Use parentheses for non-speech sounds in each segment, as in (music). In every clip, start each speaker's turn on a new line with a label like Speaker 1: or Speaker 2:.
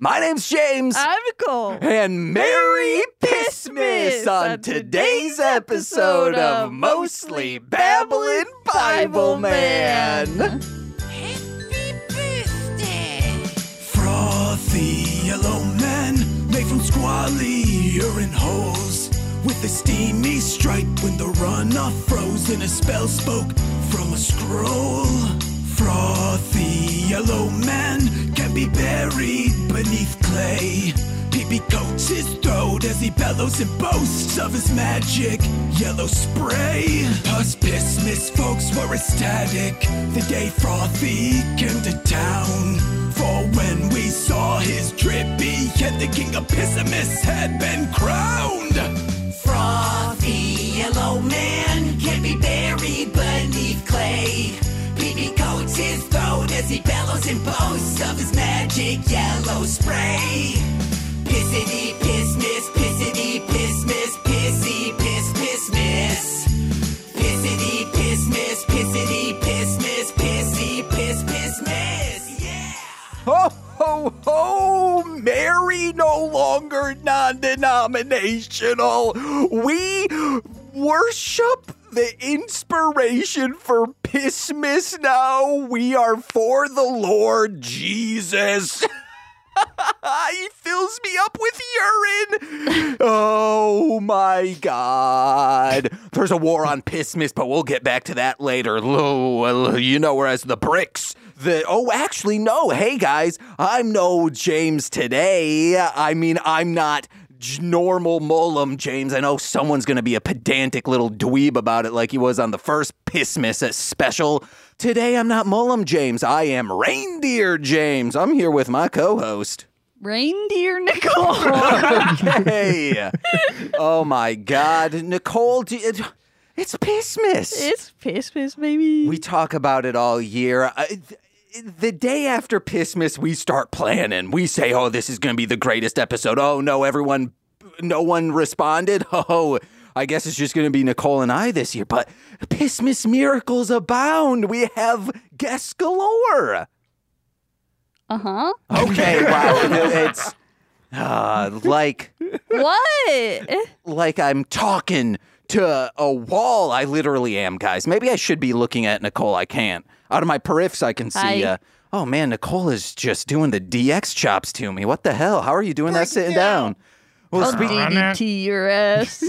Speaker 1: My name's
Speaker 2: (laughs)
Speaker 1: James.
Speaker 2: I'm Nicole.
Speaker 1: (laughs) and Merry Pissmas
Speaker 2: Pissmas
Speaker 1: on
Speaker 2: on
Speaker 1: today's
Speaker 2: today's
Speaker 1: episode
Speaker 2: episode
Speaker 1: of
Speaker 2: of
Speaker 1: Mostly
Speaker 2: Mostly
Speaker 1: Babbling Bible
Speaker 2: Bible
Speaker 1: Man.
Speaker 2: Man.
Speaker 3: Happy birthday!
Speaker 4: Frothy yellow men, made from squally urine holes. With a steamy stripe when the runoff froze in a spell spoke from a scroll. Frothy yellow man can be buried beneath clay. Peepy coats his throat as he bellows and boasts of his magic yellow spray. Us business folks were ecstatic the day Frothy came to town. For when we saw his drippy head, the king of pessimists had been crowned. Frothy yellow man can be buried beneath clay. BB coats his throat as he bellows and boasts of his magic yellow spray. Pissity piss miss, pissity piss miss, pissy piss piss miss. Pissity piss miss, pissity piss miss, pissy piss piss miss. Yeah.
Speaker 1: Ho, ho, ho! Mary no longer non denominational. We worship the inspiration for Pissmas now. We are for the Lord Jesus. (laughs) he fills me up with urine. Oh my God. There's a war on Pissmas, but we'll get back to that later. Lol, You know, whereas the bricks. The, oh, actually, no. Hey, guys, I'm no James today. I mean, I'm not j- normal Mullum James. I know someone's going to be a pedantic little dweeb about it like he was on the first Pissmas special. Today, I'm not Mullum James. I am Reindeer James. I'm here with my co host.
Speaker 2: Reindeer Nicole.
Speaker 1: Hey! oh my God, Nicole, do it, it's Pissmas.
Speaker 2: it's Christmas, baby.
Speaker 1: we talk about it all year. I, th- the day after Pissmas, we start planning. We say, "Oh, this is going to be the greatest episode." Oh no, everyone, no one responded. (laughs) Oh. I guess it's just going to be Nicole and I this year, but Pissmas miracles abound. We have guests galore.
Speaker 2: uh huh.
Speaker 1: Okay, wow, it's uh, like
Speaker 2: What?
Speaker 1: like I'm talking to a wall. I literally am, guys. Maybe I should be looking at Nicole. I can't. Out of my periffs, I can see.
Speaker 2: Hi.
Speaker 1: Uh, oh man, Nicole is just doing the DX chops to me. What the hell? How are you doing that sitting down? Well,
Speaker 2: I'll
Speaker 1: speak-
Speaker 2: DDT your ass.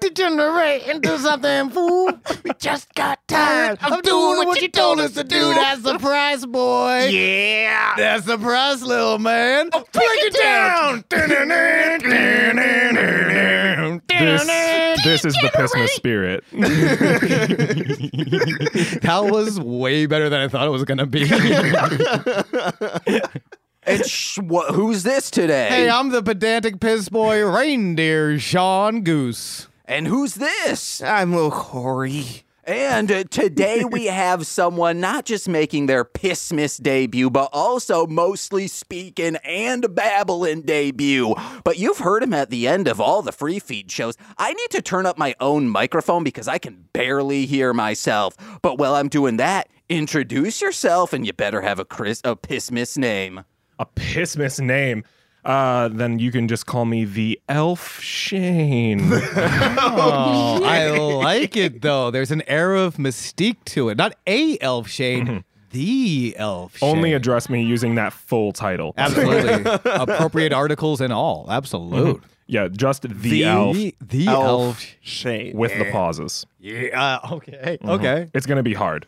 Speaker 5: Degenerate into something, fool. We just got tired of, doing, what you told us to do. That's the price, boy. Yeah. That's the price, little man. Break it down.
Speaker 6: This, this is the Pissmas spirit.
Speaker 5: That was way better than I thought it was going to (laughs) be.
Speaker 1: it's sh- wha- who's this today?
Speaker 5: hey, I'm the pedantic piss boy reindeer, Sean Goose.
Speaker 1: and who's this?
Speaker 5: I'm little Corey.
Speaker 1: And uh, today we have someone not just making their Pissmas debut, but also mostly speaking and babbling debut. But you've heard him at the end of all the free feed shows. I need to turn up my own microphone because I can barely hear myself. But while I'm doing that, introduce yourself and you better have a Chris a Pissmas name.
Speaker 6: A Pissmas name. Uh, then you can just call me the Elf Shane.
Speaker 7: (laughs)
Speaker 5: Oh, I like it though. There's an air of mystique to it. Not a elf shade, the elf shade.
Speaker 6: Mhm. Only address me using that full title. (laughs)
Speaker 5: Absolutely. Appropriate articles and all. Absolute.
Speaker 6: Yeah, just Mhm. the, Elf
Speaker 5: The, the elf.
Speaker 7: Shane.
Speaker 6: with the pauses.
Speaker 5: Yeah. uh, okay. Okay.
Speaker 6: It's gonna be hard.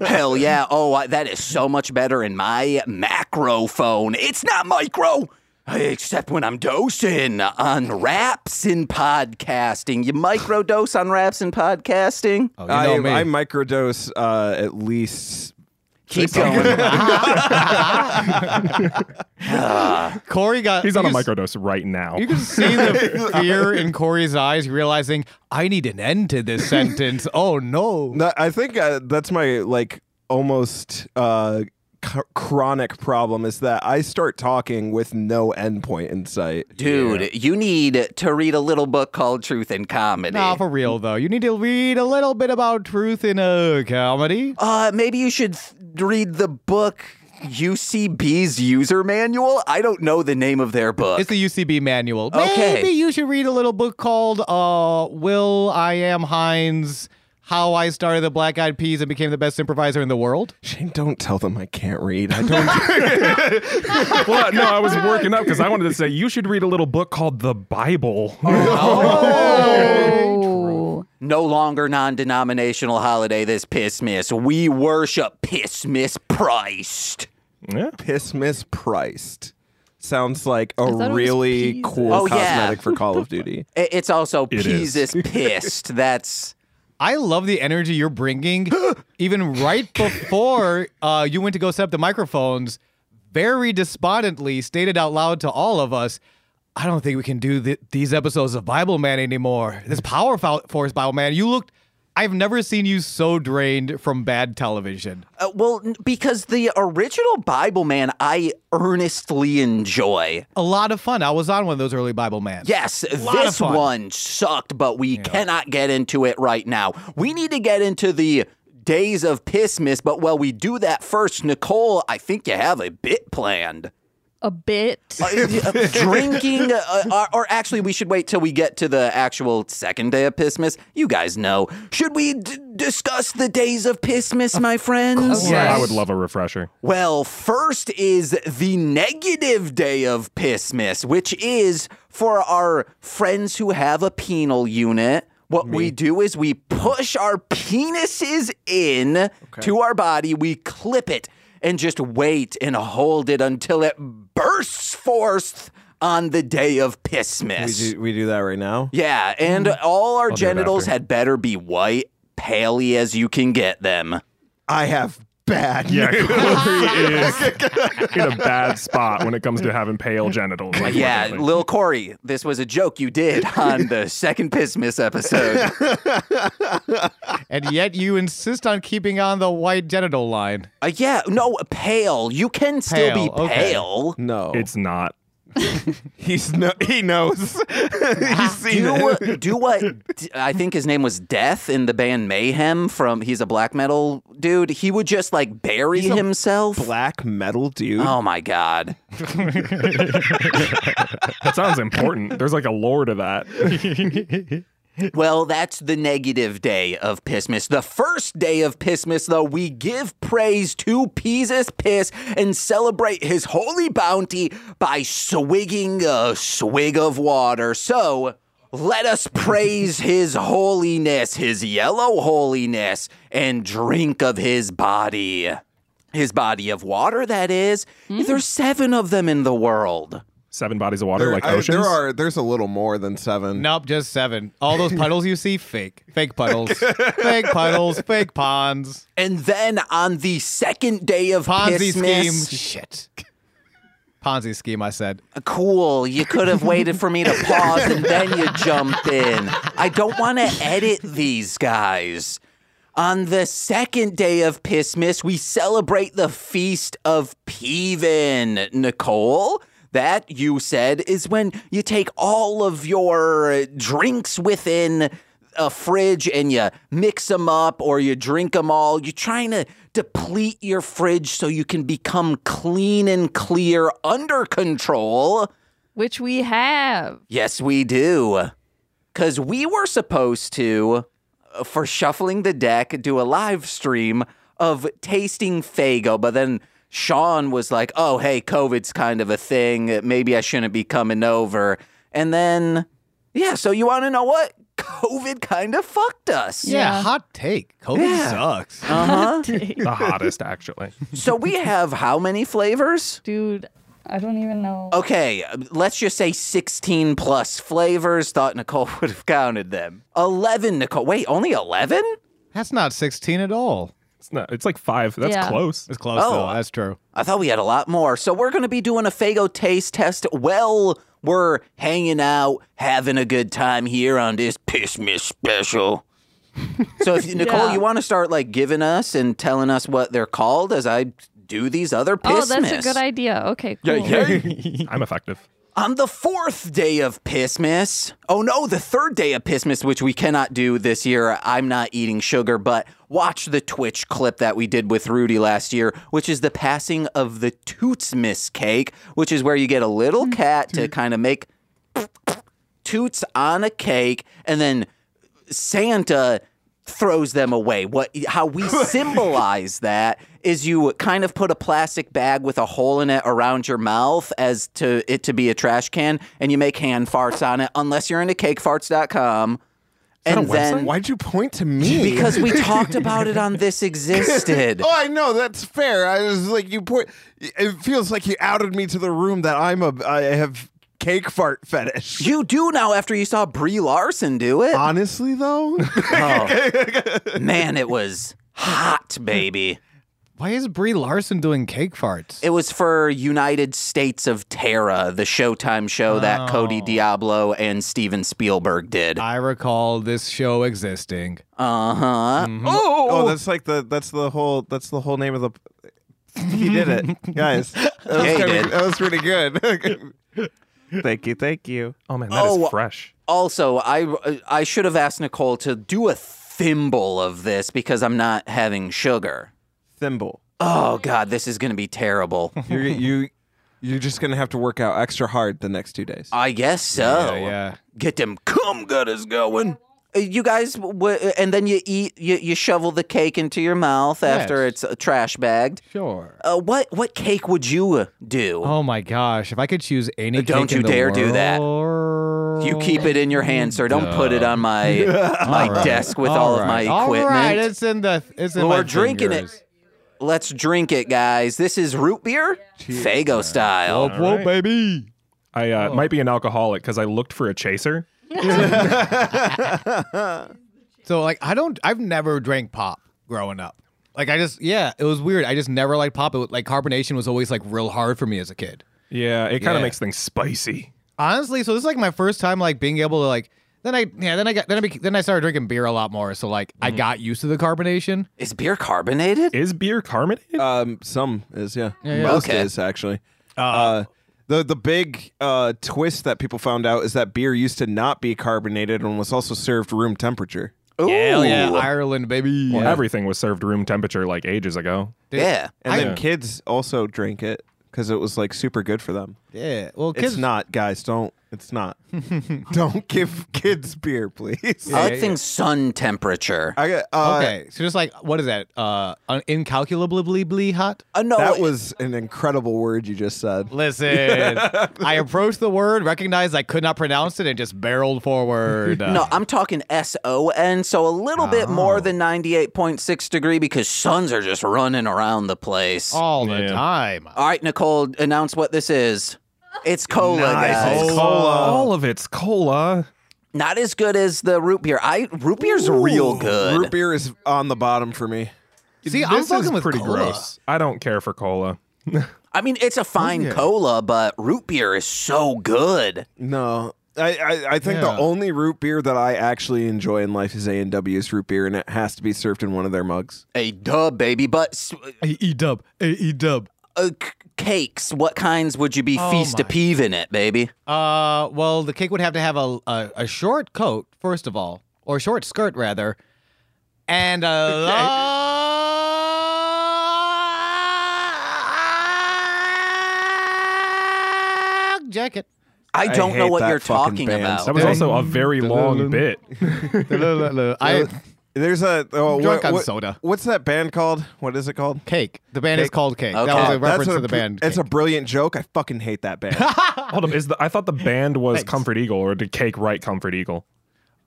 Speaker 1: Hell yeah. Oh, I, that is so much better in my macro phone. It's not micro, except when I'm dosing on raps in podcasting. You micro dose on raps in podcasting?
Speaker 5: Oh, you know
Speaker 7: I,
Speaker 5: me.
Speaker 7: I microdose uh, at least.
Speaker 1: Keep
Speaker 8: (laughs)
Speaker 1: going.
Speaker 5: Corey got.
Speaker 6: He's on a
Speaker 5: you s-
Speaker 6: microdose right now.
Speaker 5: You can see
Speaker 7: (laughs)
Speaker 5: the fear in Corey's eyes, realizing I need an end to this sentence. Oh no.
Speaker 7: No, I think uh, that's my like almost uh, c- chronic problem is that I start talking with no endpoint in sight.
Speaker 1: Dude, you need to read a little book called Truth and Comedy.
Speaker 8: Nah, for real though. You need to read a little bit about truth in a comedy.
Speaker 1: Uh, maybe you should th- read the book UCB's user manual. I don't know the name of their book.
Speaker 8: It's the UCB manual.
Speaker 1: Okay.
Speaker 8: Maybe you should read a little book called uh, Will I Am Hines How I Started the Black Eyed Peas and Became the Best Improviser in the World.
Speaker 7: Shane, don't tell them I can't read. I (laughs)
Speaker 6: (laughs)
Speaker 7: don't.
Speaker 6: Well, no,
Speaker 5: (laughs)
Speaker 6: I was working up because I wanted to say you should read a little book called The Bible.
Speaker 5: (laughs)
Speaker 2: Oh.
Speaker 1: no longer non-denominational holiday this Pissmas. We worship Pissmas Christ.
Speaker 6: (laughs) yeah.
Speaker 7: Piss Miss Priced. Sounds like
Speaker 2: I thought it
Speaker 7: a
Speaker 2: was
Speaker 7: really
Speaker 2: peas.
Speaker 7: cool
Speaker 1: Oh, yeah.
Speaker 7: cosmetic for Call of Duty.
Speaker 1: I- It's also
Speaker 6: It is.
Speaker 1: Jesus
Speaker 8: (laughs)
Speaker 1: pissed. That's
Speaker 8: I love the energy you're bringing. Even right before uh, you went to go set up the microphones, very despondently stated out loud to all of us, I don't think we can do th- these episodes of Bible Man anymore. This Power Fo- Force Bible Man, you looked. I've never seen you so drained from bad television.
Speaker 1: uh, well n- because the original Bible man I earnestly enjoy.
Speaker 8: A lot of fun. I was on one of those early Bible Man.
Speaker 1: Yes,
Speaker 8: lot of
Speaker 1: this
Speaker 8: fun.
Speaker 1: one sucked, but we cannot get into it right now. We need to get into the days of Pissmas, but while we do that first, Nicole, I think you have a bit planned.
Speaker 2: A bit.
Speaker 1: Uh, drinking, uh, or, or actually, we should wait till we get to the actual second day of Pissmas. You guys know. Should we d- discuss the days of Pissmas, my friends?
Speaker 2: course. Yes.
Speaker 6: I would love a refresher.
Speaker 1: Well, first is the negative day of Pissmas, which is for our friends who have a penal unit. What we do is we push our penises in to our body, we clip it, and just wait and hold it until it bursts forth on the day of
Speaker 7: (laughs) We
Speaker 1: Pissmas.
Speaker 7: do, we do that right now.
Speaker 1: Yeah, and all our
Speaker 6: Mm. do it
Speaker 1: genitals
Speaker 6: after.
Speaker 1: had better be white, paley as you can get them.
Speaker 7: I have bad.
Speaker 5: (laughs)
Speaker 6: Yeah,
Speaker 7: (laughs)
Speaker 6: Corey is in a bad spot when it comes to having pale genitals. Like,
Speaker 1: Yeah,
Speaker 6: definitely.
Speaker 1: Lil Corey, this was a joke you
Speaker 7: (laughs)
Speaker 1: did on the second Pissmas episode.
Speaker 8: And yet you insist on keeping on the white genital line.
Speaker 1: Uh, yeah, no, pale. You can still be
Speaker 8: Pale, okay.
Speaker 7: (laughs)
Speaker 1: pale.
Speaker 7: No,
Speaker 6: it's not.
Speaker 7: he's no, he knows. he's seen it.
Speaker 1: Do, do what d- I think his name was Death in the band Mayhem from he's a black metal dude. He would just like bury
Speaker 7: a
Speaker 1: himself.
Speaker 7: (laughs) Black metal dude.
Speaker 1: oh my god.
Speaker 6: That sounds important. There's like a lore to that.
Speaker 1: Well, that's the negative day of Pissmas. The first day of Pissmas, though, we give praise to Pisa's Piss and celebrate his holy bounty by swigging a swig of water. So, let us praise his holiness, his yellow holiness, and drink of his body. His body of water, that is. There's seven of them in the world.
Speaker 6: Seven bodies of water,
Speaker 7: There,
Speaker 6: like
Speaker 7: I-
Speaker 6: oceans.
Speaker 7: there are. There's a little more than seven.
Speaker 8: Nope, just seven. All those puddles you see, fake. Fake puddles. fake puddles, fake ponds.
Speaker 1: And then on the second day of
Speaker 8: Ponzi
Speaker 1: Pissmas-
Speaker 8: scheme. Shit. (laughs) Ponzi scheme, I said.
Speaker 1: Cool. You could have waited for me to pause and then you jumped in. I don't want to edit these guys. On the second day of Pissmas, we celebrate the feast of Peven. Nicole, that you said is when you take all of your drinks within a fridge and you mix them up or you drink them all. You're trying to deplete your fridge so you can become clean and clear under control.
Speaker 2: Which we have.
Speaker 1: Yes, we do. Because we were supposed to, uh, for Shuffling the Deck, do a live stream of tasting Fago, but then Sean was like, oh, hey, COVID's kind of a thing. Maybe I shouldn't be coming over. And then, yeah, so you want to know what? (laughs) COVID kind of fucked us.
Speaker 8: Yeah,
Speaker 2: Yeah.
Speaker 8: hot take. COVID sucks.
Speaker 1: Uh huh.
Speaker 6: the hottest, actually.
Speaker 1: so we have how many flavors?
Speaker 2: (laughs) Dude, I don't even know.
Speaker 1: Okay, let's just say 16 plus flavors. Thought Nicole (laughs) would have counted them. 11, Nicole. Wait, only 11?
Speaker 8: That's not 16 at all.
Speaker 6: It's not. It's like five. That's
Speaker 2: Yeah.
Speaker 6: close.
Speaker 8: It's close,
Speaker 1: Oh.
Speaker 8: though. That's true.
Speaker 1: I thought we had a lot more. So we're going to be doing a Fago taste test. Well, we're hanging out, having a good time here on this Piss Miss special. So if Nicole,
Speaker 2: Yeah. (laughs)
Speaker 1: you want to start like giving us and telling us what they're called as I do these other
Speaker 2: Oh,
Speaker 1: Pissmas.
Speaker 2: that's a good idea. Okay, cool.
Speaker 6: I'm effective.
Speaker 1: On the fourth day of Pissmas, oh no, the third day of Pissmas, which we cannot do this year. I'm not eating sugar, but watch the Twitch clip that we did with Rudy last year, which is the passing of the Tootsmas cake, which is where you get a little cat to kind of make toots on a cake, and then Santa throws them away. What how we symbolize that is you kind of put a plastic bag with a hole in it around your mouth as to it to be a trash can and you make hand farts on it unless you're into cakefarts.com. And then
Speaker 7: Why'd you point to me?
Speaker 1: because we talked about it on this existed.
Speaker 7: Oh, I know that's fair. I was like, you point. It feels like you outed me to the room that I'm a. I have cake fart fetish.
Speaker 1: You do now after you saw Brie Larson do it.
Speaker 7: (laughs) Honestly, though, Oh,
Speaker 1: Man, it was hot, baby.
Speaker 8: Why is Brie Larson doing cake farts?
Speaker 1: It was for United States of Terra, the Showtime show that Cody Diablo and Steven Spielberg did.
Speaker 8: Oh. I recall this show existing.
Speaker 1: Uh huh.
Speaker 8: Mm-hmm.
Speaker 7: oh, that's like the that's the whole that's the whole name of the. He did it, guys. That was,
Speaker 1: Yeah, he
Speaker 7: kinda-
Speaker 1: did.
Speaker 7: That was pretty good. (laughs) thank you, thank you.
Speaker 6: Oh man, that is
Speaker 1: Oh,
Speaker 6: fresh.
Speaker 1: Also, I I should have asked Nicole to do a thimble of this because I'm not having sugar.
Speaker 7: Thimble,
Speaker 1: Oh God, this is gonna be
Speaker 8: (laughs)
Speaker 1: terrible.
Speaker 7: you're, you you're just gonna have to work out extra hard the next two days.
Speaker 1: I guess so.
Speaker 8: Yeah, yeah.
Speaker 1: Get them cum gutters going. Uh, You guys, w- and then you eat, you, you shovel the cake into your mouth after
Speaker 8: Yes.
Speaker 1: it's uh, trash bagged.
Speaker 8: Sure.
Speaker 1: Uh, what what cake would you uh, do?
Speaker 8: Oh my gosh! If I could choose any,
Speaker 1: Don't
Speaker 8: cake in
Speaker 1: you
Speaker 8: the
Speaker 1: dare do that.
Speaker 8: world-
Speaker 1: You keep it in your hand, sir. Don't put it on my my
Speaker 8: (laughs) All right.
Speaker 1: desk with all, of my
Speaker 8: right.
Speaker 1: equipment.
Speaker 8: All right, it's in the. It's in my
Speaker 1: We're drinking
Speaker 8: fingers.
Speaker 1: it. Let's drink it, guys. This is root beer, Fago style.
Speaker 8: Whoa, baby!
Speaker 6: I uh, might be an alcoholic because I looked for a chaser.
Speaker 8: So like I don't I've never drank pop growing up. Like I just yeah, it was weird. I just never liked pop. It was, like carbonation was always like real hard for me as a kid.
Speaker 6: Yeah, it kind of
Speaker 8: Yeah.
Speaker 6: makes things spicy.
Speaker 8: Honestly, so this is like my first time like being able to like then I yeah, then I got then I bec then I started drinking beer a lot more. So like I got used to the carbonation.
Speaker 1: Is beer carbonated?
Speaker 6: Is beer carbonated?
Speaker 7: Um, some is yeah,
Speaker 8: yeah. Oh.
Speaker 7: most
Speaker 1: Okay.
Speaker 7: is actually. Uh, the the big uh, twist that people found out is that beer used to not be carbonated and was also served room temperature.
Speaker 1: Ooh.
Speaker 8: Hell yeah, Ireland baby.
Speaker 6: Well, everything was served room temperature like ages ago.
Speaker 1: Yeah.
Speaker 7: And
Speaker 8: I-
Speaker 7: then kids also drank it because it was like super good for them.
Speaker 8: yeah. Well, kids
Speaker 7: It's not, guys. Don't.
Speaker 8: (laughs)
Speaker 7: It's not. don't give kids beer, please.
Speaker 1: I like things sun temperature.
Speaker 7: I got. Uh,
Speaker 8: Okay, so just like what is that? Uh, un- incalculably hot.
Speaker 1: Uh, no,
Speaker 7: That was an incredible word you just said.
Speaker 8: Listen,
Speaker 7: (laughs)
Speaker 8: I approached the word, recognized I could not pronounce it, and just barreled
Speaker 7: (laughs)
Speaker 8: forward.
Speaker 1: No, I'm talking S O N, so a little bit
Speaker 8: Oh.
Speaker 1: more than 98.6 degree because suns are just running around the place.
Speaker 8: all the
Speaker 6: Yeah.
Speaker 8: time.
Speaker 1: All right, Nicole, announce what this is. It's cola, guys.
Speaker 6: All of it's cola.
Speaker 1: Not as good as the root beer. I root beer's real good.
Speaker 7: Root beer is on the bottom for me.
Speaker 8: See,
Speaker 6: this
Speaker 8: I'm
Speaker 6: is
Speaker 8: fucking with
Speaker 6: pretty
Speaker 8: cola.
Speaker 6: gross. I don't care for cola.
Speaker 1: I mean, it's a fine cola, but root beer is so good.
Speaker 7: No. I, I, I think the
Speaker 8: Yeah.
Speaker 7: only root beer that I actually enjoy in life is A and W's root beer, and it has to be served in one of their mugs.
Speaker 1: A dub, baby. But s-
Speaker 8: A E dub, A E dub.
Speaker 1: uh, c- cakes, what kinds would you be
Speaker 8: Oh
Speaker 1: feast a
Speaker 8: my.
Speaker 1: peeve in it, baby?
Speaker 8: Uh, well, the cake would have to have a a, a short coat first of all, or a short skirt rather, and a long jacket.
Speaker 1: I don't know
Speaker 7: hate
Speaker 1: what
Speaker 7: that
Speaker 1: you're
Speaker 7: fucking
Speaker 1: talking
Speaker 7: band.
Speaker 1: about.
Speaker 6: That was also a very long bit.
Speaker 8: I
Speaker 7: There's a oh,
Speaker 8: drunk
Speaker 7: what,
Speaker 8: on
Speaker 7: what-
Speaker 8: soda.
Speaker 7: What's that band called? What is it called?
Speaker 8: cake. The band is
Speaker 7: Cake.
Speaker 8: called Cake.
Speaker 1: Okay.
Speaker 8: That was a
Speaker 1: Oh,
Speaker 8: reference
Speaker 7: That's
Speaker 8: to
Speaker 7: a
Speaker 8: the
Speaker 7: br-
Speaker 8: band.
Speaker 7: It's a
Speaker 8: Cake.
Speaker 7: brilliant joke. I fucking hate
Speaker 8: (laughs)
Speaker 7: that band. Cake
Speaker 6: Hold on, is the I thought the band was
Speaker 8: Thanks.
Speaker 6: Comfort Eagle or did Cake write Comfort Eagle?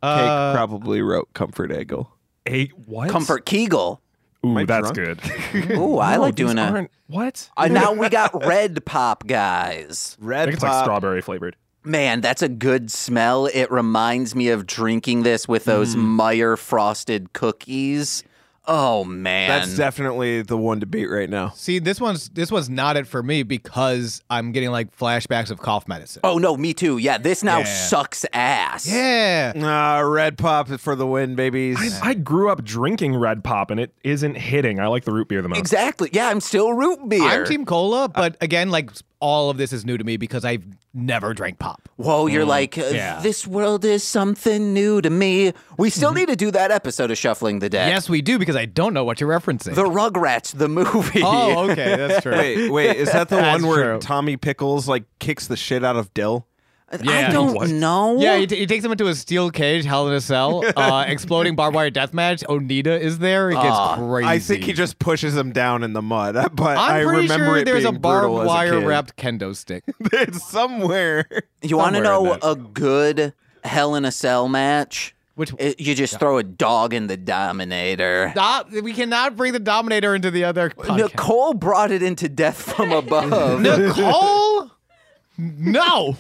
Speaker 8: Uh,
Speaker 7: probably wrote Comfort Eagle.
Speaker 6: A what?
Speaker 1: Comfort Kegel.
Speaker 6: Ooh,
Speaker 7: I
Speaker 6: that's
Speaker 7: drunk?
Speaker 6: good.
Speaker 1: Ooh, I
Speaker 6: No,
Speaker 1: like
Speaker 6: these
Speaker 1: doing a.
Speaker 6: aren't- What?
Speaker 1: Uh, now we got red pop, guys.
Speaker 6: I
Speaker 7: Red
Speaker 6: think it's like
Speaker 7: Pop.
Speaker 6: strawberry flavored.
Speaker 1: Man, that's a good smell.
Speaker 8: Mm.
Speaker 1: It reminds me of drinking this with those Meyer frosted cookies. Oh man.
Speaker 7: That's definitely the one to beat right now.
Speaker 8: See, this one's this one's not it for me because I'm getting like flashbacks of cough medicine.
Speaker 1: Oh no, me too. Yeah, this now
Speaker 8: Yeah.
Speaker 1: sucks ass.
Speaker 8: Yeah.
Speaker 7: Ah, red pop for the win, babies.
Speaker 6: I, I grew up drinking Red Pop and it isn't hitting. I like the root beer the most.
Speaker 1: Exactly. Yeah, I'm still root beer.
Speaker 8: I'm team
Speaker 7: Uh,
Speaker 8: cola, but again, like all of this is new to me because I've never drank pop.
Speaker 1: Whoa, you're like, uh,
Speaker 8: Mm, yeah. Mm-hmm.
Speaker 1: this world is something new to me. We still need to do that episode of Shuffling the
Speaker 7: Eh.
Speaker 1: Deck.
Speaker 8: Yes, we do because I don't know what you're referencing.
Speaker 1: The Rugrats, the movie.
Speaker 8: oh, okay, that's true.
Speaker 7: (laughs) wait, wait, is that the
Speaker 8: (laughs) That's
Speaker 7: one where
Speaker 8: true.
Speaker 7: Tommy Pickles like kicks the shit out of Dill?
Speaker 1: (laughs) I
Speaker 8: Yeah.
Speaker 1: don't know.
Speaker 8: Yeah, he, t- he takes him into a steel cage, held in a
Speaker 7: (laughs)
Speaker 8: cell, uh, exploding barbed wire deathmatch. Onita is there. It gets crazy.
Speaker 7: Ah, I think he just pushes him down in the mud. (laughs) But i
Speaker 8: I'm pretty
Speaker 7: remember
Speaker 8: sure
Speaker 7: it
Speaker 8: there's a
Speaker 7: being
Speaker 8: barbed
Speaker 7: brutal as a
Speaker 8: wire
Speaker 7: kid.
Speaker 8: wrapped kendo stick.
Speaker 7: (laughs) it's somewhere.
Speaker 1: you want to
Speaker 8: somewhere in
Speaker 1: know
Speaker 8: that.
Speaker 1: a good Hell in a Cell match?
Speaker 8: Which-
Speaker 1: It- Uh, you just throw a dog in the Dominator. Uh,
Speaker 8: Stop! We cannot bring the Dominator into the other. Podcast.
Speaker 1: Nicole brought it into death from
Speaker 7: (laughs)
Speaker 1: above.
Speaker 8: Nicole? No.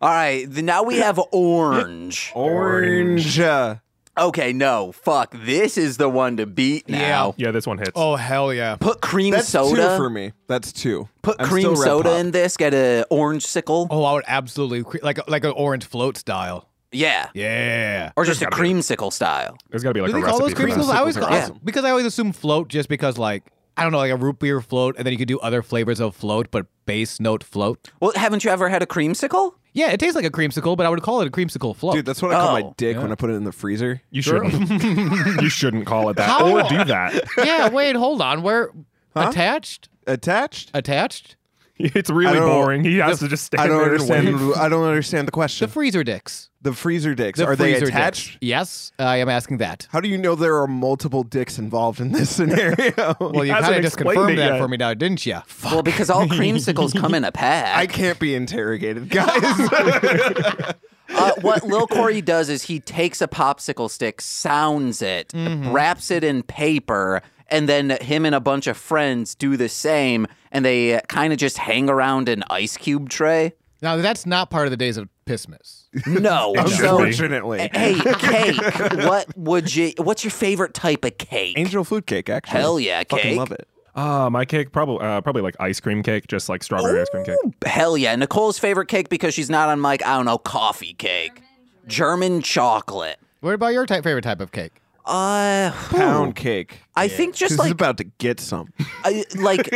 Speaker 1: All right, th- now we
Speaker 7: (laughs)
Speaker 1: have orange.
Speaker 7: Orange. uh,
Speaker 1: Okay, no, fuck. This is the one to beat now.
Speaker 6: Yeah, this one hits.
Speaker 8: Oh hell yeah.
Speaker 1: Put cream
Speaker 7: That's
Speaker 1: soda.
Speaker 7: two for me. That's two.
Speaker 1: Put
Speaker 7: I'm
Speaker 1: cream
Speaker 7: still Red
Speaker 1: soda
Speaker 7: Pop.
Speaker 1: in this. Get a orange sickle.
Speaker 8: Oh, I would absolutely cre- like like an orange float style.
Speaker 1: Yeah.
Speaker 8: Yeah.
Speaker 1: Or just a creamsicle style.
Speaker 6: There's got to be like
Speaker 8: Do
Speaker 6: a
Speaker 8: they
Speaker 6: recipe
Speaker 8: call those
Speaker 6: for
Speaker 8: creamsicles?
Speaker 6: that.
Speaker 8: I always
Speaker 7: Creamsicles
Speaker 8: call
Speaker 7: are
Speaker 8: I-
Speaker 7: awesome.
Speaker 8: because I always assume float just because like I don't know like a root beer float and then you could do other flavors of float but base note float.
Speaker 1: Well, haven't you ever had a creamsicle?
Speaker 8: Yeah, it tastes like a creamsicle, but I would call it a creamsicle float.
Speaker 7: Dude, that's what I call my
Speaker 1: Oh,
Speaker 7: dick when I put it in the freezer.
Speaker 6: You shouldn't. you shouldn't call it that
Speaker 8: How-
Speaker 6: or do that.
Speaker 8: (laughs) yeah, wait, hold on. We're attached,
Speaker 7: Attached?
Speaker 8: attached.
Speaker 6: It's
Speaker 7: I
Speaker 6: really
Speaker 7: don't-
Speaker 6: boring. He has to just stand
Speaker 7: I don't
Speaker 6: there and
Speaker 7: understand.
Speaker 6: wait.
Speaker 7: I don't understand the
Speaker 8: The
Speaker 7: question.
Speaker 8: freezer dicks.
Speaker 7: The freezer dicks
Speaker 8: The
Speaker 7: are they
Speaker 8: freezer
Speaker 7: attached?
Speaker 8: Dicks. Yes, I am asking that.
Speaker 7: How do you know there are multiple dicks involved in this
Speaker 6: (laughs)
Speaker 7: scenario?
Speaker 8: Well, you
Speaker 6: hasn't
Speaker 8: kind of just
Speaker 6: explained
Speaker 8: confirmed
Speaker 6: it
Speaker 8: that
Speaker 6: yet.
Speaker 8: for me now, didn't you?
Speaker 1: Well, because all creamsicles come in a
Speaker 7: (laughs) (laughs) I
Speaker 1: pack.
Speaker 7: can't be
Speaker 6: (laughs)
Speaker 7: interrogated, guys.
Speaker 1: Uh, what Lil Corey does is he takes a popsicle stick, sounds it,
Speaker 7: Mm-hmm.
Speaker 1: wraps it in paper, and then him and a bunch of friends do the same, and they kind of just hang around an ice cube tray.
Speaker 8: Now that's not part of the days of Pissmas.
Speaker 1: No. so,
Speaker 7: Unfortunately,
Speaker 1: hey, cake. What would you? What's your favorite type of cake?
Speaker 7: angel food cake. Actually,
Speaker 1: Hell yeah,
Speaker 7: fucking
Speaker 1: cake.
Speaker 7: love it.
Speaker 6: Uh, my cake probably uh, probably like ice cream cake, just like strawberry ice cream cake.
Speaker 1: Hell yeah. Nicole's favorite cake because she's not on mic, I don't know, coffee cake. German chocolate.
Speaker 8: What about your type, favorite type of cake?
Speaker 1: Uh
Speaker 7: Pound cake.
Speaker 1: I think just
Speaker 7: This is
Speaker 1: like
Speaker 7: about to get some.
Speaker 1: a, like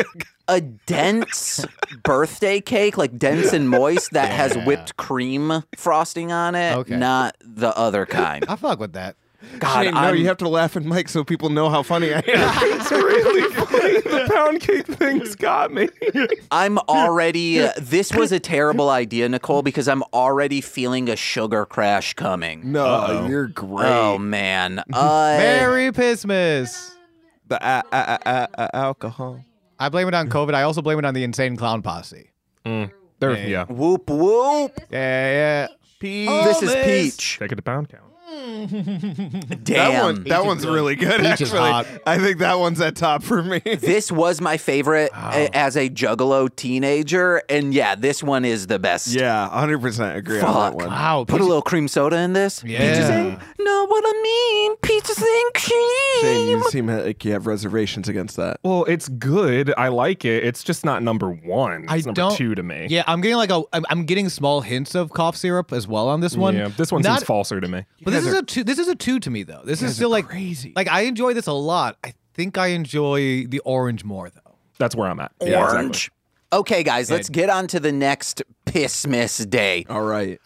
Speaker 1: a dense birthday cake, like dense and moist that has whipped cream frosting on it,
Speaker 8: Okay.
Speaker 1: not the other kind.
Speaker 8: I fuck with that.
Speaker 1: (laughs) God,
Speaker 7: Shane, no,
Speaker 1: I'm-
Speaker 7: you have to laugh at Mike so people know how funny
Speaker 1: (laughs)
Speaker 7: I am.
Speaker 6: It's really funny. The pound cake thing's got me.
Speaker 1: I'm
Speaker 7: (laughs)
Speaker 1: already. this was a terrible idea, Nicole, because I'm already feeling a sugar crash coming.
Speaker 7: no, you're great.
Speaker 1: Oh man. Uh,
Speaker 8: Merry Pissmas.
Speaker 7: the a- a- a- a- a- alcohol.
Speaker 8: I blame it on COVID. I also blame it on the insane clown posse. Mm.
Speaker 6: There, yeah.
Speaker 1: Whoop whoop.
Speaker 8: Yeah, yeah.
Speaker 7: Oh,
Speaker 1: This is peach.
Speaker 6: Take it to pound count.
Speaker 1: Damn.
Speaker 7: That one, that one's really good.
Speaker 8: Peach is
Speaker 7: actually,
Speaker 8: hot.
Speaker 7: I think that one's at top for me.
Speaker 1: this was my favorite a- as a juggalo teenager and yeah this one is the best
Speaker 7: yeah, 100 percent agree on that
Speaker 1: Fuck.
Speaker 7: one.
Speaker 8: Wow.
Speaker 1: put a
Speaker 8: peach-
Speaker 1: little cream soda in this peaches and know what i mean peaches and
Speaker 7: Shane,
Speaker 1: cream
Speaker 7: you seem like you have reservations against that.
Speaker 6: Well, it's good. I like it. It's just not number one. It's
Speaker 8: I
Speaker 6: number
Speaker 8: don't-
Speaker 6: two to me.
Speaker 8: Yeah, I'm getting like a. I'm, I'm getting small hints of cough syrup as well on this one.
Speaker 6: Yeah, this one
Speaker 8: Not-
Speaker 6: seems falser to me.
Speaker 8: But this is a two. This is a two to me though. This is still like crazy. Like I enjoy this a lot. I think I enjoy the orange more though.
Speaker 6: That's where I'm at. Orange.
Speaker 1: orange okay guys let's get on to the next pissmas day
Speaker 7: All right.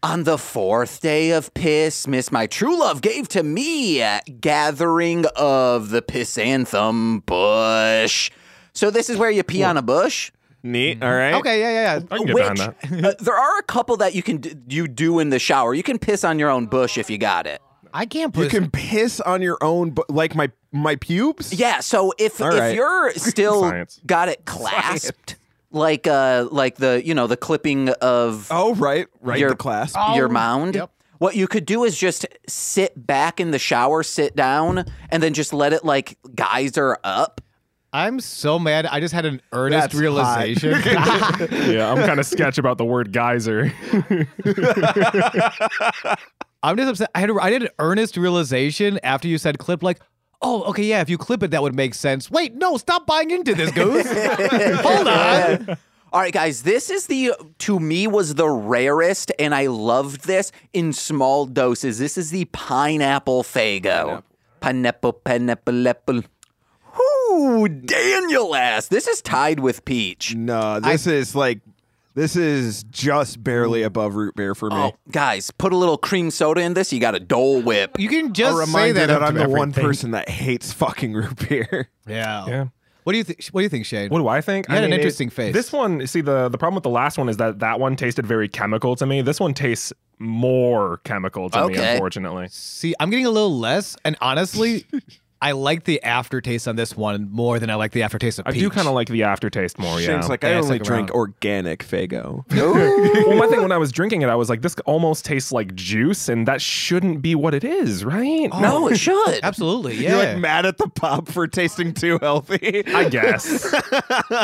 Speaker 1: On the fourth day of Piss, Miss My True Love gave to me a gathering of the Piss Anthem Bush. So this is where you pee on a bush. Mm-hmm.
Speaker 7: Neat. All right.
Speaker 8: Okay. Yeah. Yeah. Yeah.
Speaker 6: I can get
Speaker 1: Which
Speaker 6: behind that.
Speaker 1: uh, there are a couple that you can d- you do in the shower. You can piss on your own bush if you got it.
Speaker 8: I can't put.
Speaker 7: You can piss on your own, bu- like my my pubes.
Speaker 1: Yeah. So if
Speaker 7: All
Speaker 1: if
Speaker 7: right.
Speaker 1: you're still
Speaker 6: Science.
Speaker 1: got it clasped, like uh like the you know the clipping of
Speaker 7: Oh right, right.
Speaker 1: Your-
Speaker 7: the clasp.
Speaker 8: Oh.
Speaker 1: your mound.
Speaker 8: yep.
Speaker 1: What you could do is just sit back in the shower, sit down, and then just let it like geyser up.
Speaker 8: I'm so mad. I just had an earnest
Speaker 7: That's
Speaker 8: realization.
Speaker 6: (laughs) Yeah, I'm kind of sketch about the word geyser.
Speaker 8: I'm just upset. I had. A, I did an earnest realization after you said clip. Like, oh, okay, yeah, if you clip it, that would make sense. Wait, no, stop buying into this, Goose. Hold on.
Speaker 1: All right, guys, this is the, to me, was the rarest, and I loved this in small doses. This is the pineapple Fago. Pineapple, pineapple, apple. Whoo, Daniel ass. This is tied with peach.
Speaker 7: No, this is like this is just barely above root beer for me.
Speaker 1: Oh, guys, put a little cream soda in this. You got a Dole Whip.
Speaker 8: You can
Speaker 7: A
Speaker 8: just say
Speaker 7: reminder
Speaker 8: that,
Speaker 7: that,
Speaker 8: up
Speaker 7: I'm
Speaker 8: to
Speaker 7: the one
Speaker 8: everything.
Speaker 7: person that hates fucking root beer.
Speaker 8: Yeah.
Speaker 6: Yeah.
Speaker 8: What do you think? What do you think, Shane?
Speaker 6: What do I think?
Speaker 8: You
Speaker 6: I
Speaker 8: had an
Speaker 6: it-
Speaker 8: interesting face.
Speaker 6: This one, see the the problem with the last one is that that one tasted very chemical to me. This one tastes more chemical to me,
Speaker 1: Okay.
Speaker 6: unfortunately.
Speaker 8: See, I'm getting a little less, and honestly, I like the aftertaste on this one more than I like the aftertaste of
Speaker 6: I
Speaker 8: peach.
Speaker 6: do kind of like the aftertaste more. yeah.
Speaker 7: Shane's like,
Speaker 8: Oh, Yeah,
Speaker 7: I
Speaker 8: it's
Speaker 7: only
Speaker 8: like
Speaker 7: drink
Speaker 8: around-
Speaker 7: organic Fago.
Speaker 8: (laughs)
Speaker 7: (laughs)
Speaker 6: well, my thing when I was drinking it, I was like, this almost tastes like juice, and that shouldn't be what it is, right?
Speaker 1: (laughs) No, it should.
Speaker 8: absolutely, yeah.
Speaker 7: You're like mad at the pop for tasting too healthy.
Speaker 6: I guess.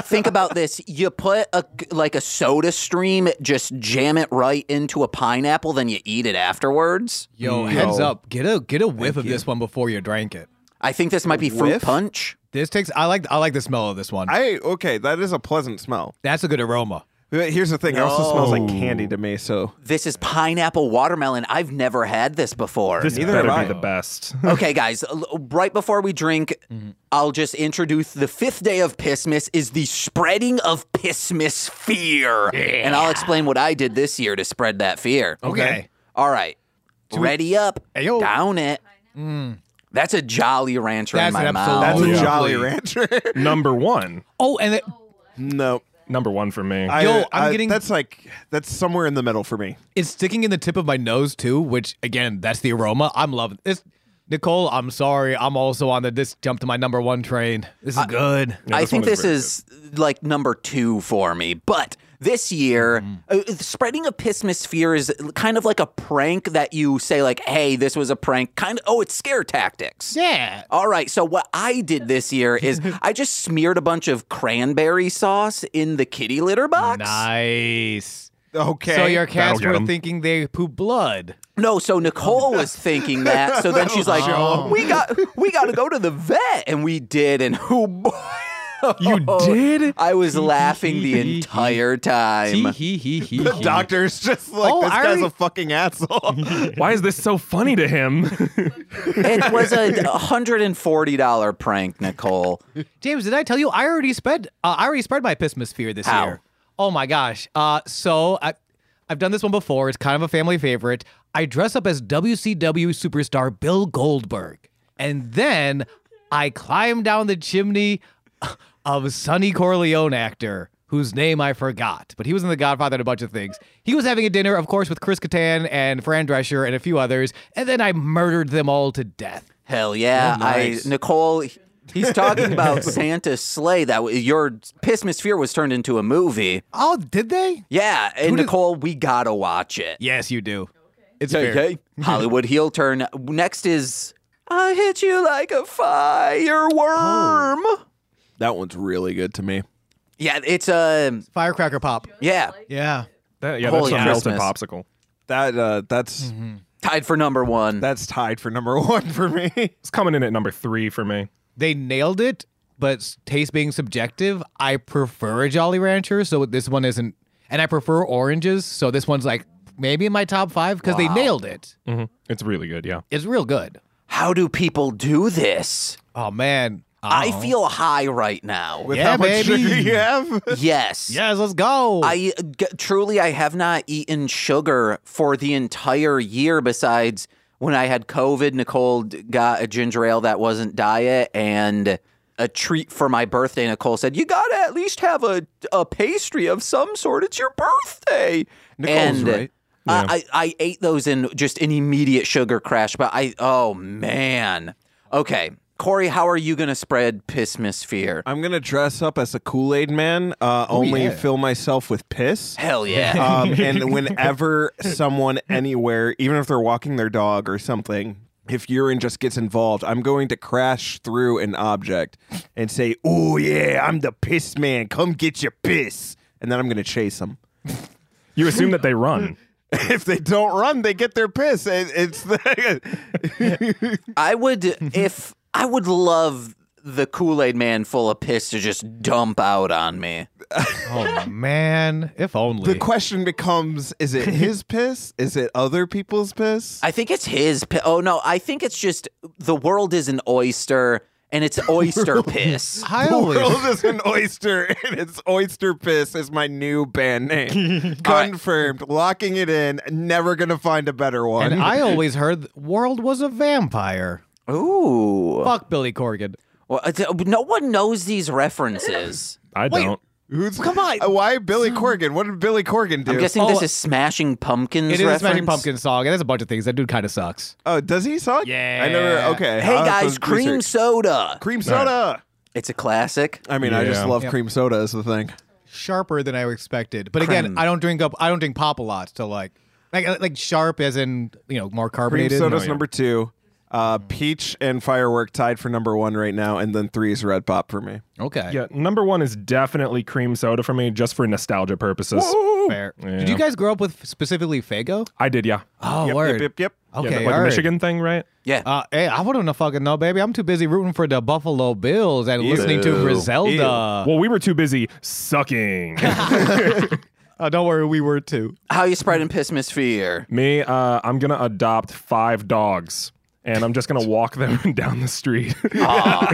Speaker 1: Think about this. You put a like a soda stream, just jam it right into a pineapple, then you eat it afterwards.
Speaker 8: Yo,
Speaker 7: Mm. Yo.
Speaker 8: heads up, get a get a whiff of this one before you drank it.
Speaker 1: I think this might be fruit
Speaker 7: Whiff?
Speaker 1: punch.
Speaker 8: This takes. I like. I like the smell of this one.
Speaker 7: (laughs) I okay, that is a pleasant smell.
Speaker 8: That's a good aroma.
Speaker 7: But here's the thing, it also smells like candy to me, so
Speaker 1: This is pineapple watermelon. I've never had this before.
Speaker 6: This
Speaker 7: Neither
Speaker 6: better
Speaker 7: have I.
Speaker 6: be the best.
Speaker 1: okay, guys, l- right before we drink,
Speaker 8: Mm-hmm.
Speaker 1: I'll just introduce the fifth day of Pissmas is the spreading of Pissmas fear. And I'll explain what I did this year to spread that fear.
Speaker 8: Okay.
Speaker 1: All right. Ready up.
Speaker 8: Ayo. Mm.
Speaker 1: Down it. That's a Jolly Rancher
Speaker 8: That's
Speaker 1: in my
Speaker 8: an
Speaker 1: mouth.
Speaker 7: that's
Speaker 8: absolute-
Speaker 7: a
Speaker 8: Oh, yeah.
Speaker 7: Jolly Rancher.
Speaker 6: Number one.
Speaker 8: Oh, and it,
Speaker 7: no.
Speaker 6: Number one for me.
Speaker 7: I,
Speaker 8: Yo, I'm
Speaker 7: I-
Speaker 8: getting-
Speaker 7: that's like that's somewhere in the middle for me.
Speaker 8: it's sticking in the tip of my nose too. Which again, that's the aroma. I'm loving this. Nicole, I'm sorry. I'm also on the this jump to my number one train. This is good.
Speaker 6: Yeah,
Speaker 1: I
Speaker 6: this
Speaker 1: think
Speaker 6: one
Speaker 1: this
Speaker 6: is very
Speaker 1: is like number two for me, but this year, uh,
Speaker 6: Mm-hmm.
Speaker 1: the spreading of Pismosphere is kind of like a prank that you say, like, hey, this was a prank. Kind of, oh, it's scare tactics.
Speaker 8: Yeah.
Speaker 1: All right, so what I did this year
Speaker 6: (laughs)
Speaker 1: is I just smeared a bunch of cranberry sauce in the kitty litter box.
Speaker 8: Nice.
Speaker 7: Okay.
Speaker 8: So your
Speaker 6: That'll
Speaker 8: cats
Speaker 6: get
Speaker 8: were
Speaker 6: 'em.
Speaker 8: thinking they poop blood.
Speaker 1: No, so Nicole
Speaker 6: (laughs)
Speaker 1: was thinking that. So then she's like,
Speaker 6: Oh.
Speaker 1: "We got, we got to go to the vet," and we did. And (laughs) who? boy, (laughs)
Speaker 8: You did?
Speaker 1: I was laughing the entire
Speaker 8: He
Speaker 1: time.
Speaker 8: he he he.
Speaker 7: the
Speaker 8: he.
Speaker 7: doctor's just like
Speaker 8: Oh,
Speaker 7: this
Speaker 8: I
Speaker 7: guy's
Speaker 8: already-
Speaker 7: a fucking (laughs) asshole.
Speaker 6: Why is this so funny to
Speaker 8: (laughs)
Speaker 6: him?
Speaker 1: It was a hundred and forty dollar prank, Nicole.
Speaker 8: James, did I tell you I already spread? Uh, I already spread my pismosphere this
Speaker 1: How?
Speaker 8: year. Oh my gosh! Uh, so I, I've done this one before. It's kind of a family favorite. I dress up as WCW superstar Bill Goldberg, and then I climb down the chimney of Sonny Corleone actor whose name I forgot, but he was in The Godfather and a bunch of things. He was having a dinner, of course, with Chris Kattan and Fran Drescher and a few others, and then I murdered them all to death.
Speaker 1: Hell yeah!
Speaker 8: Oh,
Speaker 1: I Nicole. He's talking about Santa's sleigh. That w- your Pismosphere was turned into a movie.
Speaker 8: Oh, did they?
Speaker 1: Yeah, and
Speaker 8: did-
Speaker 1: Nicole, we gotta watch it.
Speaker 8: Yes, you do. It's
Speaker 1: Yeah,
Speaker 8: fair. (laughs)
Speaker 1: yeah. Hollywood heel turn. Next is I hit you like a fireworm.
Speaker 8: Oh.
Speaker 7: that one's really good to me.
Speaker 1: Yeah, it's a
Speaker 8: Firecracker pop.
Speaker 1: yeah
Speaker 8: Yeah.
Speaker 6: That- yeah,
Speaker 1: Holy
Speaker 6: that's a melted
Speaker 1: Christmas.
Speaker 6: popsicle.
Speaker 7: That uh that's
Speaker 1: tied for number one.
Speaker 7: that's tied for number (laughs) one for me.
Speaker 6: It's coming in at number three for me.
Speaker 8: They nailed it, but s- taste being subjective, I prefer a Jolly Rancher, so this one isn't. And I prefer oranges, so this one's like maybe in my top five because they nailed it.
Speaker 6: Mhm. It's really good, yeah.
Speaker 8: It's real good.
Speaker 1: How do people do this?
Speaker 8: Oh, man.
Speaker 1: I
Speaker 8: Oh.
Speaker 1: feel high right now.
Speaker 7: With
Speaker 8: Yeah,
Speaker 7: how much
Speaker 8: baby.
Speaker 7: sugar you have?
Speaker 1: yes.
Speaker 8: Yes, let's go.
Speaker 1: I g- truly I have not eaten sugar for the entire year besides when I had COVID, Nicole d- got a ginger ale that wasn't diet and a treat for my birthday. Nicole said, "You got to at least have a a pastry of some sort. It's your birthday."
Speaker 7: Nicole's
Speaker 1: and
Speaker 7: right.
Speaker 1: I, I I ate those in just an immediate sugar crash, but I oh man. Okay. Corey, how are you going to spread pismosphere?
Speaker 7: I'm gonna dress up as a Kool Aid man. Uh, only
Speaker 8: yeah.
Speaker 7: fill myself with piss.
Speaker 1: Hell yeah. (laughs)
Speaker 7: Um, and whenever someone anywhere, even if they're walking their dog or something, if urine just gets involved, I'm going to crash through an object and say, "Oh yeah, I'm the piss man. Come get your piss." And then I'm going to chase them.
Speaker 6: You assume that they
Speaker 8: (laughs)
Speaker 6: run.
Speaker 7: (laughs) If they (laughs) don't run, they get their piss. It- It's the
Speaker 1: I would if I would love the Kool Aid man full of piss to just dump out on me.
Speaker 8: Oh man, if only.
Speaker 7: The question becomes: Is it his piss? Is it other people's piss?
Speaker 1: I think it's his. Pi- oh no, I think it's just the world is an oyster and
Speaker 8: (laughs)
Speaker 1: it's oyster piss.
Speaker 8: (laughs) I
Speaker 7: The (laughs)
Speaker 8: always-
Speaker 7: world is an oyster, (laughs) and it's oyster piss is my new band
Speaker 8: (laughs)
Speaker 7: name. Confirmed. Locking it in. Never gonna find a better one.
Speaker 8: and I always heard the world was a vampire.
Speaker 1: Ooh.
Speaker 8: Fuck Billy Corgan.
Speaker 1: Well, it's- uh, no one knows these references.
Speaker 6: I don't.
Speaker 7: Who's come on? Why Billy Corgan? What did Billy Corgan do?
Speaker 1: I'm guessing
Speaker 8: Oh,
Speaker 1: this is Smashing Pumpkins.
Speaker 8: It is a
Speaker 1: reference.
Speaker 8: Smashing Pumpkins song. It has a bunch of things. That dude kind of sucks.
Speaker 7: oh, does he suck?
Speaker 8: Yeah.
Speaker 7: I never. Okay.
Speaker 1: Hey
Speaker 7: I'll have
Speaker 1: guys,
Speaker 7: to
Speaker 1: cream
Speaker 7: research.
Speaker 1: soda.
Speaker 7: cream soda.
Speaker 1: It's a classic.
Speaker 7: I mean, I just
Speaker 6: Yeah.
Speaker 7: love
Speaker 8: Yep.
Speaker 7: cream soda is the thing.
Speaker 8: Sharper than I expected. But again,
Speaker 1: Creme.
Speaker 8: I don't drink up. I don't drink pop a lot. So like, like, uh, like sharp as in you know more
Speaker 7: Cream
Speaker 8: carbonated.
Speaker 7: soda's
Speaker 8: No, yeah.
Speaker 7: number two. Uh, peach and firework tied for number one right now, and then three is red pop for me.
Speaker 8: Okay.
Speaker 6: Yeah, number one is definitely cream soda for me, just for nostalgia purposes.
Speaker 8: Fair.
Speaker 6: Yeah.
Speaker 8: Did you guys grow up with specifically Fago?
Speaker 6: I did,
Speaker 8: (gasps)
Speaker 6: yeah.
Speaker 8: Oh,
Speaker 7: yep,
Speaker 8: word.
Speaker 7: yep, yep, yep.
Speaker 8: Okay,
Speaker 6: yeah, like
Speaker 8: all
Speaker 6: a
Speaker 8: right.
Speaker 6: Michigan thing, right?
Speaker 1: Yeah.
Speaker 8: Uh, hey, I wouldn't have fucking know, baby. I'm too busy rooting for the Buffalo Bills and listening to Griselda.
Speaker 6: Well, we were too busy
Speaker 8: (laughs)
Speaker 6: sucking.
Speaker 8: Uh, don't worry, we were too.
Speaker 1: How you spreading piss misfear?
Speaker 6: me, uh, I'm gonna adopt five dogs, and I'm just
Speaker 8: (laughs)
Speaker 6: gonna walk them (laughs) down the street.
Speaker 8: Oh,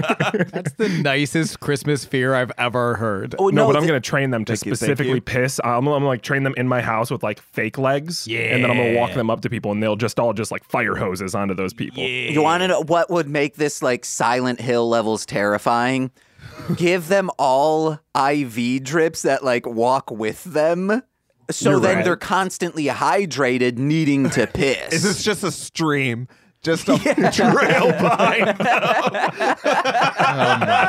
Speaker 8: That's (laughs) the nicest Christmas fear I've ever heard.
Speaker 1: Oh
Speaker 6: no, but I'm
Speaker 1: th-
Speaker 6: gonna train them to
Speaker 7: you, thank
Speaker 6: specifically
Speaker 7: you.
Speaker 6: piss. I'm, I'm like train them in my house with like fake legs, yeah, and then I'm gonna walk them up to people, and they'll just all just like fire hoses onto those people.
Speaker 1: You want to know what would make this like Silent Hill levels terrifying? Give them all IV drips that like walk with them. So
Speaker 6: You're
Speaker 1: then
Speaker 6: right.
Speaker 1: they're constantly hydrated, needing
Speaker 6: (laughs)
Speaker 1: to piss.
Speaker 7: Is this just a stream?
Speaker 8: (laughs)
Speaker 7: Just a trail behind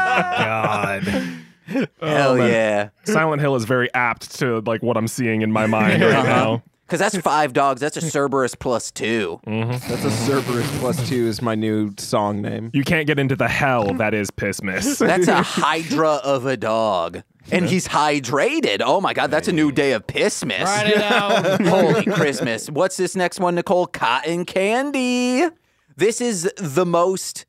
Speaker 8: God.
Speaker 6: oh,
Speaker 1: Hell yeah.
Speaker 6: (laughs) Silent Hill is very apt to like what I'm seeing in my mind right now.
Speaker 1: Because that's five dogs. That's a Cerberus plus two.
Speaker 6: Mm.
Speaker 7: That's a Cerberus plus two is my new song name.
Speaker 6: You can't get into the hell that is piss miss.
Speaker 1: That's
Speaker 6: (laughs)
Speaker 1: a Hydra of a dog. And he's hydrated. Oh my God, that's a new day of piss miss.
Speaker 8: (laughs)
Speaker 1: (laughs)
Speaker 8: Write it out.
Speaker 1: Holy Christmas. What's this next one, Nicole? Cotton candy. This is the most.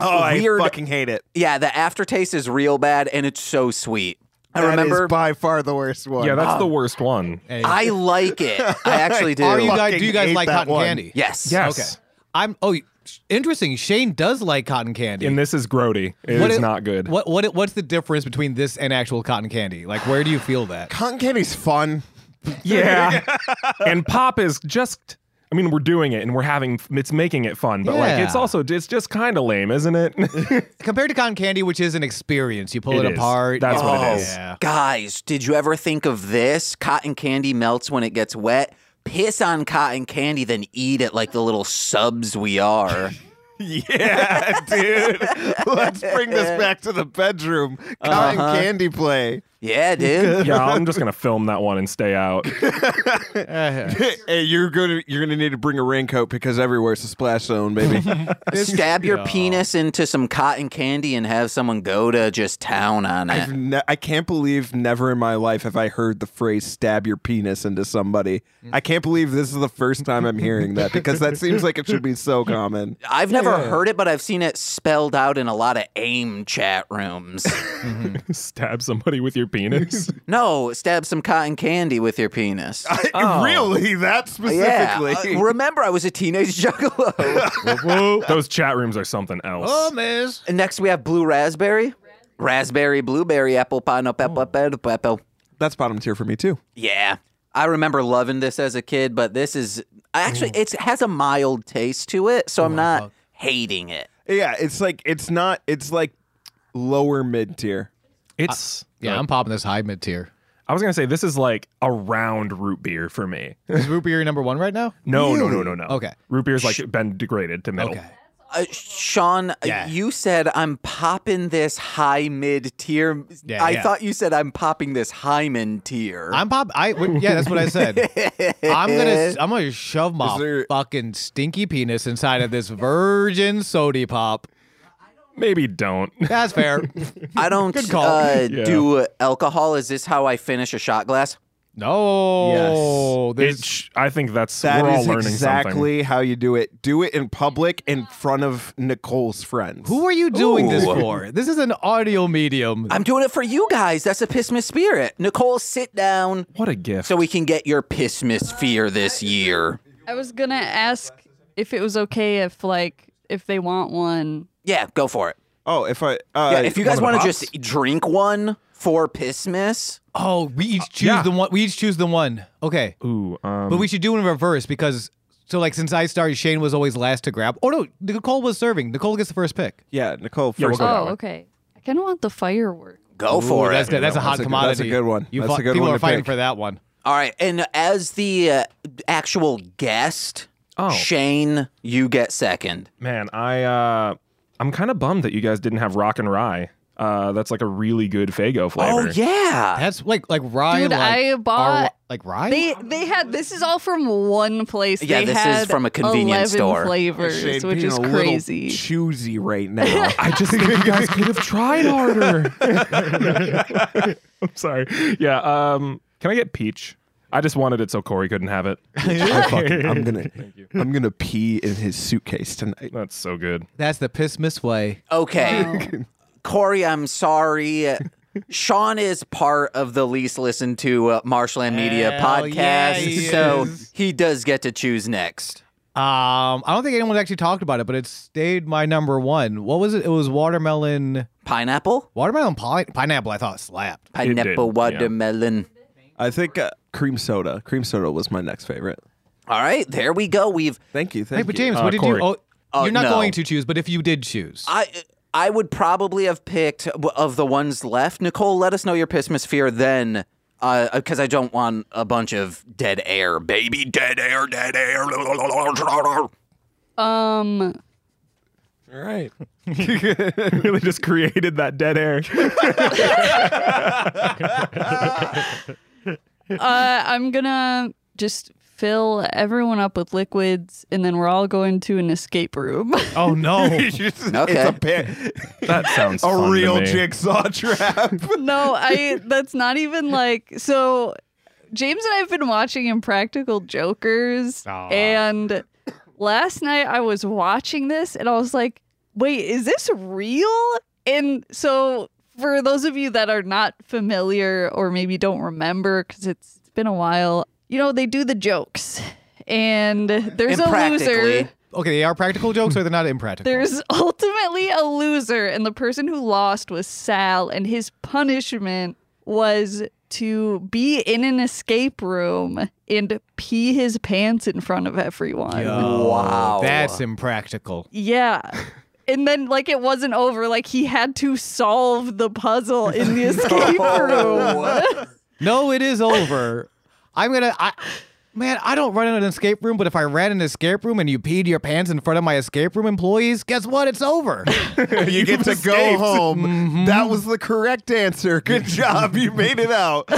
Speaker 7: Oh,
Speaker 1: Weird-
Speaker 7: I fucking hate it.
Speaker 1: Yeah, the aftertaste is real bad and it's so sweet. I
Speaker 7: That is
Speaker 1: remember.
Speaker 7: by far the worst one.
Speaker 6: yeah, that's the worst one.
Speaker 1: I like it. I actually do.
Speaker 8: Are you guys,
Speaker 7: Fucking
Speaker 8: do you guys
Speaker 7: hate
Speaker 8: like
Speaker 7: that
Speaker 8: cotton
Speaker 7: one.
Speaker 8: candy?
Speaker 1: yes.
Speaker 6: Yes.
Speaker 8: I'm. Oh, sh- interesting. Shane does like cotton candy.
Speaker 6: And this is grody. It is
Speaker 8: What
Speaker 6: not good.
Speaker 8: What what what's the difference between this and actual cotton candy? Like, where do you feel that?
Speaker 7: cotton candy's fun.
Speaker 6: Yeah. and pop is just I mean, we're doing it and we're having it's making it fun, but like
Speaker 8: Yeah.
Speaker 6: it's also it's just kind of lame, isn't it? (laughs)
Speaker 8: Compared to cotton candy, which is an experience, you pull
Speaker 6: It
Speaker 8: it,
Speaker 6: is.
Speaker 8: apart.
Speaker 6: That's what it
Speaker 8: Yeah.
Speaker 6: is.
Speaker 8: Yeah.
Speaker 1: Oh, Guys, did you ever think of this? Cotton candy melts when it gets wet. Piss on cotton candy, then eat it like the little subs we are.
Speaker 7: Yeah, (laughs) dude. (laughs) Let's bring this back to the bedroom. Cotton candy play.
Speaker 1: yeah, dude.
Speaker 6: yeah, I'm just gonna film that one and stay out.
Speaker 7: (laughs) hey, you're gonna you're gonna need to bring a raincoat because everywhere's a splash zone, (laughs) baby.
Speaker 1: Stab your penis into some cotton candy and have someone go to just town on it.
Speaker 7: I've ne- I can't believe never in my life have I heard the phrase "stab your penis into somebody." I can't believe this is the first time I'm hearing that because that seems like it should be so (laughs) common.
Speaker 1: I've never heard it, but I've seen it spelled out in a lot of AIM chat rooms.
Speaker 6: Stab somebody with your (laughs) penis.
Speaker 1: no, stab some cotton candy with your
Speaker 8: (laughs)
Speaker 1: penis.
Speaker 7: Really, that
Speaker 1: yeah.
Speaker 7: specifically?
Speaker 1: uh, remember, I was a teenage (laughs) juggalo.
Speaker 8: (laughs)
Speaker 6: Those chat rooms are something else.
Speaker 8: Oh, miss.
Speaker 1: And next, we have blue raspberry. Raspberry, blueberry, apple, pineapple, apple, apple, apple.
Speaker 7: That's bottom tier for me too.
Speaker 1: Yeah. I remember loving this as a kid, but this is I actually it has a mild taste to it, so I'm not hating it.
Speaker 7: Yeah, it's like it's not. It's like lower mid tier.
Speaker 6: it's
Speaker 8: Yeah,
Speaker 6: yeah.
Speaker 8: I'm popping this high mid tier.
Speaker 6: I was gonna say this is like a round root beer for me.
Speaker 8: Is root beer your number one right now?
Speaker 6: No, no, no, no, no.
Speaker 8: Okay.
Speaker 6: root beer's like been degraded to middle.
Speaker 8: Okay.
Speaker 1: Uh, Sean,
Speaker 8: Yeah.
Speaker 1: you said I'm popping this high mid tier.
Speaker 8: Yeah,
Speaker 1: I
Speaker 8: yeah.
Speaker 1: thought you said I'm popping this hymen tier.
Speaker 8: I'm pop. I w- yeah, that's what I said. I'm gonna I'm gonna shove my
Speaker 7: Is there-
Speaker 8: fucking stinky penis inside of this virgin soda pop.
Speaker 6: Maybe don't.
Speaker 8: That's fair.
Speaker 1: I don't
Speaker 8: call.
Speaker 1: Uh,
Speaker 6: Yeah.
Speaker 1: do alcohol. Is this how I finish a shot glass?
Speaker 8: No. There's-
Speaker 6: (laughs) It sh- I think that's
Speaker 7: That
Speaker 6: we're all
Speaker 7: is
Speaker 6: learning something.
Speaker 7: exactly how you do it. Do it in public in front of Nicole's friends.
Speaker 8: who are you doing this
Speaker 1: Ooh.
Speaker 8: for? This is an audio medium.
Speaker 1: I'm doing it for you guys. That's a Pissmas spirit. Nicole, sit down
Speaker 6: What a gift!
Speaker 1: so we can get your Pissmas fear this year.
Speaker 2: (laughs) I was gonna ask if it was okay if like if they want one.
Speaker 1: Yeah, go for it.
Speaker 7: Oh, if I uh,
Speaker 1: Yeah, if you guys
Speaker 7: one
Speaker 1: want
Speaker 7: of
Speaker 1: to
Speaker 7: the
Speaker 1: just drink one for Pissmas,
Speaker 8: oh, we each choose
Speaker 6: yeah.
Speaker 8: the one. We each choose the one. Okay.
Speaker 6: Ooh, um,
Speaker 8: But we should do it in reverse because so like since I started, Shane was always last to grab. Oh no, Nicole was serving. Nicole gets the first pick.
Speaker 7: Yeah, Nicole. First
Speaker 6: Yeah, we'll go
Speaker 7: one.
Speaker 6: that
Speaker 2: Oh,
Speaker 6: way.
Speaker 2: okay. I kind of want the firework.
Speaker 1: go
Speaker 8: Ooh,
Speaker 1: for
Speaker 8: that's
Speaker 1: it.
Speaker 8: good. That's a
Speaker 7: That's
Speaker 8: hot
Speaker 7: a good-
Speaker 8: commodity.
Speaker 7: that's a good one.
Speaker 8: You
Speaker 7: That's
Speaker 8: fu-
Speaker 7: a good
Speaker 8: people
Speaker 7: one
Speaker 8: are
Speaker 7: to
Speaker 8: fighting
Speaker 7: pick.
Speaker 8: for that one.
Speaker 1: All right, and as the uh, actual guest,
Speaker 6: Oh.
Speaker 1: Shane, you get second.
Speaker 6: man, I uh, I'm kind of bummed that you guys didn't have rock and rye. Uh, that's like a really good Fago flavor.
Speaker 1: Oh yeah,
Speaker 8: That's like like rye.
Speaker 2: Dude,
Speaker 8: like,
Speaker 2: I
Speaker 8: our-
Speaker 2: bought-
Speaker 8: like rye.
Speaker 2: They they had this is all from one place.
Speaker 1: Yeah,
Speaker 2: They
Speaker 1: this is
Speaker 2: had
Speaker 1: from a convenience
Speaker 2: 11
Speaker 1: store.
Speaker 2: Flavors,
Speaker 7: Shane
Speaker 2: which
Speaker 7: being
Speaker 2: is
Speaker 7: a little
Speaker 2: crazy.
Speaker 7: choosy right now.
Speaker 6: I (laughs) just think you guys could have tried harder. (laughs) I'm sorry. Yeah. Um, can I get peach? I just wanted it so Corey couldn't have it.
Speaker 7: I fucking, I'm gonna, I'm gonna pee in his suitcase tonight.
Speaker 6: That's so good.
Speaker 8: That's the piss miss way.
Speaker 1: okay.
Speaker 2: Oh.
Speaker 1: Corey, I'm sorry. Sean is part of the least listened to uh, Marshland Media
Speaker 8: Hell
Speaker 1: podcast,
Speaker 8: yeah, he
Speaker 1: so
Speaker 8: is.
Speaker 1: he does get to choose next.
Speaker 8: Um, I don't think anyone's actually talked about it, but it stayed my number one. What was it? It was watermelon,
Speaker 1: Pineapple,
Speaker 8: watermelon pi- pineapple. I thought slapped.
Speaker 6: did,
Speaker 1: pineapple,
Speaker 6: yeah.
Speaker 1: watermelon.
Speaker 7: I think uh, cream soda. Cream soda was my next favorite.
Speaker 1: All right, there we go. We've
Speaker 7: Thank you. Thank
Speaker 8: Hey,
Speaker 7: you.
Speaker 8: but James,
Speaker 6: Uh,
Speaker 8: what did
Speaker 6: Corey.
Speaker 8: you? Oh,
Speaker 1: Oh,
Speaker 8: you're not
Speaker 1: no.
Speaker 8: going to choose, but if you did choose,
Speaker 1: I I would probably have picked of the ones left. Nicole, let us know your Pissmas fear then, because I don't want a bunch of dead air, baby, dead air, dead air.
Speaker 2: Um,
Speaker 7: All right. (laughs)
Speaker 6: really just created that dead air.
Speaker 2: uh, I'm gonna just fill everyone up with liquids, and then we're all going to an escape room.
Speaker 8: oh
Speaker 5: (laughs)
Speaker 8: no,
Speaker 1: Okay.
Speaker 6: That sounds
Speaker 7: a
Speaker 6: fun
Speaker 7: real
Speaker 6: to me.
Speaker 7: jigsaw trap.
Speaker 2: no, I. That's not even like so. James and I have been watching Impractical Jokers,
Speaker 8: Aw.
Speaker 2: and last night I was watching this, and I was like, "Wait, is this real?" And so, for those of you that are not familiar or maybe don't remember, because it's been a while, you know they do the jokes, and there's a
Speaker 1: Impractically.
Speaker 2: loser.
Speaker 8: okay, they are practical jokes or they're not impractical.
Speaker 2: There's (laughs) ultimately a loser, and the person who lost was Sal, and his punishment was to be in an escape room and pee his pants in front of everyone.
Speaker 8: Yo,
Speaker 1: Wow.
Speaker 8: that's impractical.
Speaker 2: Yeah. And then, like, it wasn't over. Like, he had to solve the puzzle in
Speaker 1: (laughs)
Speaker 2: the escape
Speaker 1: Oh.
Speaker 2: room.
Speaker 8: No, it is over. I'm gonna. I, man, I don't run in an escape room, but if I ran an escape room and you peed your pants in front of my escape room employees, guess what? It's
Speaker 1: (laughs)
Speaker 8: over.
Speaker 7: (laughs) you Mm-hmm. get to go home. That was the correct answer. (laughs) Good job. You made it out.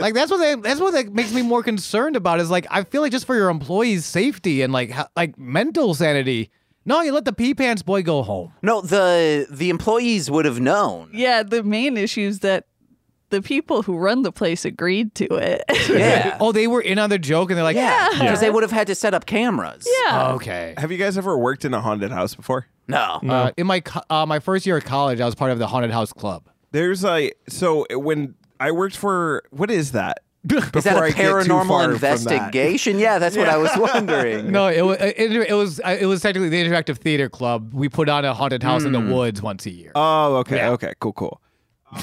Speaker 8: like that's what they, that's what that makes me more concerned about. Is like I feel like just for your employees' safety and like ho- like mental sanity. No, you let the pee pants boy go home.
Speaker 1: No, the the employees would have known.
Speaker 2: yeah, the main issue is that the people who run the place agreed to it. (laughs)
Speaker 1: Yeah.
Speaker 8: Oh, they were in on the joke and they're like,
Speaker 1: Yeah, because
Speaker 6: Yeah.
Speaker 1: they would have had to set up cameras.
Speaker 2: yeah.
Speaker 8: okay.
Speaker 7: (laughs) Have you guys ever worked in a haunted house before?
Speaker 1: No.
Speaker 8: Uh, in my co- uh, my first year of college, I was part of the haunted house club.
Speaker 7: There's a so when I worked for what (laughs) is that?
Speaker 1: Is that
Speaker 7: Before I
Speaker 1: a
Speaker 7: get too far
Speaker 1: paranormal
Speaker 7: from that.
Speaker 1: investigation? Yeah, that's what I was wondering.
Speaker 8: (laughs) No, it was it, it was uh, it was technically the interactive theater club. We put on a haunted house in the woods once a year.
Speaker 7: Oh, okay, okay, cool, cool.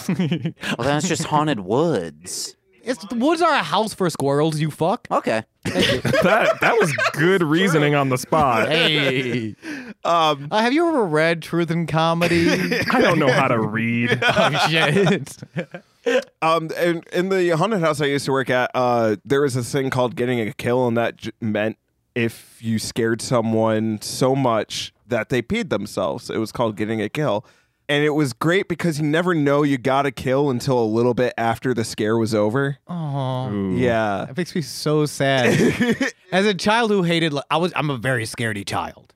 Speaker 1: Well, that's just haunted woods.
Speaker 8: it's the woods are a house for squirrels. You fuck.
Speaker 1: Okay.
Speaker 6: that that was good reasoning on the spot.
Speaker 8: (laughs) Hey, um, have you ever read Truth and (laughs) Comedy?
Speaker 6: I don't know how to read.
Speaker 8: oh shit!
Speaker 7: Um, and in the haunted house I used to work at, uh, there was this thing called getting a kill, and that j- meant if you scared someone so much that they peed themselves, it was called getting a kill. And it was great because you never know you got a kill until a little bit after the scare was over.
Speaker 8: Aw,
Speaker 7: Yeah.
Speaker 8: that makes me so sad. (laughs) As a child who hated, I was I'm a very scaredy child.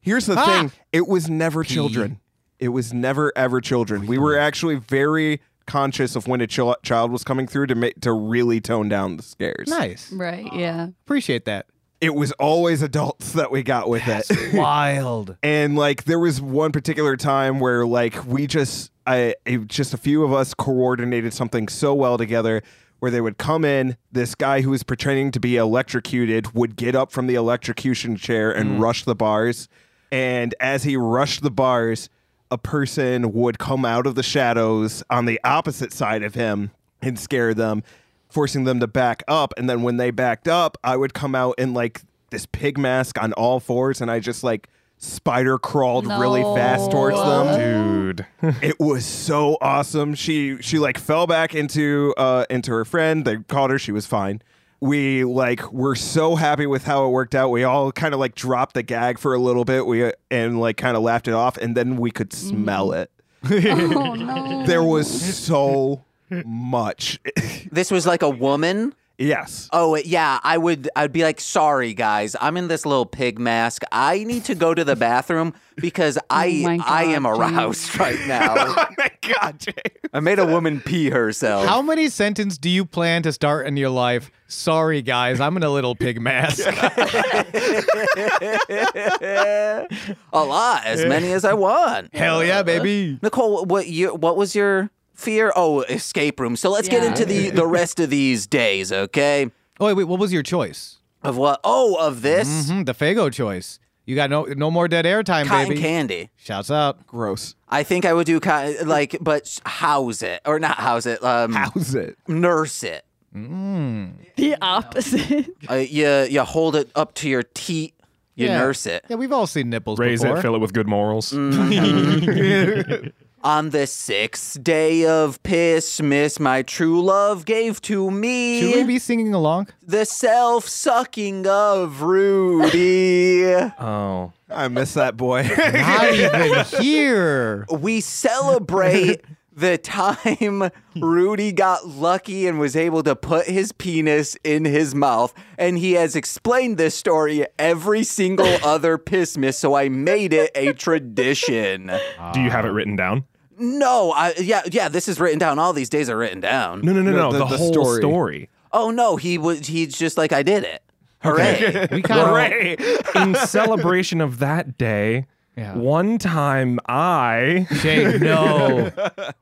Speaker 7: Here's the
Speaker 8: Ah!
Speaker 7: thing it was never children. It was never, ever children. We were actually very conscious of when a chil- child was coming through to ma- to really tone down the scares.
Speaker 8: Nice.
Speaker 2: Right. Yeah.
Speaker 8: Appreciate that.
Speaker 7: It was always adults that we got with it.
Speaker 8: (laughs) Wild.
Speaker 7: And like there was one particular time where like we just I it- just a few of us coordinated something so well together where they would come in, this guy who was pretending to be electrocuted would get up from the electrocution chair and rush the bars. And as he rushed the bars, a person would come out of the shadows on the opposite side of him and scare them, forcing them to back up. And then when they backed up, I would come out in like this pig mask on all fours and I just like spider crawled really fast towards them
Speaker 6: Dude.
Speaker 7: it was so awesome. She she like fell back into uh into her friend. They called her. She was fine. We like were so happy with how it worked out. We all kind of like dropped the gag for a little bit. We uh, and like kind of laughed it off, and then we could smell it.
Speaker 2: Oh no.
Speaker 7: There was so much. (laughs)
Speaker 1: This was like a woman.
Speaker 7: yes.
Speaker 1: Oh it- yeah, I would. I'd be like, sorry guys, I'm in this little pig mask. I need to go to the bathroom because I
Speaker 2: my God,
Speaker 1: I am
Speaker 2: dude.
Speaker 1: aroused (laughs) right now.
Speaker 7: Oh my god, Jay.
Speaker 1: I made a woman pee herself.
Speaker 8: How many sentence do you plan to start in your life? Sorry, guys, I'm in a little pig (laughs) mask.
Speaker 1: a lot, as many as I want.
Speaker 8: (laughs) Hell yeah, baby.
Speaker 1: Nicole, what you what was your fear? Oh, escape room. So let's get
Speaker 2: Yeah.
Speaker 1: into the the rest of these days, okay?
Speaker 8: Oh wait, wait, what was your choice?
Speaker 1: Of what? Oh, of this
Speaker 8: Hmm, the Fago choice. You got no no more dead air time,
Speaker 1: cotton
Speaker 8: baby.
Speaker 1: candy.
Speaker 8: Shouts out.
Speaker 7: Gross.
Speaker 1: I think I would do cotton, like, but house it or not house it. Um,
Speaker 7: How's it?
Speaker 1: nurse it.
Speaker 2: The opposite.
Speaker 1: Uh, you you hold it up to your teat. You
Speaker 8: Yeah.
Speaker 1: nurse it
Speaker 8: Yeah, we've all seen nipples
Speaker 6: Raise
Speaker 8: before.
Speaker 6: it, fill it with good morals.
Speaker 1: on the sixth day of piss. Miss my true love gave to me.
Speaker 8: Should we be singing
Speaker 7: (laughs)
Speaker 8: along?
Speaker 1: the self sucking of Rudy.
Speaker 6: Oh.
Speaker 7: I miss that (laughs) boy.
Speaker 8: Not even
Speaker 7: (laughs)
Speaker 8: here.
Speaker 1: we celebrate the time Rudy got lucky and was able to put his penis in his mouth. And he has explained this story every single other Pissmas, so I made it a tradition.
Speaker 6: Do you have it written down?
Speaker 1: No, I, yeah, yeah, this is written down. All these days are written down.
Speaker 6: No, no, no,
Speaker 7: No,
Speaker 6: no.
Speaker 7: the-
Speaker 6: The,
Speaker 7: the
Speaker 6: whole
Speaker 7: story.
Speaker 6: story.
Speaker 1: Oh no, he was he's just like I did it. Hooray.
Speaker 8: We kind of
Speaker 6: In celebration of that day,
Speaker 8: Yeah.
Speaker 6: one time I.
Speaker 8: Shane.
Speaker 7: (laughs)
Speaker 8: No.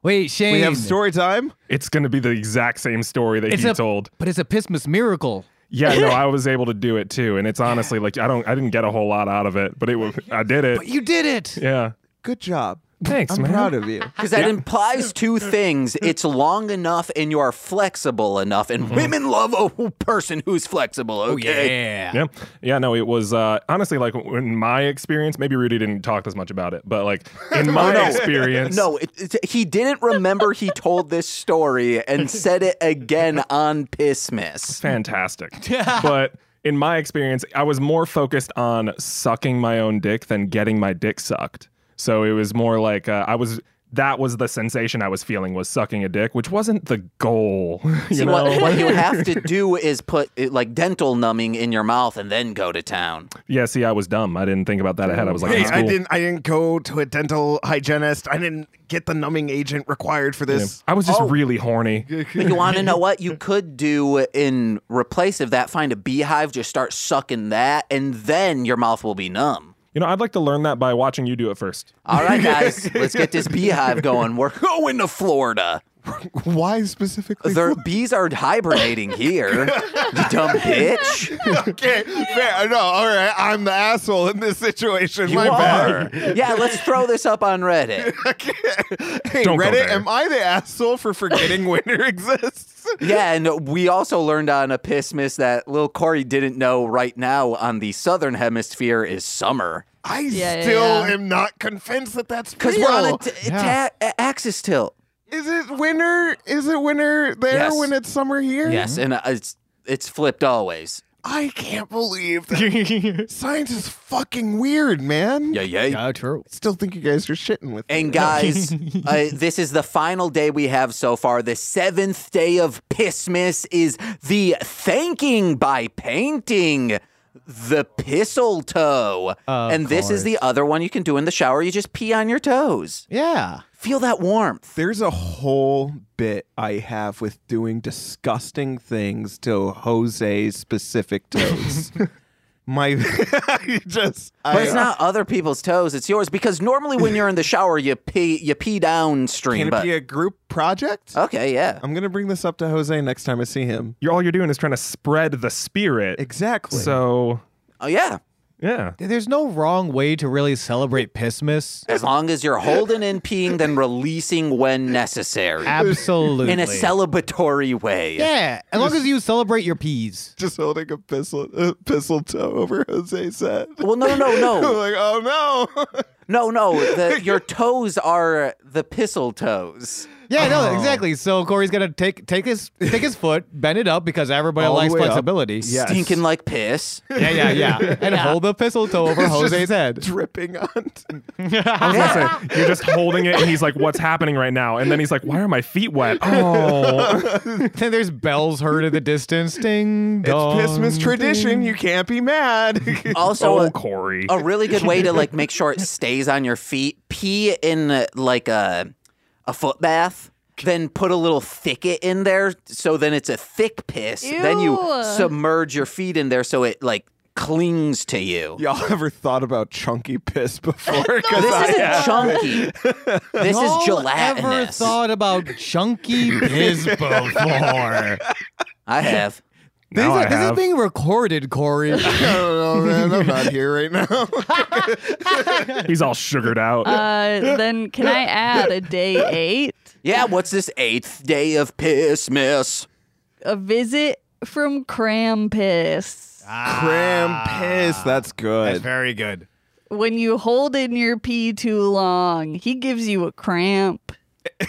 Speaker 8: Wait, Shane.
Speaker 7: we have story time.
Speaker 6: It's going to be the exact same story that
Speaker 8: It's
Speaker 6: he
Speaker 8: a-
Speaker 6: told.
Speaker 8: But it's a Pismas miracle.
Speaker 6: Yeah, no, I was able to do it too, and it's honestly like I don't, I didn't get a whole lot out of it, but it was, I did it.
Speaker 8: You did it.
Speaker 6: Yeah,
Speaker 7: Good job.
Speaker 6: thanks,
Speaker 7: I'm
Speaker 6: man.
Speaker 7: proud of you.
Speaker 1: Because that implies two things. It's long enough and you are flexible enough. And
Speaker 6: Mm-hmm.
Speaker 1: women love a person who's flexible,
Speaker 6: Oh,
Speaker 1: okay?
Speaker 8: Oh, Yeah.
Speaker 6: Yeah, yeah, no, it was uh, honestly like in my experience. Maybe Rudy didn't talk as much about it, but like in my experience,
Speaker 1: No, it, it- he didn't remember he told this story and said it again on Pissmas.
Speaker 6: fantastic. but in my experience, I was more focused on sucking my own dick than getting my dick sucked. So it was more like uh, I was. That was the sensation I was feeling was sucking a dick, which wasn't the goal. (laughs) You
Speaker 1: See,
Speaker 6: know?
Speaker 1: what, (laughs) what you have to do is put it, like dental numbing in your mouth and then go to town.
Speaker 6: Yeah, see, I was dumb. I didn't think about that ahead. I was like,
Speaker 7: Hey,
Speaker 6: "That's
Speaker 7: I
Speaker 6: cool."
Speaker 7: didn't. I didn't go to a dental hygienist. I didn't get the numbing agent required for this.
Speaker 6: I was just really horny.
Speaker 1: But you want to know what
Speaker 6: (laughs)
Speaker 1: you could do in replace of that? Find a beehive, just start sucking that, and then your mouth will be numb.
Speaker 6: You know, I'd like to learn that by watching you do it first.
Speaker 1: All (laughs) right, guys, let's get this beehive going. We're going to Florida.
Speaker 7: Why specifically?
Speaker 1: The bees are hibernating here. You (laughs) dumb bitch.
Speaker 7: okay, fair. No, all right. I'm the asshole in this situation.
Speaker 1: You
Speaker 7: My
Speaker 1: are.
Speaker 7: bad.
Speaker 1: Yeah, let's throw this up on Reddit.
Speaker 7: Hey,
Speaker 6: Don't go
Speaker 7: Reddit,
Speaker 6: there.
Speaker 7: am I the asshole for forgetting (laughs) winter exists?
Speaker 1: Yeah, and we also learned on a piss miss that little Corey didn't know right now on the southern hemisphere is summer.
Speaker 7: I
Speaker 2: yeah,
Speaker 7: still
Speaker 2: yeah.
Speaker 7: am not convinced that that's
Speaker 1: Because
Speaker 7: because
Speaker 1: we're on a t-
Speaker 8: Yeah.
Speaker 1: ta- a- axis tilt.
Speaker 7: Is it winter? Is it winter there
Speaker 1: Yes.
Speaker 7: when it's summer here?
Speaker 1: Yes, and uh, it's it's flipped always.
Speaker 7: I can't believe that. science is fucking weird, man.
Speaker 1: Yeah, yeah.
Speaker 8: Yeah, true.
Speaker 7: Still think you guys are shitting with me.
Speaker 8: (laughs)
Speaker 1: And guys, uh, this is the final day we have so far. The seventh day of Pissmas is the thanking by painting the pistletoe.
Speaker 8: Of
Speaker 1: and this is
Speaker 8: course.
Speaker 1: the other one you can do in the shower. You just pee on your toes.
Speaker 8: Yeah.
Speaker 1: Feel that warmth.
Speaker 7: There's a whole bit I have with doing disgusting things to Jose's specific toes. My, (laughs) I just,
Speaker 1: But
Speaker 7: I,
Speaker 1: it's not other people's toes; it's yours. Because normally, when you're in the shower, you pee, you pee downstream.
Speaker 7: Can it
Speaker 1: But
Speaker 7: be a group project?
Speaker 1: okay, yeah.
Speaker 7: I'm gonna bring this up to Jose next time I see him.
Speaker 6: You're all you're doing is trying to spread the spirit.
Speaker 7: Exactly.
Speaker 6: So
Speaker 1: Oh yeah.
Speaker 6: yeah,
Speaker 8: There's no wrong way to really celebrate Pissmas.
Speaker 1: As long as you're holding in peeing, then releasing when necessary.
Speaker 8: Absolutely.
Speaker 1: In a celebratory way.
Speaker 8: Yeah, as long as you celebrate your peas.
Speaker 7: just holding a pistol, a pistol toe over Jose's head.
Speaker 1: Well, no, no,
Speaker 7: (laughs) I'm
Speaker 1: no,
Speaker 7: like, oh no.
Speaker 1: no, no. The, your toes are the pistol toes.
Speaker 8: Yeah,
Speaker 7: Oh.
Speaker 8: no, exactly. So Corey's gonna take take his take his foot, bend it up because everybody
Speaker 7: All the
Speaker 8: likes
Speaker 7: way up.
Speaker 8: flexibility.
Speaker 7: Yes.
Speaker 1: Stinking like piss.
Speaker 8: Yeah, yeah, yeah. And hold the mistletoe over Jose's head.
Speaker 7: (laughs) dripping on.
Speaker 6: you're just holding it, and he's like, "What's happening right now?" And then he's like, "Why are my feet wet?"
Speaker 8: (laughs)
Speaker 6: Oh,
Speaker 8: Then there's bells heard in the distance. Ding dong.
Speaker 7: Christmas tradition. You can't be mad. (laughs)
Speaker 1: Also,
Speaker 6: oh,
Speaker 1: a-
Speaker 6: Corey.
Speaker 1: a really good way to like make sure it stays on your feet. Pee in uh, like a a foot bath, then put a little thicket in there, so then it's a thick piss. Then you
Speaker 2: Ew.
Speaker 1: submerge your feet in there, so it like clings to you.
Speaker 7: Y'all ever thought about chunky piss before? Because
Speaker 1: This
Speaker 7: I
Speaker 1: isn't chunky. This
Speaker 8: No
Speaker 1: is
Speaker 8: Ever
Speaker 1: gelatinous.
Speaker 8: thought about
Speaker 7: (laughs)
Speaker 8: chunky biz before?
Speaker 1: I have.
Speaker 8: These
Speaker 6: Now I
Speaker 8: are- this
Speaker 6: have.
Speaker 8: is being recorded, (laughs)
Speaker 7: (laughs)
Speaker 8: Corey.
Speaker 7: don't know, man. I'm not here right now.
Speaker 6: he's all sugared out.
Speaker 2: Uh, then can I add a day eight?
Speaker 1: Yeah, what's this eighth day of piss miss?
Speaker 2: A visit from Krampus.
Speaker 7: Cram piss. That's good.
Speaker 8: very good.
Speaker 2: When you hold in your pee too long, he gives you a cramp.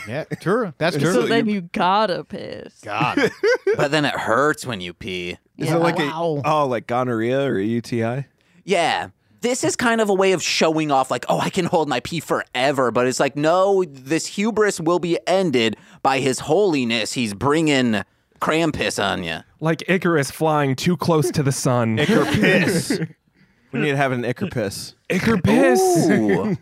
Speaker 8: Yeah, true. That's
Speaker 2: So
Speaker 8: true.
Speaker 2: then you gotta piss.
Speaker 8: God.
Speaker 1: But then it hurts when you pee.
Speaker 7: Is
Speaker 2: Yeah.
Speaker 7: it like
Speaker 8: Wow.
Speaker 7: a oh like gonorrhea or a UTI?
Speaker 1: Yeah. This is kind of a way of showing off, like, oh, I can hold my pee forever. But it's like, no, this hubris will be ended by his holiness. He's bringing Krampus on you.
Speaker 6: like Icarus flying too close to the sun. (laughs)
Speaker 7: Icker piss. we need to have an icker piss.
Speaker 6: Icarus.
Speaker 1: Ooh.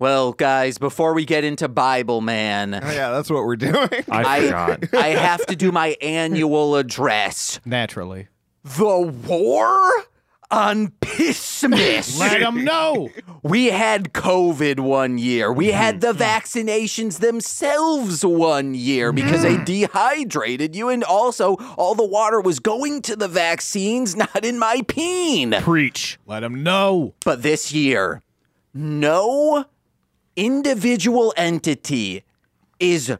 Speaker 1: well, guys, before we get into Bible Man,
Speaker 7: Oh, (laughs) yeah, that's what we're doing.
Speaker 6: I forgot.
Speaker 1: I, I have to do my annual address.
Speaker 8: Naturally.
Speaker 1: The war on Pissmas.
Speaker 8: Let them know.
Speaker 1: We had COVID one year. We had the vaccinations themselves one year because they dehydrated you. And also, all the water was going to the vaccines, (laughs) not in my peen.
Speaker 6: Preach.
Speaker 8: Let them know.
Speaker 1: But this year, no individual entity is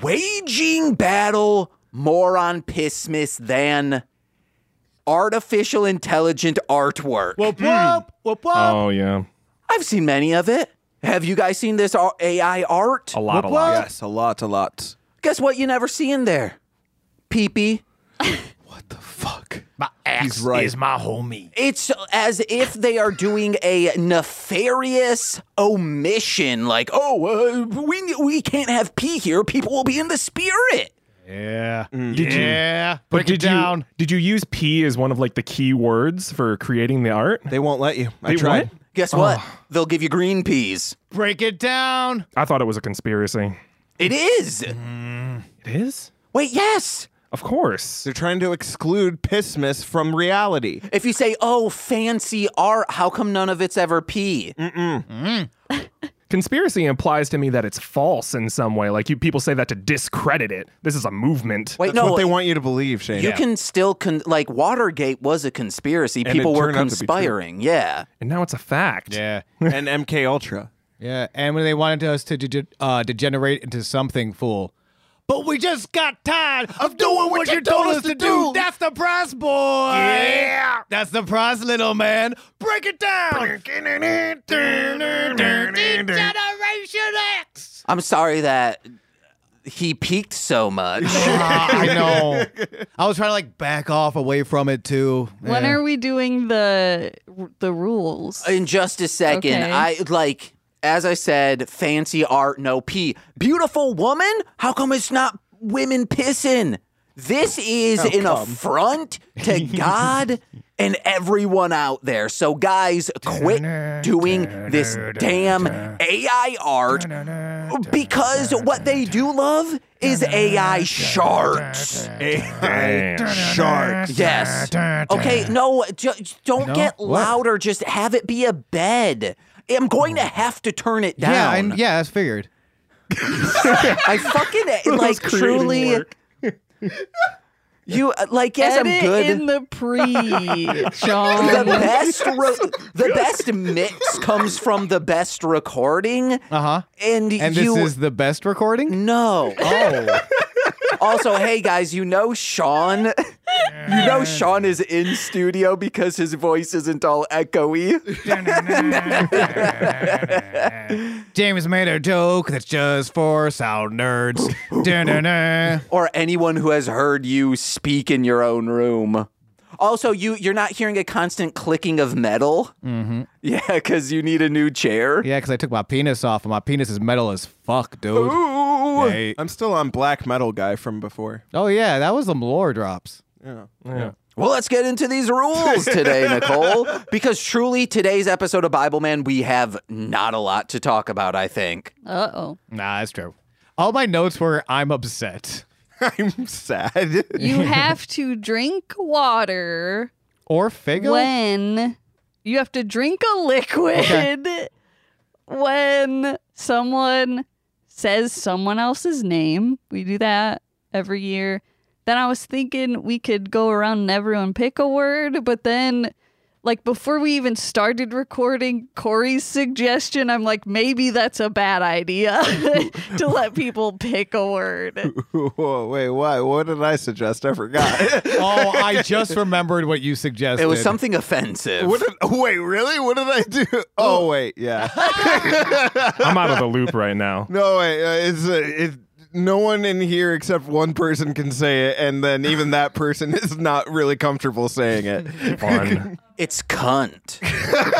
Speaker 1: waging battle more on Pissmas than artificial intelligent artwork.
Speaker 8: Whoop
Speaker 7: Hmm.
Speaker 8: whoop whoop whoop.
Speaker 6: Oh yeah,
Speaker 1: I've seen many of it. Have you guys seen this ar- AI art?
Speaker 6: a lot, a lot.
Speaker 7: yes, a lot, a lot.
Speaker 1: Guess what you never see in there? Peepee.
Speaker 7: Fuck.
Speaker 8: my axe
Speaker 7: right.
Speaker 8: is my homie.
Speaker 1: It's as if they are doing a nefarious omission, like, oh, uh, we we can't have pee here. People will be in the spirit.
Speaker 8: Yeah.
Speaker 6: Did you-
Speaker 8: yeah.
Speaker 6: But
Speaker 8: Break
Speaker 6: did
Speaker 8: it down.
Speaker 6: You, did you use P as one of like the key words for creating the art?
Speaker 7: They won't let you. I
Speaker 6: They
Speaker 7: tried.
Speaker 6: what?
Speaker 1: Guess what? They'll give you green peas.
Speaker 8: Break it down.
Speaker 6: I thought it was a conspiracy.
Speaker 1: It is.
Speaker 7: Mm-hmm.
Speaker 6: It is?
Speaker 1: Wait, yes.
Speaker 6: Of course.
Speaker 7: They're trying to exclude Pissmas from reality.
Speaker 1: If you say, oh, fancy art, how come none of it's ever pee?
Speaker 7: Mm,
Speaker 6: Conspiracy implies to me that it's false in some way. Like you people say that to discredit it. This is a movement.
Speaker 1: Wait,
Speaker 7: That's
Speaker 1: no.
Speaker 7: what they want you to believe, Shane.
Speaker 1: you can still con- like Watergate was a conspiracy.
Speaker 7: And it
Speaker 1: People were
Speaker 7: turned out to be true.
Speaker 1: conspiring. Yeah.
Speaker 6: And now it's a fact. (laughs)
Speaker 8: Yeah.
Speaker 7: and MK Ultra.
Speaker 8: Yeah. And when they wanted us to de- uh, degenerate into something fool. But we just got tired of doing what you told us to do. That's the price, boy. Yeah. That's the price, little man. Break it down. Generation X.
Speaker 1: I'm sorry that he peaked so
Speaker 7: (laughs)
Speaker 1: much.
Speaker 8: Ah, I know. I was trying to like back off away from it too.
Speaker 2: When
Speaker 8: Yeah.
Speaker 2: are we doing the the rules?
Speaker 1: In just a second,
Speaker 2: Okay.
Speaker 1: I like as I said, fancy art, no pee. Beautiful woman, how come it's not women pissing? This is an affront to God and everyone out there. So, guys, quit doing this damn AI art because what they do love is AI sharks.
Speaker 7: Sharks.
Speaker 1: Yes. Okay, no, ju- don't get
Speaker 8: What?
Speaker 1: louder. Just have it be a bed. I'm going to have to turn it down.
Speaker 8: Yeah, I, yeah, that's figured.
Speaker 1: I fucking like truly. (laughs) You uh, like yes,
Speaker 2: Edit
Speaker 1: I'm good.
Speaker 2: in the pre,
Speaker 8: (laughs)
Speaker 1: the
Speaker 2: Sean.
Speaker 1: best, re- the best mix comes from the best recording,
Speaker 8: Uh huh.
Speaker 1: and,
Speaker 8: And
Speaker 1: you
Speaker 8: this is the best recording.
Speaker 1: no.
Speaker 8: Oh,
Speaker 1: Also, hey guys, you know Sean, you know Sean is in studio because his voice isn't all echoey.
Speaker 8: (laughs) James made a joke that's just for sound
Speaker 1: (laughs)
Speaker 8: nerds. Da-na-na.
Speaker 1: or anyone who has heard you speak in your own room. Also, you you're not hearing a constant clicking of metal. Mm-hmm. Yeah, because you need a new chair.
Speaker 8: Yeah, because I took my penis off, and my penis is metal as fuck, dude. Hey.
Speaker 7: I'm still on black metal guy from before. (laughs)
Speaker 8: Oh yeah, that was some lore drops.
Speaker 1: Well, let's get into these rules today, Nicole, because truly today's episode of Bible Man, we have not a lot to talk about. I think.
Speaker 2: Uh oh.
Speaker 8: Nah, that's true. All my notes were I'm upset
Speaker 7: I'm sad.
Speaker 2: You have to drink water
Speaker 8: or Figo.
Speaker 2: when you have to drink a liquid when someone says someone else's name. We do that every year. Then I was thinking we could go around and everyone pick a word, but then like before we even started recording Corey's suggestion, I'm like, maybe that's a bad idea (laughs) to let people pick a word.
Speaker 7: Whoa, wait, why? What did I suggest? I forgot.
Speaker 8: (laughs)
Speaker 7: (laughs)
Speaker 8: oh, I just remembered what you suggested.
Speaker 1: It was something offensive.
Speaker 7: what did, wait, really? What did I do? Oh, wait,
Speaker 8: (laughs)
Speaker 7: yeah.
Speaker 6: I'm out of the loop right (laughs) now.
Speaker 7: No, wait, uh, it's uh, it. No one in here except one person can say it, and then even
Speaker 8: (laughs)
Speaker 7: that person is not really comfortable saying it.
Speaker 6: Fun.
Speaker 1: It's cunt.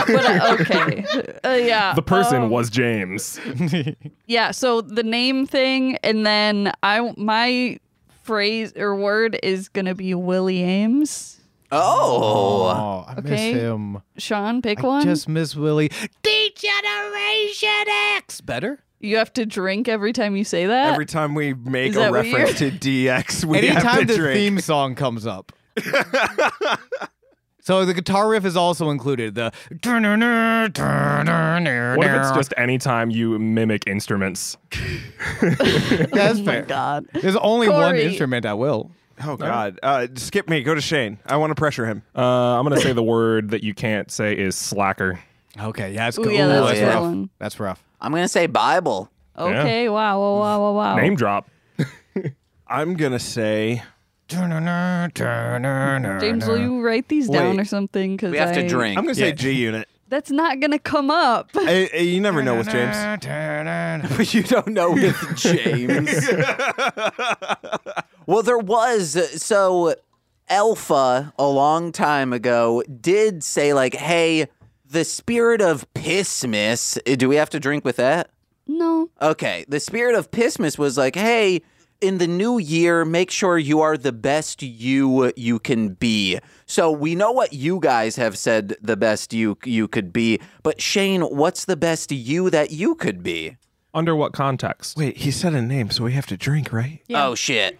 Speaker 2: But uh, okay. Uh, yeah.
Speaker 6: The person
Speaker 2: um,
Speaker 6: was James.
Speaker 2: Yeah, so the name thing and then I my phrase or word is going to be Willie Ames.
Speaker 1: Oh.
Speaker 8: Oh, I
Speaker 2: Okay.
Speaker 8: miss him.
Speaker 2: Sean, pick
Speaker 8: I
Speaker 2: one.
Speaker 8: just miss Willie. Degeneration X. Better.
Speaker 2: You have to drink every time you say that.
Speaker 7: Every time we make
Speaker 2: Is
Speaker 7: a
Speaker 2: that
Speaker 7: reference to DX, we have to
Speaker 8: Anytime the
Speaker 7: drink.
Speaker 8: theme song
Speaker 1: (laughs)
Speaker 8: comes up. so the guitar riff is also included.
Speaker 2: (laughs)
Speaker 8: The
Speaker 6: What if it's just any time you mimic instruments?
Speaker 8: that's
Speaker 2: oh my
Speaker 8: fair.
Speaker 2: (laughs) god.
Speaker 8: There's only one
Speaker 2: Corey.
Speaker 8: instrument I will.
Speaker 7: oh God! Uh, skip me. Go to Shane. I want to pressure him.
Speaker 6: Uh, I'm gonna say the word that you can't say is slacker.
Speaker 8: Okay, yeah, it's
Speaker 2: Ooh,
Speaker 8: good.
Speaker 2: yeah, that's
Speaker 1: a good
Speaker 8: rough.
Speaker 2: one.
Speaker 8: That's rough.
Speaker 1: I'm gonna say Bible.
Speaker 2: Okay, wow, wow, wow, wow, wow.
Speaker 6: Name drop.
Speaker 7: I'm gonna say.
Speaker 2: James, will you write these down
Speaker 7: Wait.
Speaker 2: or something cuz
Speaker 1: We have to drink.
Speaker 7: I'm gonna say G (laughs) Unit.
Speaker 2: That's not going to come up. (laughs)
Speaker 7: I, I- you never know with James.
Speaker 1: But you don't know (laughs) with James. (laughs) well, there was so Alpha a long time ago did say like, "Hey, the spirit of Pissmas." Do we have to drink with that?
Speaker 2: no.
Speaker 1: Okay, the spirit of Pissmas was like, "Hey." In the new year, make sure you are the best you you can be. So we know what you guys have said the best you you could be, but Shane, what's the best you that you could be?
Speaker 6: Under what context?
Speaker 7: Wait, he said a name, so we have to drink, right?
Speaker 1: Oh shit.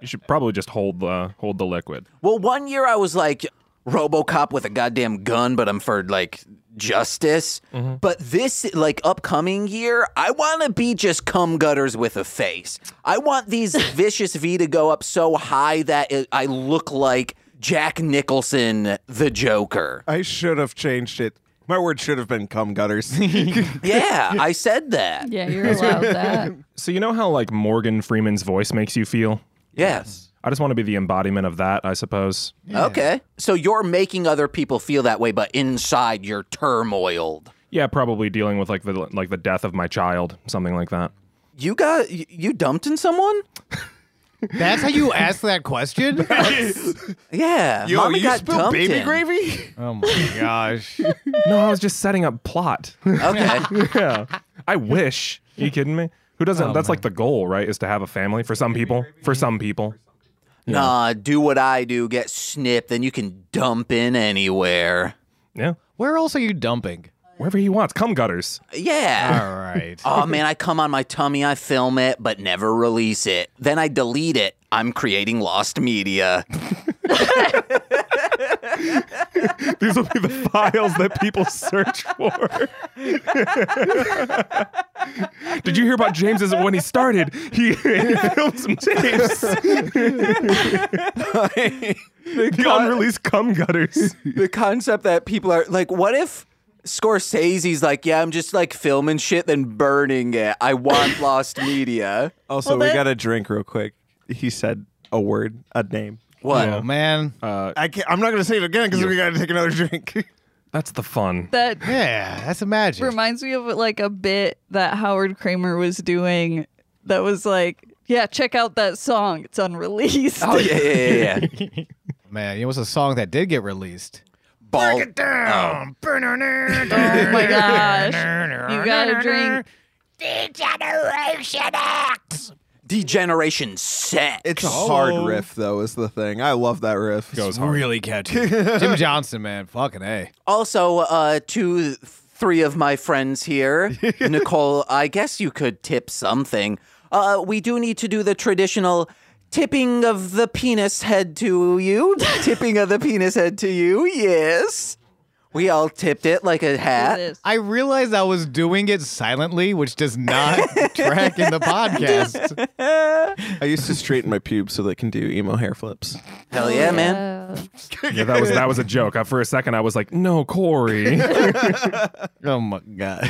Speaker 6: You should probably just hold the hold the liquid.
Speaker 1: Well, one year I was like RoboCop with a goddamn gun, but I'm for like justice. But this like upcoming year, I want to be just cum gutters with a face. I want these vicious V to go up so high that it, I look like Jack Nicholson, the Joker.
Speaker 7: I should have changed it. My word should have been cum (laughs) gutters.
Speaker 1: Yeah, I said that.
Speaker 2: Yeah, you're allowed that.
Speaker 6: So you know how like Morgan Freeman's voice makes you feel?
Speaker 1: Yes.
Speaker 6: I just want to be the embodiment of that, I suppose.
Speaker 1: Okay. So you're making other people feel that way, but inside you're turmoiled.
Speaker 6: Yeah, probably dealing with like the like the death of my child, something like that.
Speaker 1: You got you- you dumped in someone?
Speaker 8: That's how you ask
Speaker 1: (laughs)
Speaker 8: that question? (laughs)
Speaker 1: Yeah. Mommy got dumped in. (laughs)
Speaker 7: gravy?
Speaker 8: oh my gosh.
Speaker 6: No, I was just setting up (laughs) plot.
Speaker 1: Okay.
Speaker 6: yeah. I wish. you kidding me? Who doesn't? that's like the goal, right? Is to have a family for some people. For some people.
Speaker 1: Nah, do what I do, get snipped, then you can dump in anywhere.
Speaker 6: Yeah.
Speaker 8: Where else are
Speaker 1: (laughs)
Speaker 8: you dumping?
Speaker 6: Wherever he wants. Cum gutters.
Speaker 1: Yeah.
Speaker 8: All right.
Speaker 1: Oh man, I come on my tummy, I film it, but never release it. Then I delete it. I'm creating lost (laughs) media.
Speaker 6: These will be the files that people search for. (laughs) Did you hear about James's when he started? He, he filmed some tapes. the unreleased cum gutters.
Speaker 1: the concept that people are like, what if Scorsese's like, yeah, I'm just like filming shit, then burning it. I (laughs) want lost media.
Speaker 7: Also,
Speaker 2: Well,
Speaker 7: we
Speaker 2: that-
Speaker 7: got a drink real quick. He said a word, a name.
Speaker 1: What?
Speaker 8: Oh man.
Speaker 7: I can't, I'm not going to say it again because we got to take another drink.
Speaker 6: That's the fun.
Speaker 2: That
Speaker 8: Yeah, that's magic.
Speaker 2: reminds me of like a bit that Howard Kramer was doing that was like, yeah, check out that song. It's unreleased.
Speaker 1: Oh yeah, yeah, yeah, yeah.
Speaker 8: Man, you know what's a song that did get released?
Speaker 1: (laughs) Ball.
Speaker 8: Down.
Speaker 2: oh (laughs) my gosh. You gotta drink.
Speaker 3: Degeneration X!
Speaker 1: Degeneration set.
Speaker 7: It's a (laughs) hard riff, though, is the thing. I love that riff.
Speaker 8: really catchy. (laughs) Jim Johnson, man, fucking a.
Speaker 1: Also, uh, two, three of my friends here. Nicole, I guess you could tip something. Uh, we do need to do the traditional tipping of the penis head to you. tipping of the penis head to you, yes. We all tipped it like a hat.
Speaker 2: This.
Speaker 8: I realized I was doing it silently, which does not track in the podcast.
Speaker 7: I used to straighten my pubes so they can do emo hair flips.
Speaker 1: Hell Oh, yeah, man.
Speaker 6: Yeah, that was that was a joke. I, for a second, I was like, "No, Corey."
Speaker 8: (laughs) Oh my god.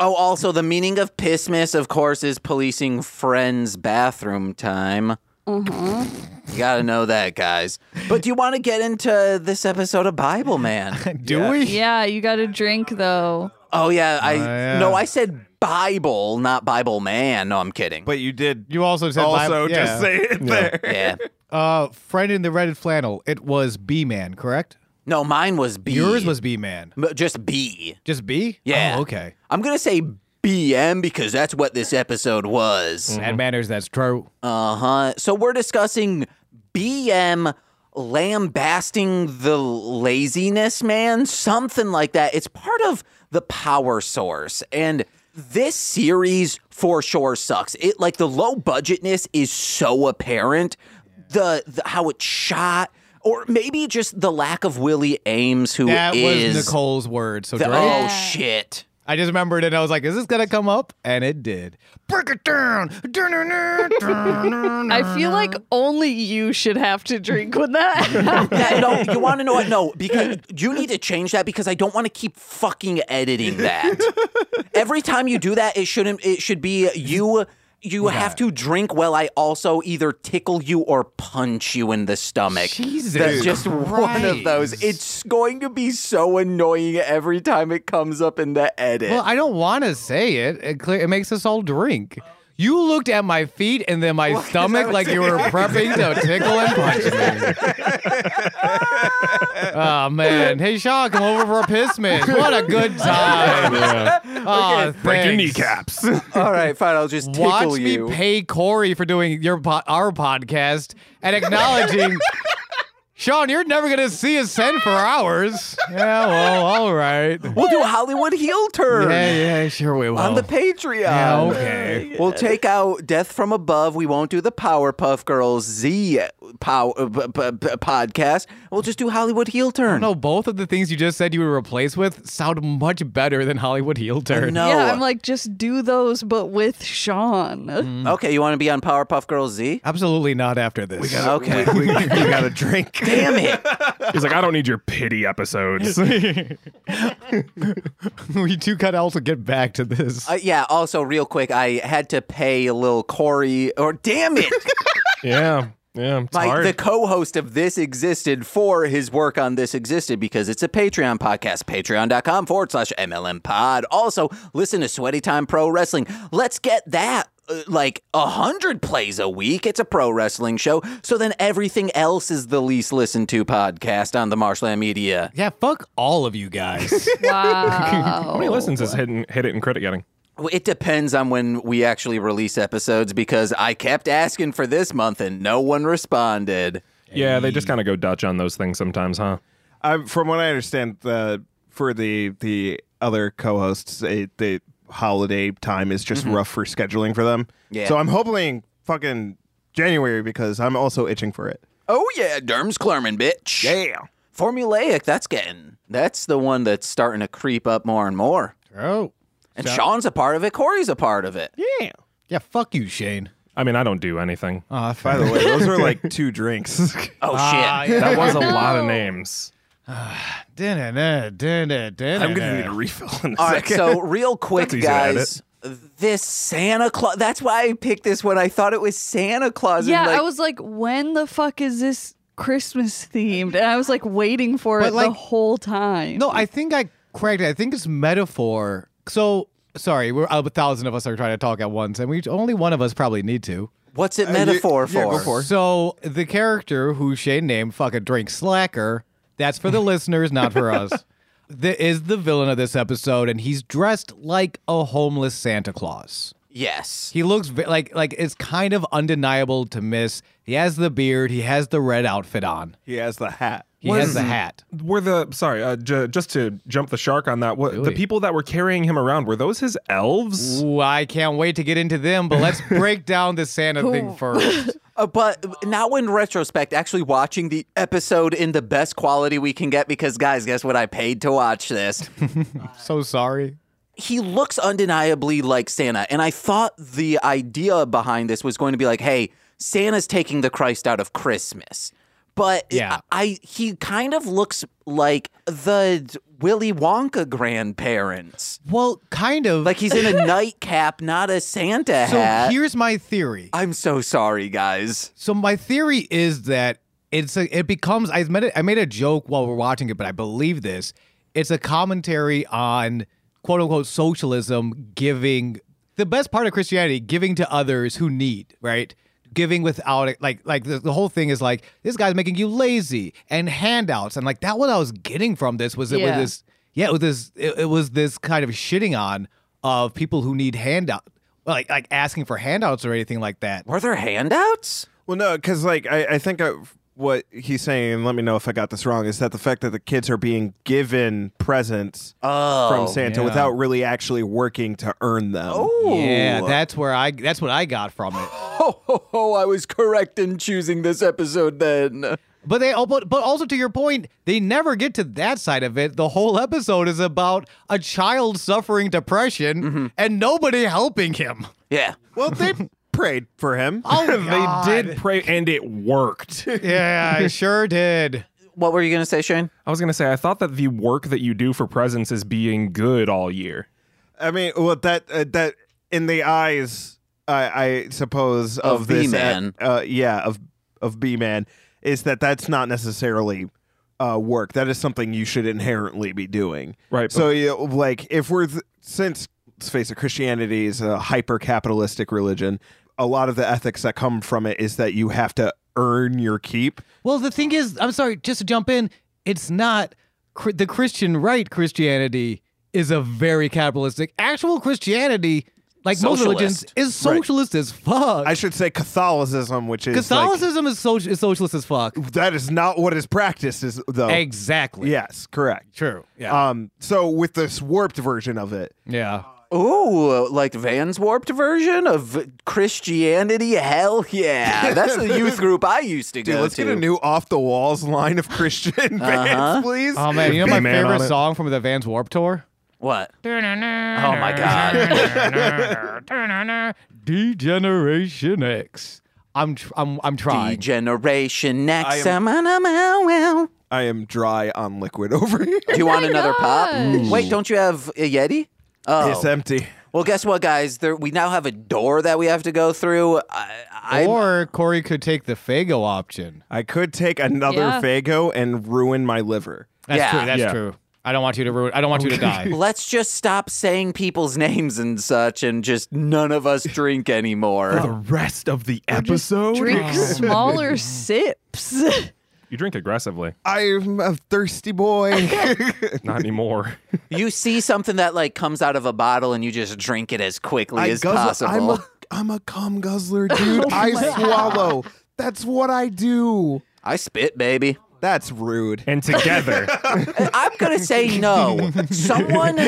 Speaker 1: Oh, also, the meaning of pissmas, of course, is policing friends' bathroom time. You gotta know that, guys. But do you want to get into this episode of Bible Man?
Speaker 8: Do we?
Speaker 2: Yeah, you gotta drink though.
Speaker 1: Oh yeah, I
Speaker 8: yeah.
Speaker 1: no, I said Bible, not Bible man. No, I'm kidding.
Speaker 7: But you did
Speaker 8: You also said
Speaker 7: also
Speaker 8: Bible- yeah.
Speaker 7: just say it there.
Speaker 1: yeah,
Speaker 8: uh friend in the red flannel. It was B man, correct?
Speaker 1: no, mine was B.
Speaker 8: Yours was B man.
Speaker 1: M- just B.
Speaker 8: Just B?
Speaker 1: Yeah.
Speaker 8: Oh, okay.
Speaker 1: I'm gonna say BM because that's what this episode was.
Speaker 8: That matters, that's true.
Speaker 1: Uh huh. So we're discussing BM lambasting the laziness man, something like that. It's part of the power source. And this series for sure sucks. It like the low budgetness is so apparent. The, the how it's shot, or maybe just the lack of Willie Ames, who is
Speaker 8: that was Nicole's word. So
Speaker 1: the,
Speaker 8: Drake-
Speaker 1: oh shit.
Speaker 8: I just remembered it and I was like, is this gonna come up? And it did. Break it down.
Speaker 2: I feel like only you should have to drink when that happens.
Speaker 1: Yeah, no, you want to know what? No, because you need to change that because I don't want to keep fucking editing that. Every time you do that, it shouldn't. It should be you. You have to drink while I also either tickle you or punch you in the stomach.
Speaker 8: Jesus
Speaker 1: That's just one of those.
Speaker 8: Christ.
Speaker 1: It's going to be so annoying every time it comes up in the edit.
Speaker 8: Well, I don't want to say it. It, clear, it makes us all drink. You looked at my feet and
Speaker 1: (laughs)
Speaker 8: then my stomach like you were prepping to tickle and punch me.
Speaker 1: (laughs)
Speaker 8: oh man! Hey, Sean, come over for a piss, man. What
Speaker 1: (laughs)
Speaker 8: a good time! Aw,
Speaker 6: Break your
Speaker 8: thanks.
Speaker 6: kneecaps.
Speaker 1: All right, fine. I'll just tickle
Speaker 8: Watch
Speaker 1: you.
Speaker 8: me pay Corey for doing your po- our podcast and
Speaker 1: (laughs)
Speaker 8: acknowledging. Sean, you're never gonna see a cent for hours. Yeah, well, all right.
Speaker 1: we'll do Hollywood heel turn
Speaker 8: Yeah, yeah, sure we will.
Speaker 1: on the Patreon.
Speaker 8: Oh. yeah, okay.
Speaker 1: (laughs) We'll take out Death from Above. We won't do the Powerpuff Girls Z pow- uh, p- p- p- podcast. We'll just do Hollywood Heel Turn.
Speaker 8: No, both of the things you just said you would replace with sound much better than Hollywood heel
Speaker 1: (laughs)
Speaker 8: turn.
Speaker 1: No.
Speaker 2: Yeah, I'm like, just do those, but with Sean.
Speaker 1: Okay, you want to be on Powerpuff Girls Z?
Speaker 8: Absolutely not after this.
Speaker 1: Okay.
Speaker 7: you
Speaker 8: (laughs)
Speaker 7: got a drink.
Speaker 1: Damn it.
Speaker 6: He's like, "I don't need your pity episodes." (laughs)
Speaker 8: we do got out to get back to this.
Speaker 1: Uh, yeah, also, real quick, I had to pay a little Corey, or damn it,
Speaker 6: yeah, yeah. It's
Speaker 1: my,
Speaker 6: hard.
Speaker 1: the co host of This Existed for his work on This Existed because it's a Patreon podcast, patreon.com forward slash MLM pod. Also, listen to Sweaty Time Pro Wrestling. Let's get that. uh, Like a hundred plays a week. It's a pro wrestling show. So then everything else is the least listened to podcast on the Marshland Media.
Speaker 8: yeah, fuck all of you guys.
Speaker 6: How
Speaker 8: (laughs)
Speaker 2: Wow.
Speaker 8: Uh, oh,
Speaker 6: many listens is hidden hit it and credit getting?
Speaker 1: Well, It depends on when we actually release episodes because I kept asking for this month and no one responded.
Speaker 6: Yeah, they just kind of go Dutch on those things sometimes, huh?
Speaker 7: Um, from what I understand, the for the the other co-hosts, eh, the holiday time is just rough for scheduling for them.
Speaker 1: Yeah.
Speaker 7: So I'm hoping fucking January because I'm also itching for it.
Speaker 1: Oh yeah, Derms Clerman, bitch.
Speaker 7: Yeah.
Speaker 1: Formulaic, that's getting that's the one that's starting to creep up more and more.
Speaker 8: Oh.
Speaker 1: And Sean's a part of it, Corey's a part of it.
Speaker 8: Yeah, fuck you, Shane.
Speaker 6: I mean, I don't do anything.
Speaker 8: Oh,
Speaker 7: By the way, those are (laughs) like two drinks.
Speaker 1: Oh
Speaker 8: Ah,
Speaker 7: Ah,
Speaker 1: shit.
Speaker 6: That
Speaker 8: (laughs)
Speaker 6: was a lot of names.
Speaker 8: I'm
Speaker 7: refill in a
Speaker 1: All right, so real quick,
Speaker 6: That's easy to
Speaker 1: guys. This Santa Claus. That's why I picked this one. I thought it was Santa Claus. and,
Speaker 2: Yeah,
Speaker 1: like,
Speaker 2: I was like, when the fuck is this Christmas themed? And I was like waiting for
Speaker 8: But,
Speaker 2: it
Speaker 8: like-
Speaker 2: the whole time.
Speaker 8: No, I think I correct. it. I think it's metaphor. So sorry, we're a thousand of us are trying to talk at once, and we only one of us probably need to.
Speaker 1: What's it metaphor
Speaker 7: Uh, yeah,
Speaker 1: for?
Speaker 7: go for it.
Speaker 8: So the character who Shane named fucking drink slacker. That's (laughs) for the listeners, not for us. The, is the villain of this episode, and he's dressed like a homeless Santa Claus.
Speaker 1: Yes.
Speaker 8: He looks ve- like like it's kind of undeniable to miss. He has the beard. He has the red outfit on.
Speaker 7: (laughs) He has the hat.
Speaker 8: He has the hat.
Speaker 6: Were the sorry, uh, j- just to jump the shark on that? What the
Speaker 8: Really?
Speaker 6: people that were carrying him around were those his elves?
Speaker 8: Ooh, I can't wait to get into them, but (laughs) let's break down the Santa thing first.
Speaker 1: Uh, but now in retrospect, actually watching the episode in the best quality we can get because, guys, guess what? I paid to watch this.
Speaker 8: So sorry.
Speaker 1: he looks undeniably like Santa. And I thought the idea behind this was going to be like, hey, Santa's taking the Christ out of Christmas. But
Speaker 8: Yeah.
Speaker 1: I he kind of looks like the Willy Wonka grandparents.
Speaker 8: Well, kind of.
Speaker 1: Like he's in
Speaker 8: (laughs)
Speaker 1: a nightcap, not a Santa
Speaker 8: so
Speaker 1: hat.
Speaker 8: here's my theory.
Speaker 1: I'm so sorry, guys.
Speaker 8: So my theory is that it's a, it becomes I made a, I made a joke while we're watching it, but I believe this. It's a commentary on quote unquote socialism giving the best part of Christianity giving to others who need, right? Giving without it, like like the, the whole thing is like this guy's making you lazy and handouts and like that. What I was getting from this was it was
Speaker 2: Yeah.
Speaker 8: this yeah, it was this it, it was this kind of shitting on of people who need handout like like asking for handouts or anything like that.
Speaker 1: Were there handouts?
Speaker 7: Well, no, because like I, I think I, what he's saying, and let me know if I got this wrong, is that the fact that the kids are being given presents
Speaker 1: Oh.
Speaker 7: from Santa
Speaker 8: Yeah.
Speaker 7: without really actually working to earn them.
Speaker 1: Ooh.
Speaker 8: Yeah, that's where I that's what I got from it.
Speaker 1: (laughs) Oh, ho, ho, I was correct in choosing this episode then.
Speaker 8: But they al- but, but also to your point, they never get to that side of it. The whole episode is about a child suffering depression and nobody helping him.
Speaker 1: Yeah.
Speaker 7: Well, (laughs) they prayed for him.
Speaker 8: Oh (laughs)
Speaker 6: They did pray, and it worked.
Speaker 8: Yeah, I sure did.
Speaker 1: What were you going to say, Shane?
Speaker 6: I was gonna say, I thought that the work that you do for presents is being good all year.
Speaker 7: I mean, well, that uh, that in the eyes, I I suppose of,
Speaker 1: Of
Speaker 7: this
Speaker 1: B-Man.
Speaker 7: uh, yeah, of of B man, is that that's not necessarily uh, work. That is something you should inherently be doing.
Speaker 6: Right,
Speaker 7: So, you know, like, if we're th- since let's face it, Christianity is a hyper capitalistic religion. A lot of the ethics that come from it is that you have to earn your keep.
Speaker 8: Well, the thing is, I'm sorry, just to jump in, it's not cr- the Christian right Christianity is a very capitalistic. Actual Christianity, like most religions,
Speaker 1: Socialist.
Speaker 8: is socialist as fuck.
Speaker 7: I should say Catholicism, which is like-
Speaker 8: Catholicism is, so- is socialist as fuck.
Speaker 7: that is not what is practiced, is
Speaker 8: Oh.
Speaker 7: though.
Speaker 8: Exactly.
Speaker 7: Yes, correct.
Speaker 8: True. Yeah.
Speaker 7: Um, so with this warped version of it,
Speaker 8: yeah.
Speaker 1: Ooh, like Van's warped version of Christianity? Hell yeah. That's the
Speaker 7: (laughs)
Speaker 1: youth group I used to
Speaker 7: dude,
Speaker 1: go
Speaker 7: let's
Speaker 1: to.
Speaker 7: get a new off the walls line of
Speaker 1: (laughs)
Speaker 7: Christian
Speaker 1: Uh-huh.
Speaker 7: bands, please.
Speaker 8: Oh man, you know my
Speaker 6: B-Man on
Speaker 8: favorite
Speaker 6: it.
Speaker 8: song from the Vans Warp Tour?
Speaker 1: what? Oh my god.
Speaker 8: Degeneration X. I'm tr- I'm I'm trying.
Speaker 1: Degeneration next.
Speaker 7: am-
Speaker 1: I'm on a wow wow.
Speaker 7: I am dry on liquid over here.
Speaker 1: Do you want another pop?
Speaker 2: gosh.
Speaker 1: Wait, don't you have a Yeti? Oh.
Speaker 7: It's empty.
Speaker 1: Well, guess what, guys? There, we now have a door that we have to go through. I, I,
Speaker 8: or Corey could take the Fago option.
Speaker 7: I could take another
Speaker 2: Yeah.
Speaker 7: Fago and ruin my liver.
Speaker 8: That's
Speaker 1: Yeah.
Speaker 8: true. That's
Speaker 6: Yeah.
Speaker 8: true. I don't want you to ruin. I don't want you
Speaker 6: (laughs)
Speaker 8: to die.
Speaker 1: let's just stop saying people's (laughs) names and such and just none of us drink anymore.
Speaker 6: The rest of the episode.
Speaker 2: Drink smaller sips.
Speaker 6: you drink aggressively.
Speaker 7: I'm a
Speaker 1: (laughs)
Speaker 7: thirsty boy. (laughs)
Speaker 6: Not
Speaker 8: (laughs)
Speaker 6: anymore.
Speaker 1: You see something that like comes out of a bottle and you just drink it as quickly
Speaker 7: I
Speaker 1: as
Speaker 7: guzzle- I'm
Speaker 1: possible.
Speaker 7: a, I'm a cum guzzler, dude. I swallow. That's what I do.
Speaker 1: I spit, baby.
Speaker 7: That's rude.
Speaker 6: and
Speaker 8: (laughs)
Speaker 6: together,
Speaker 1: I'm gonna say no. Someone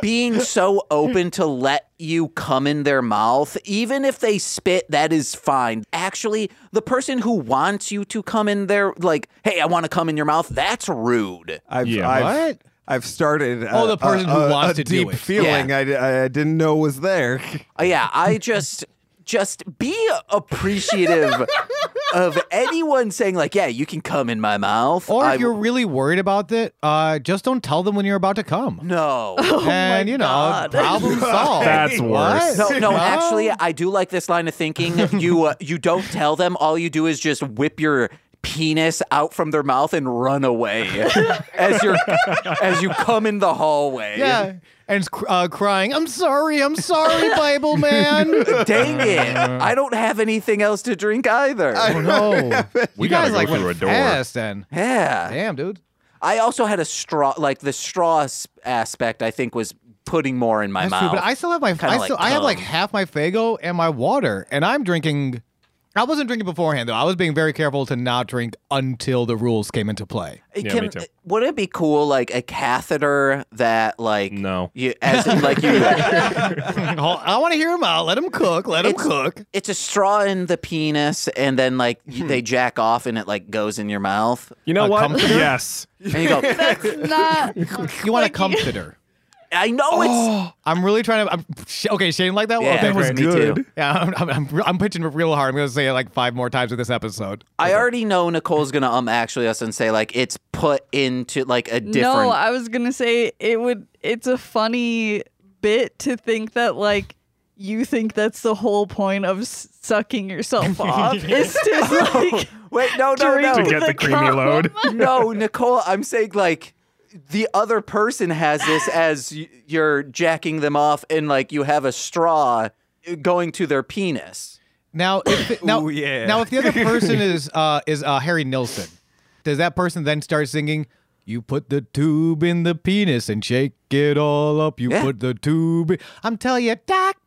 Speaker 1: being so open to let you come in their mouth, even if they spit, that is fine. Actually, the person who wants you to come in their like, hey, I want to come in your mouth, that's rude.
Speaker 7: I've,
Speaker 6: Yeah.
Speaker 7: I've,
Speaker 8: What?
Speaker 7: I've started. A,
Speaker 8: Oh, the person
Speaker 7: a,
Speaker 8: who
Speaker 7: a-
Speaker 8: wants
Speaker 7: a
Speaker 8: to do
Speaker 7: deep
Speaker 8: it.
Speaker 7: feeling
Speaker 1: Yeah.
Speaker 7: I, I didn't know was there. (laughs)
Speaker 1: Uh, yeah, I just just be appreciative of anyone saying like, yeah, you can come in my mouth.
Speaker 8: Or
Speaker 1: I
Speaker 8: if you're really worried about it, uh, just don't tell them when you're about to come.
Speaker 1: no.
Speaker 8: and you know,
Speaker 2: God.
Speaker 8: problem solved.
Speaker 6: That's
Speaker 8: What?
Speaker 6: worse.
Speaker 1: No,
Speaker 8: (laughs)
Speaker 1: no, actually, I do like this line of thinking. You uh, you don't tell them. All you do is just whip your penis out from their mouth and run
Speaker 8: (laughs)
Speaker 1: away as you as you come in the hallway.
Speaker 8: yeah. And it's cr- uh, crying, I'm sorry, I'm sorry, Bible man.
Speaker 1: Dang it! I don't have anything else to drink either.
Speaker 8: oh no,
Speaker 6: We
Speaker 8: you
Speaker 6: gotta
Speaker 8: guys
Speaker 6: go
Speaker 8: like
Speaker 6: through
Speaker 8: went
Speaker 6: a door.
Speaker 8: fast then.
Speaker 1: yeah.
Speaker 8: Damn, dude.
Speaker 1: I also had a straw, like the straw s- aspect. I think was putting more in my
Speaker 8: That's
Speaker 1: mouth.
Speaker 8: true, but I still have my.
Speaker 1: Kinda
Speaker 8: I still.
Speaker 1: like
Speaker 8: I have like
Speaker 1: cum.
Speaker 8: half my Fago and my water, and I'm drinking. I wasn't drinking beforehand though. I was being very careful to not drink until the rules came into
Speaker 1: (laughs)
Speaker 8: play.
Speaker 1: It
Speaker 6: Yeah, me too.
Speaker 1: Would it be cool, like a catheter that, like,
Speaker 6: No.
Speaker 1: you as in, like
Speaker 6: (laughs)
Speaker 1: you,
Speaker 8: Oh, I want to hear him out. Let him cook. Let him
Speaker 1: It's-
Speaker 8: cook.
Speaker 1: it's a straw in the penis, and then like you, they jack off, and it like goes in your mouth,
Speaker 6: you know
Speaker 8: A
Speaker 6: what?
Speaker 8: comforter?
Speaker 6: Yes.
Speaker 1: and you go,
Speaker 2: Not
Speaker 8: You want a comforter?
Speaker 1: I know it's
Speaker 8: I'm really trying to. I'm, sh- okay, Shane, like Oh, that. one?
Speaker 1: yeah,
Speaker 8: okay,
Speaker 1: me
Speaker 8: great.
Speaker 1: too.
Speaker 8: (laughs) Yeah, I'm, I'm, I'm, I'm pitching it real hard. I'm gonna say it like five more times in this episode.
Speaker 1: I already know Nicole's gonna um actually us and say like it's put into like a different.
Speaker 2: No, I was gonna say it would. It's a funny bit to think that like you think that's the whole point of s- sucking yourself off is to like
Speaker 1: Wait, no, no,
Speaker 2: drink
Speaker 1: no,
Speaker 6: To get the,
Speaker 2: The
Speaker 6: creamy
Speaker 2: cum.
Speaker 6: load.
Speaker 1: no, Nicole, I'm saying like the other person has this as y- you're jacking them off, and like you have a straw uh, going to their penis.
Speaker 8: Now, if it- now, now, if the other person is uh, is uh, Harry Nilsson, does that person then start singing? You put the tube in the penis and shake it all up. You
Speaker 1: Yeah.
Speaker 8: put the tube. In. I'm telling you,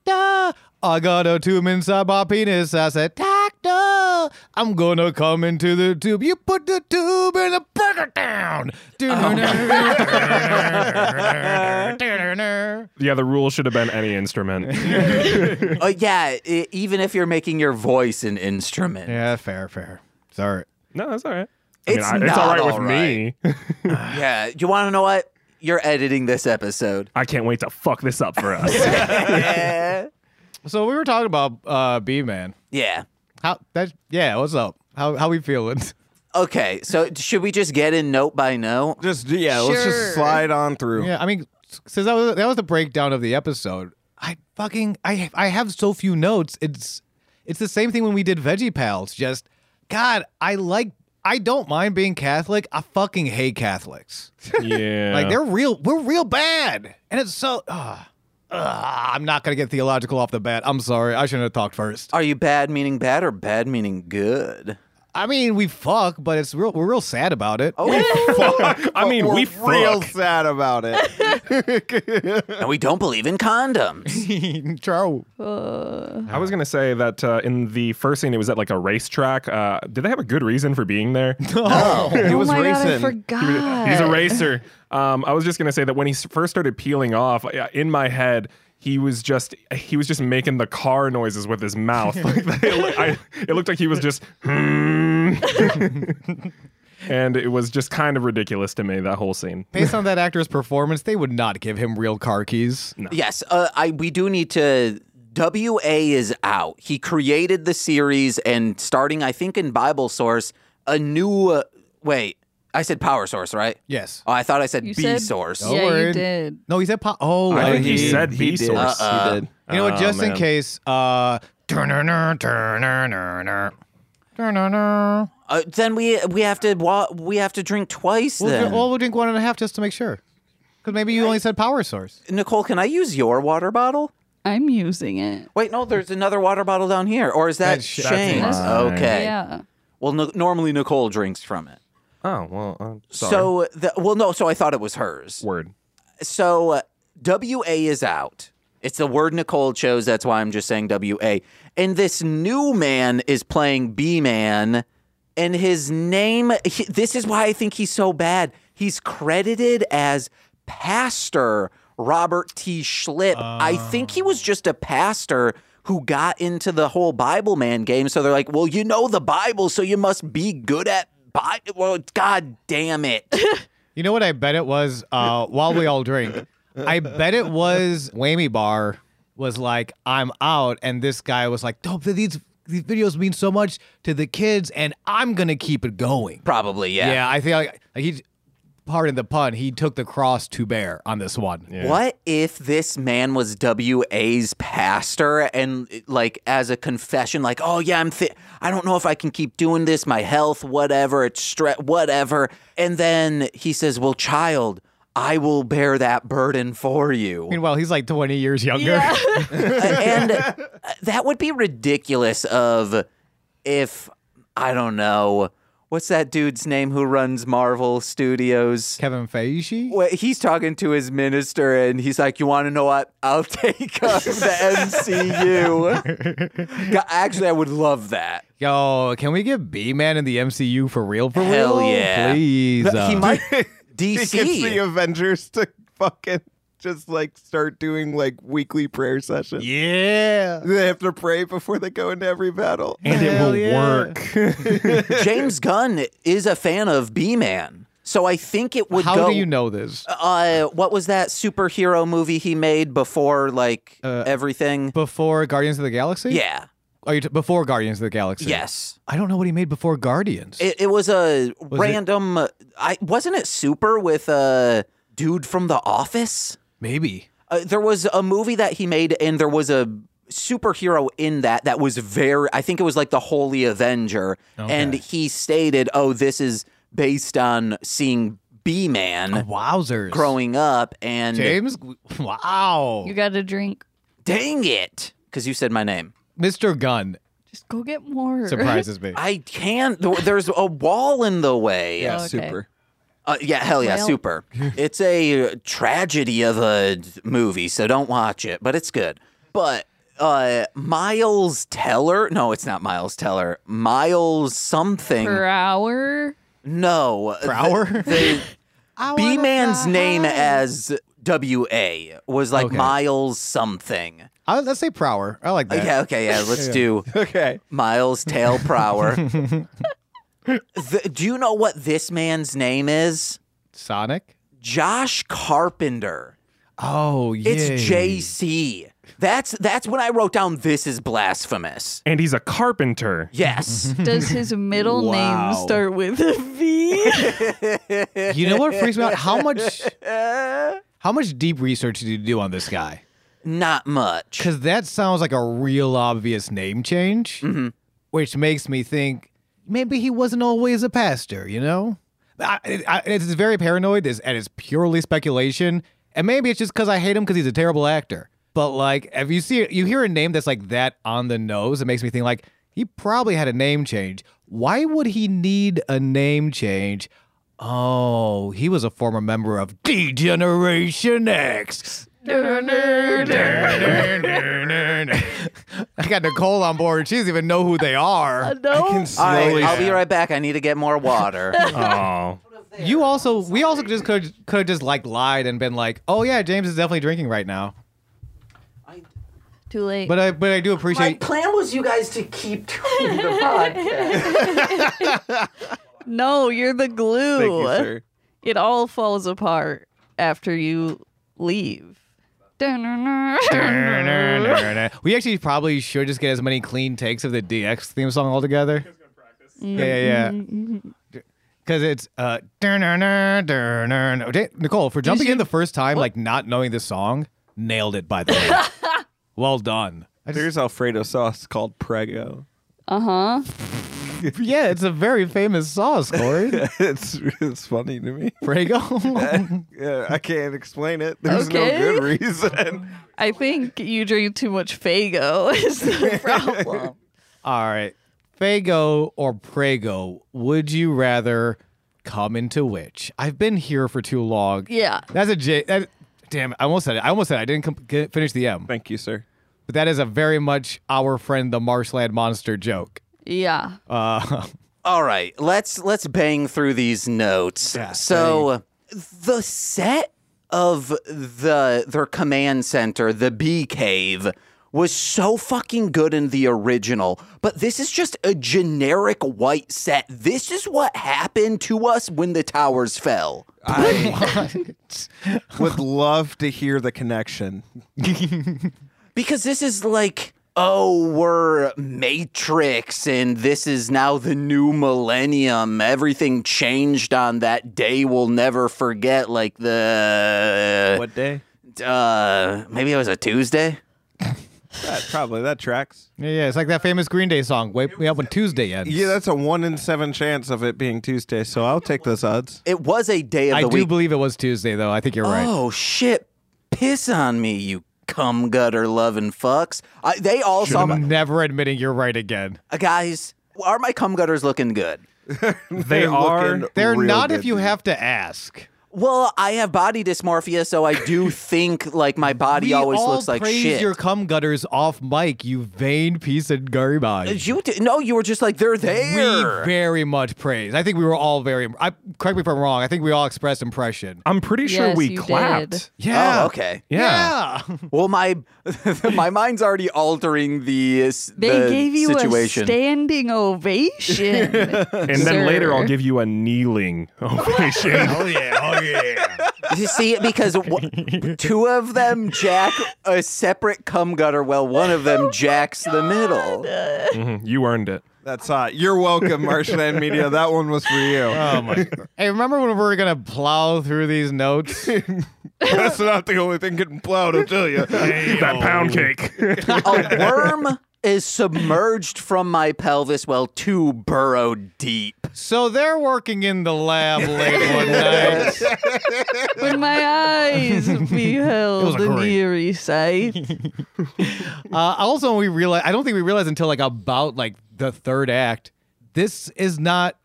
Speaker 8: doctor, I got a tube inside my penis. I said, doctor, I'm gonna come into the tube. You put the tube in the burger down.
Speaker 6: Yeah, the rule should have been any instrument.
Speaker 1: Uh, yeah, e- even if you're making your voice an instrument.
Speaker 8: yeah, fair, fair. Sorry.
Speaker 6: No, that's all right.
Speaker 1: It's
Speaker 6: I mean, I, it's all
Speaker 1: not
Speaker 6: right with
Speaker 1: all
Speaker 6: me.
Speaker 1: Yeah, you want to know what? You're editing this episode.
Speaker 6: I can't wait to fuck this up for us.
Speaker 1: yeah.
Speaker 8: So we were talking about uh, B man.
Speaker 1: Yeah.
Speaker 8: How that? Yeah, what's up? How how we
Speaker 7: (laughs)
Speaker 8: feeling?
Speaker 1: Okay, so should we just get in note by note?
Speaker 7: Just yeah, let's just
Speaker 2: Sure.
Speaker 7: slide on through. (laughs)
Speaker 8: Yeah, I mean, since that was that was the breakdown of the episode, I fucking I I have so few notes. It's it's the same thing when we did Veggie Pals. Just God, I like I don't mind being Catholic. I fucking hate Catholics.
Speaker 6: yeah.
Speaker 8: Like they're real, we're real bad, and it's so. Uh, I'm not gonna get theological off the bat. I'm sorry. I shouldn't have talked first.
Speaker 1: Are you bad meaning bad or bad meaning good?
Speaker 8: I mean, we fuck, but it's real. We're real sad about it.
Speaker 1: Oh,
Speaker 8: (laughs)
Speaker 6: I mean,
Speaker 7: We're
Speaker 6: we
Speaker 7: real
Speaker 6: fuck.
Speaker 7: sad about it.
Speaker 1: and we don't believe in condoms.
Speaker 8: True.
Speaker 6: I was gonna say that uh, in the first scene, it was at like a racetrack. Uh, did they have a good reason for being (laughs) there?
Speaker 7: He was
Speaker 2: oh my god, I
Speaker 7: racing.
Speaker 2: forgot.
Speaker 6: He's a racer. Um, I was just gonna say that when he s- first started peeling off, I- in my head, he was just he was just making the car noises with his mouth. (laughs) Like, they- I- it looked like he was just. "Hmm." (laughs) And it was just kind of ridiculous to me that whole scene.
Speaker 8: Based on that actor's performance, they would not give him real car keys.
Speaker 1: Yes, uh, I we do need to. WA is out. He created the series and starting, I think, in Bible Source, a new. Uh, wait, I said Power Source, right?
Speaker 8: Yes.
Speaker 1: Oh, I thought I said
Speaker 2: You
Speaker 1: B
Speaker 2: said-
Speaker 1: Source.
Speaker 8: Don't
Speaker 2: Yeah, you
Speaker 8: worry.
Speaker 2: did.
Speaker 8: No, he said po- oh,
Speaker 6: I
Speaker 8: uh,
Speaker 6: think he said he
Speaker 7: did.
Speaker 6: sourced.
Speaker 8: Uh-uh.
Speaker 7: He did.
Speaker 8: You know what?
Speaker 6: Oh,
Speaker 8: Just in
Speaker 6: man.
Speaker 8: case, uh, turner, turner, turner,
Speaker 1: Uh, then we we have to wa- we have to drink twice.
Speaker 8: We'll,
Speaker 1: then
Speaker 8: dr- well, we'll drink one and a half just to make sure, because maybe you only said power source.
Speaker 1: Nicole, can I use your water bottle?
Speaker 2: I'm using it.
Speaker 1: Wait, no, there's another water bottle down here, or is that
Speaker 8: That's- that's
Speaker 1: Shane's?
Speaker 6: mine.
Speaker 1: okay.
Speaker 2: Yeah.
Speaker 1: Well, no, normally Nicole drinks from it.
Speaker 6: Oh well, I'm sorry.
Speaker 1: So the well, no. So I thought it was hers.
Speaker 6: word.
Speaker 1: So uh, WA is out. It's the word Nicole chose. That's why I'm just saying WA. And this new man is playing B man, and his name. he- this is why I think he's so bad. He's credited as Pastor Robert T. Schlip. I think he was just a pastor who got into the whole Bible man game. So they're like, well, you know the Bible, so you must be good at Bible. Well, God damn it. (laughs)
Speaker 8: You know what I bet it was uh, while we all drink? I bet it was Whammy Bar was like, I'm out. And this guy was like, dope, these, these videos mean so much to the kids and I'm going to keep it going.
Speaker 1: Probably,
Speaker 8: Yeah, I think like, like he, pardon the pun, he took the cross to bear on this one.
Speaker 1: What if this man was WA's pastor and like as a confession like oh yeah I'm thi- I don't know if I can keep doing this my health whatever it's stre- whatever and then he says well child I will bear that burden for you
Speaker 8: Meanwhile, he's like 20 years younger.
Speaker 2: Yeah.
Speaker 1: and uh, that would be ridiculous of if I don't know what's that dude's name who runs Marvel Studios
Speaker 8: (laughs) Kevin Feige?
Speaker 1: Wait, he's talking to his minister and he's like, You want to know what? I'll (laughs) take up the MCU. God, Actually, I would love that.
Speaker 8: Yo, can we get B Man in the MCU for real? For
Speaker 1: Hell
Speaker 8: real?
Speaker 1: yeah.
Speaker 8: Please.
Speaker 1: He
Speaker 8: uh,
Speaker 1: might.
Speaker 7: He gets the (laughs)
Speaker 1: DC.
Speaker 7: Avengers to fucking just like start doing like weekly prayer sessions.
Speaker 8: yeah.
Speaker 7: They have to pray before they go into every battle. (laughs)
Speaker 6: And it
Speaker 8: Hell
Speaker 6: will
Speaker 8: yeah.
Speaker 6: work.
Speaker 1: James Gunn is a fan of B Man. So I think it would
Speaker 8: How
Speaker 1: go.
Speaker 8: do you know this?
Speaker 1: Uh, what was that superhero movie he made before, like, everything?
Speaker 8: Before Guardians of the Galaxy?
Speaker 1: Yeah.
Speaker 8: Are you t- before Guardians of the Galaxy?
Speaker 1: Yes.
Speaker 8: I don't know what he made before Guardians.
Speaker 1: It, it was a random. I Wasn't it Super with a dude from The Office?
Speaker 8: Maybe.
Speaker 1: Uh, there was a movie that he made, and there was a superhero in that that was very. I think it was like the Holy Avenger, and he stated, "Oh, this is based on seeing B
Speaker 8: Oh,
Speaker 1: Man
Speaker 8: Wowzers.
Speaker 1: growing up." And
Speaker 8: James, (laughs) wow.
Speaker 2: you got a drink.
Speaker 1: dang it, because you said my name,
Speaker 8: Mr. Gunn
Speaker 2: Just go get more.
Speaker 1: (laughs)
Speaker 8: surprises me.
Speaker 1: I can't. th- There's a wall in the way.
Speaker 2: Yeah, Oh, Okay.
Speaker 7: Super.
Speaker 1: Uh, yeah, hell yeah,
Speaker 2: Well-
Speaker 1: super. it's a tragedy of a d- movie, so don't watch it, but it's good. But uh, Miles Teller, no, it's not Miles Teller. Miles something.
Speaker 2: (laughs) per hour.
Speaker 1: no,
Speaker 8: Brower?
Speaker 1: B man's name as W A was like
Speaker 8: Okay. Uh,
Speaker 1: Miles something.
Speaker 8: I, let's say Prower. I like that. (laughs)
Speaker 1: Yeah, okay, yeah. Let's do
Speaker 7: Okay.
Speaker 1: Miles Tail Prower. The- do you know what this man's name is?
Speaker 8: Sonic.
Speaker 1: Josh Carpenter.
Speaker 8: Oh, yeah.
Speaker 1: It's JC. That's that's when I wrote down this is blasphemous.
Speaker 6: and he's a carpenter.
Speaker 1: Yes.
Speaker 2: Does his
Speaker 7: (laughs)
Speaker 2: middle
Speaker 7: Wow.
Speaker 2: name start with a V?
Speaker 7: (laughs)
Speaker 8: You know what freaks me out? How much?
Speaker 1: Uh,
Speaker 8: How much deep research did you do on this guy?
Speaker 1: Not much.
Speaker 8: Because that sounds like a real obvious name change, which makes me think maybe he wasn't always a pastor, you know? I, I, it's very paranoid it's, and it's purely speculation. And maybe it's just because I hate him because he's a terrible actor. But like, if you see, you hear a name that's like that on the nose, it makes me think like he probably had a name change. Why would he need a name change? Oh, he was a former member of D Generation X. I got Nicole on board. She doesn't even know who they are.
Speaker 2: no.
Speaker 1: All right,
Speaker 7: Slowly-
Speaker 1: I'll be right back. I need to get more water.
Speaker 6: Oh,
Speaker 8: You also, we also just could could have just like lied and been like, "Oh yeah, James is definitely drinking right now."
Speaker 2: Too late.
Speaker 8: But uh, I but I do appreciate.
Speaker 1: plan was you guys to keep doing the podcast.
Speaker 2: no, you're the glue.
Speaker 7: Thank you, sir.
Speaker 2: It all falls apart after you leave.
Speaker 8: we actually probably should just get as many clean takes of the DX theme song altogether. Yeah, yeah, yeah. Because it's uh, Okay, Nicole for jumping in the first time, like not knowing the song, nailed it. By the way, well done. I just-
Speaker 7: There's Alfredo sauce called Prego. (laughs)
Speaker 2: Uh huh.
Speaker 8: yeah, it's a very famous sauce, Corey.
Speaker 7: (laughs) it's it's funny to me. (laughs)
Speaker 8: Prego.
Speaker 7: Yeah, I can't explain it. There's
Speaker 2: Okay.
Speaker 7: no good
Speaker 8: (laughs)
Speaker 7: reason.
Speaker 2: I think you drink too much Fago (laughs) is the problem.
Speaker 8: All right. Fago or Prego, would you rather come into which. I've been here for too long.
Speaker 2: Yeah.
Speaker 8: That's a J. That, damn, it, I almost said it. I almost said it. I didn't com- get, finish the M.
Speaker 7: Thank you, sir.
Speaker 8: But that is a very much our friend the marshland monster joke.
Speaker 2: Yeah.
Speaker 8: Uh,
Speaker 1: All right, let's let's bang through these notes.
Speaker 8: Yeah,
Speaker 1: so the set of the their command center, the bee cave, was so fucking good in the original, but this is just a generic white set. This is what happened to us when the towers fell.
Speaker 2: (laughs)
Speaker 7: Would love to hear the connection.
Speaker 1: Because this is like, oh, we're Matrix and this is now the new millennium. Everything changed on that day we'll never forget. Like the.
Speaker 7: What day?
Speaker 1: Uh, maybe it was a Tuesday?
Speaker 7: That, probably that tracks.
Speaker 8: yeah, yeah, it's like that famous Green Day song, Wake Me Up When Tuesday Ends.
Speaker 7: Yeah, that's a one in seven chance of it being Tuesday, so I'll take those odds.
Speaker 1: It was a day of
Speaker 8: I
Speaker 1: the
Speaker 8: do
Speaker 1: week.
Speaker 8: believe it was Tuesday, though. I think you're right.
Speaker 1: Oh, shit. Piss on me, you cum gutter loving fucks. I, they all saw my.
Speaker 8: I'm never admitting you're right again.
Speaker 1: Uh, guys, are my cum gutters looking good?
Speaker 6: They are.
Speaker 7: looking
Speaker 8: They're
Speaker 7: real
Speaker 8: not
Speaker 7: good,
Speaker 8: if you
Speaker 7: dude.
Speaker 8: have to ask.
Speaker 1: Well, I have body dysmorphia, so I
Speaker 8: (laughs)
Speaker 1: do think like my body
Speaker 8: We
Speaker 1: always
Speaker 8: all
Speaker 1: looks like
Speaker 8: praise
Speaker 1: shit.
Speaker 8: your cum gutters off mic, you vain piece of garbage.
Speaker 1: You did, no, you were just like they're there. Oh,
Speaker 8: We very much praise. I think we were all very. I correct me if I'm wrong. I think we all expressed impression.
Speaker 6: I'm pretty sure
Speaker 2: Yes,
Speaker 6: we
Speaker 2: you
Speaker 6: clapped.
Speaker 2: did.
Speaker 8: Yeah.
Speaker 1: Oh, okay.
Speaker 6: Yeah.
Speaker 8: yeah. (laughs)
Speaker 1: Well, my (laughs) my mind's already altering the uh, s-
Speaker 2: They
Speaker 1: the
Speaker 2: gave you
Speaker 1: situation.
Speaker 2: a standing ovation.
Speaker 8: (laughs)
Speaker 6: And then later I'll give you a kneeling (laughs) ovation.
Speaker 8: Oh yeah. Oh yeah.
Speaker 1: (laughs) you see, because w- two of them jack a separate cum gutter, while one of
Speaker 2: Oh
Speaker 1: them jacks the middle.
Speaker 6: Mhm, (laughs) you earned it.
Speaker 7: That's hot. You're welcome, Marshland Media. That one was for you.
Speaker 8: Oh my. Hey, remember when we were gonna plow through these notes?
Speaker 7: (laughs) That's not the only thing getting plowed, I'll tell you.
Speaker 6: That pound cake.
Speaker 1: A worm is submerged from my pelvis, while two burrow deep.
Speaker 8: so they're working in the lab late one night.
Speaker 2: when my eyes
Speaker 8: was
Speaker 2: beheld
Speaker 8: a
Speaker 2: the
Speaker 8: great-
Speaker 2: eerie sight.
Speaker 8: Uh, also, we realize I don't think we realized until like about like the third act. This is not.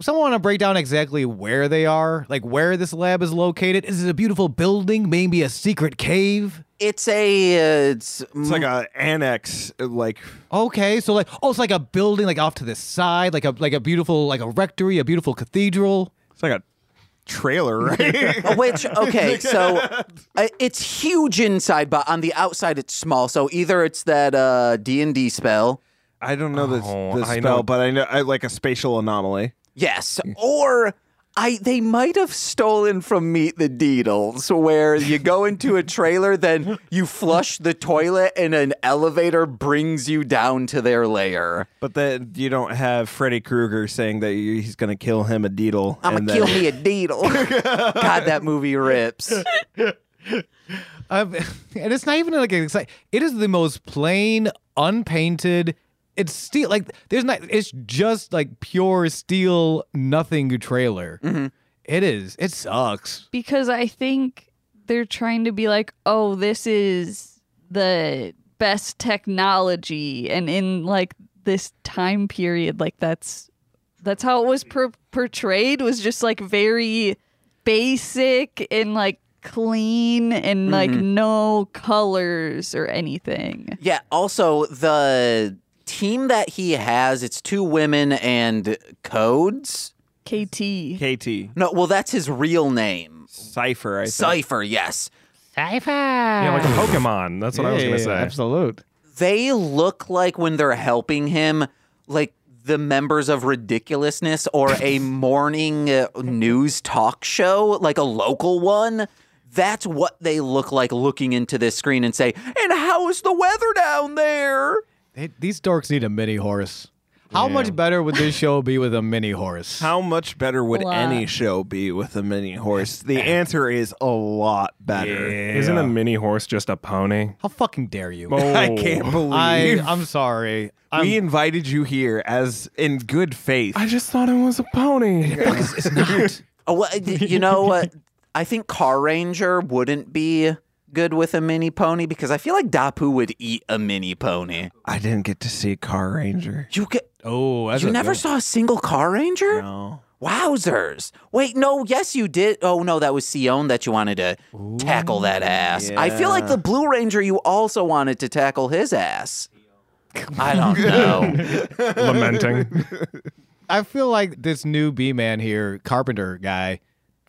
Speaker 8: Someone want to break down exactly where they are, like where this lab is located. Is it a beautiful building? Maybe a secret cave?
Speaker 1: It's a uh, it's,
Speaker 7: It's like a annex, like
Speaker 8: Okay, so like oh, it's like a building like off to the side, like a like a beautiful like a rectory, a beautiful cathedral.
Speaker 7: it's like a trailer, right? (laughs)
Speaker 1: Which okay, so uh, it's huge inside, but on the outside it's small. So either it's that uh, D and D spell,
Speaker 7: I don't know this,
Speaker 6: Oh,
Speaker 7: this
Speaker 6: I
Speaker 7: spell,
Speaker 6: know-
Speaker 7: but I know I like a spatial anomaly.
Speaker 1: yes, or I they might have stolen from Meet the Deedles, where you go into a trailer, then you flush the toilet, and an elevator brings you down to their lair.
Speaker 7: But then you don't have Freddy Krueger saying that you- he's going to kill him a deedle.
Speaker 1: I'ma
Speaker 7: and
Speaker 1: kill
Speaker 7: then- (laughs)
Speaker 1: me a Deedle. God, that movie rips.
Speaker 8: Uh, (laughs) and it's not even like an exci- It is the most plain, unpainted. It's steel. Like there's not. It's just like pure steel, nothing trailer. It is. It sucks.
Speaker 2: because I think they're trying to be like, oh, this is the best technology, and in like this time period, like that's that's how it was per- portrayed was just like very basic and like clean and
Speaker 8: Mm-hmm.
Speaker 2: like no colors or anything.
Speaker 1: Yeah. Also, the team that he has, it's two women and codes.
Speaker 2: KT.
Speaker 7: KT.
Speaker 1: No, well, that's his real name.
Speaker 7: Cypher, I think.
Speaker 1: Cypher, yes.
Speaker 6: Yeah, like a
Speaker 8: Uh,
Speaker 6: Pokemon. That's what I was going to say.
Speaker 8: Absolute.
Speaker 1: They look like when they're helping him, like the members of Ridiculousness or a morning uh, news talk show, like a local one. That's what they look like looking into this screen and say, and how is the weather down there?
Speaker 8: They, these dorks need a mini horse. How much better would this show be with a mini horse?
Speaker 7: How much better would
Speaker 2: A lot.
Speaker 7: any show be with a mini horse? The answer is a lot better.
Speaker 6: Isn't a mini horse just a pony?
Speaker 8: (laughs)
Speaker 6: Oh.
Speaker 8: How fucking dare you?
Speaker 7: I can't believe
Speaker 8: I, I'm sorry. I'm,
Speaker 7: we invited you here as in good faith.
Speaker 6: I just thought it was a
Speaker 8: (laughs)
Speaker 6: pony.
Speaker 1: Oh, well, uh, d- you know, uh, I think Car Ranger wouldn't be good with a mini pony because I feel like Dapu would eat a mini pony.
Speaker 7: I didn't get to see Car Ranger.
Speaker 1: You get
Speaker 8: oh, that's
Speaker 1: you
Speaker 8: a
Speaker 1: never
Speaker 8: good-
Speaker 1: saw a single Car Ranger?
Speaker 7: No.
Speaker 1: Wowzers. Wait, no, yes, you did. Oh, no, that was Sion that you wanted to tackle that ass. I feel like the Blue Ranger, you also wanted to tackle his ass. I don't know.
Speaker 6: (laughs) lamenting.
Speaker 8: I feel like this new B man here, Carpenter guy,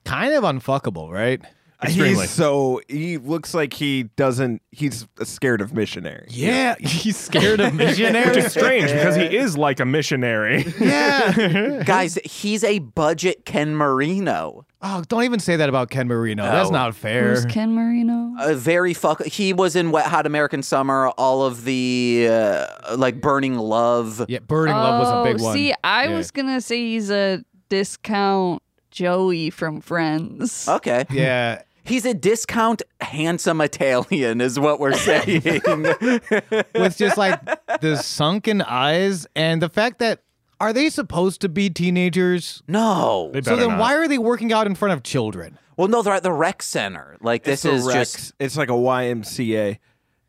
Speaker 8: kind of unfuckable, right?
Speaker 6: Extremely.
Speaker 7: He's so he looks like he doesn't. He's scared of missionary.
Speaker 8: Yeah, (laughs) he's scared of
Speaker 6: Which
Speaker 8: missionaries.
Speaker 6: is strange because he is like a
Speaker 8: (laughs)
Speaker 6: missionary.
Speaker 8: yeah.
Speaker 1: Guys, he's a budget Ken Marino.
Speaker 8: (laughs) Oh, don't even say that about Ken Marino. That's
Speaker 1: No.
Speaker 8: not fair.
Speaker 2: Who's Ken Marino?
Speaker 8: Uh,
Speaker 1: A very fuck. He was in Wet Hot American Summer, all of the uh, like Burning Love.
Speaker 8: Yeah, Burning Love was a big
Speaker 2: Oh,
Speaker 8: one.
Speaker 2: See, I
Speaker 8: Yeah.
Speaker 2: was gonna say he's a discount Joey from Friends.
Speaker 1: Okay.
Speaker 8: Yeah.
Speaker 1: He's a discount handsome Italian, is what we're saying.
Speaker 8: With just like
Speaker 2: (laughs)
Speaker 8: the sunken eyes and the fact that are they supposed to be teenagers?
Speaker 1: no.
Speaker 6: They
Speaker 8: So
Speaker 6: better
Speaker 8: then
Speaker 6: not.
Speaker 8: why are they working out in front of children?
Speaker 1: Well, no, they're at the rec center. Like, this
Speaker 7: It's a
Speaker 1: is
Speaker 7: Rex.
Speaker 1: just.
Speaker 7: It's like a YMCA.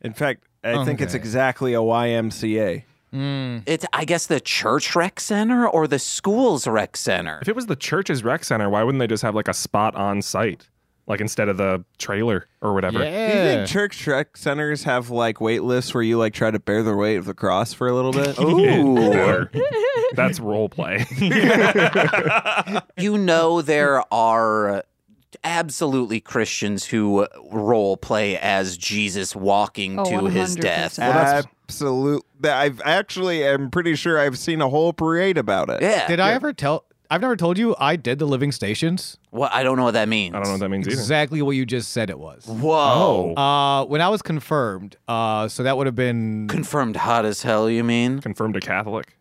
Speaker 7: In fact, I think it's
Speaker 8: Okay.
Speaker 7: exactly a YMCA.
Speaker 1: It's, I guess, the church rec center or the school's rec center.
Speaker 6: If it was the church's rec center, why wouldn't they just have like a spot on site, like instead of the trailer or whatever?
Speaker 7: Do you think church trek centers have like wait lists where you like try to bear the weight of the cross for a
Speaker 8: (laughs)
Speaker 7: little bit?
Speaker 1: Ooh.
Speaker 6: Better. That's role play.
Speaker 1: you know there are absolutely Christians who role play as Jesus walking
Speaker 2: Oh,
Speaker 1: to his death.
Speaker 2: 100%.
Speaker 7: Absolute. that- I've actually am pretty sure I've seen a whole parade about it.
Speaker 1: Yeah.
Speaker 8: Did I ever tell I've never told you I did the living stations?
Speaker 1: Well, I don't know what that means.
Speaker 6: I don't know what Oh. that means either.
Speaker 8: Exactly what you just said it was.
Speaker 1: Whoa.
Speaker 8: Uh, when I was confirmed, uh, so that would
Speaker 6: (laughs)
Speaker 8: have been
Speaker 1: Confirmed hot as hell, you mean?
Speaker 6: Confirmed a Catholic.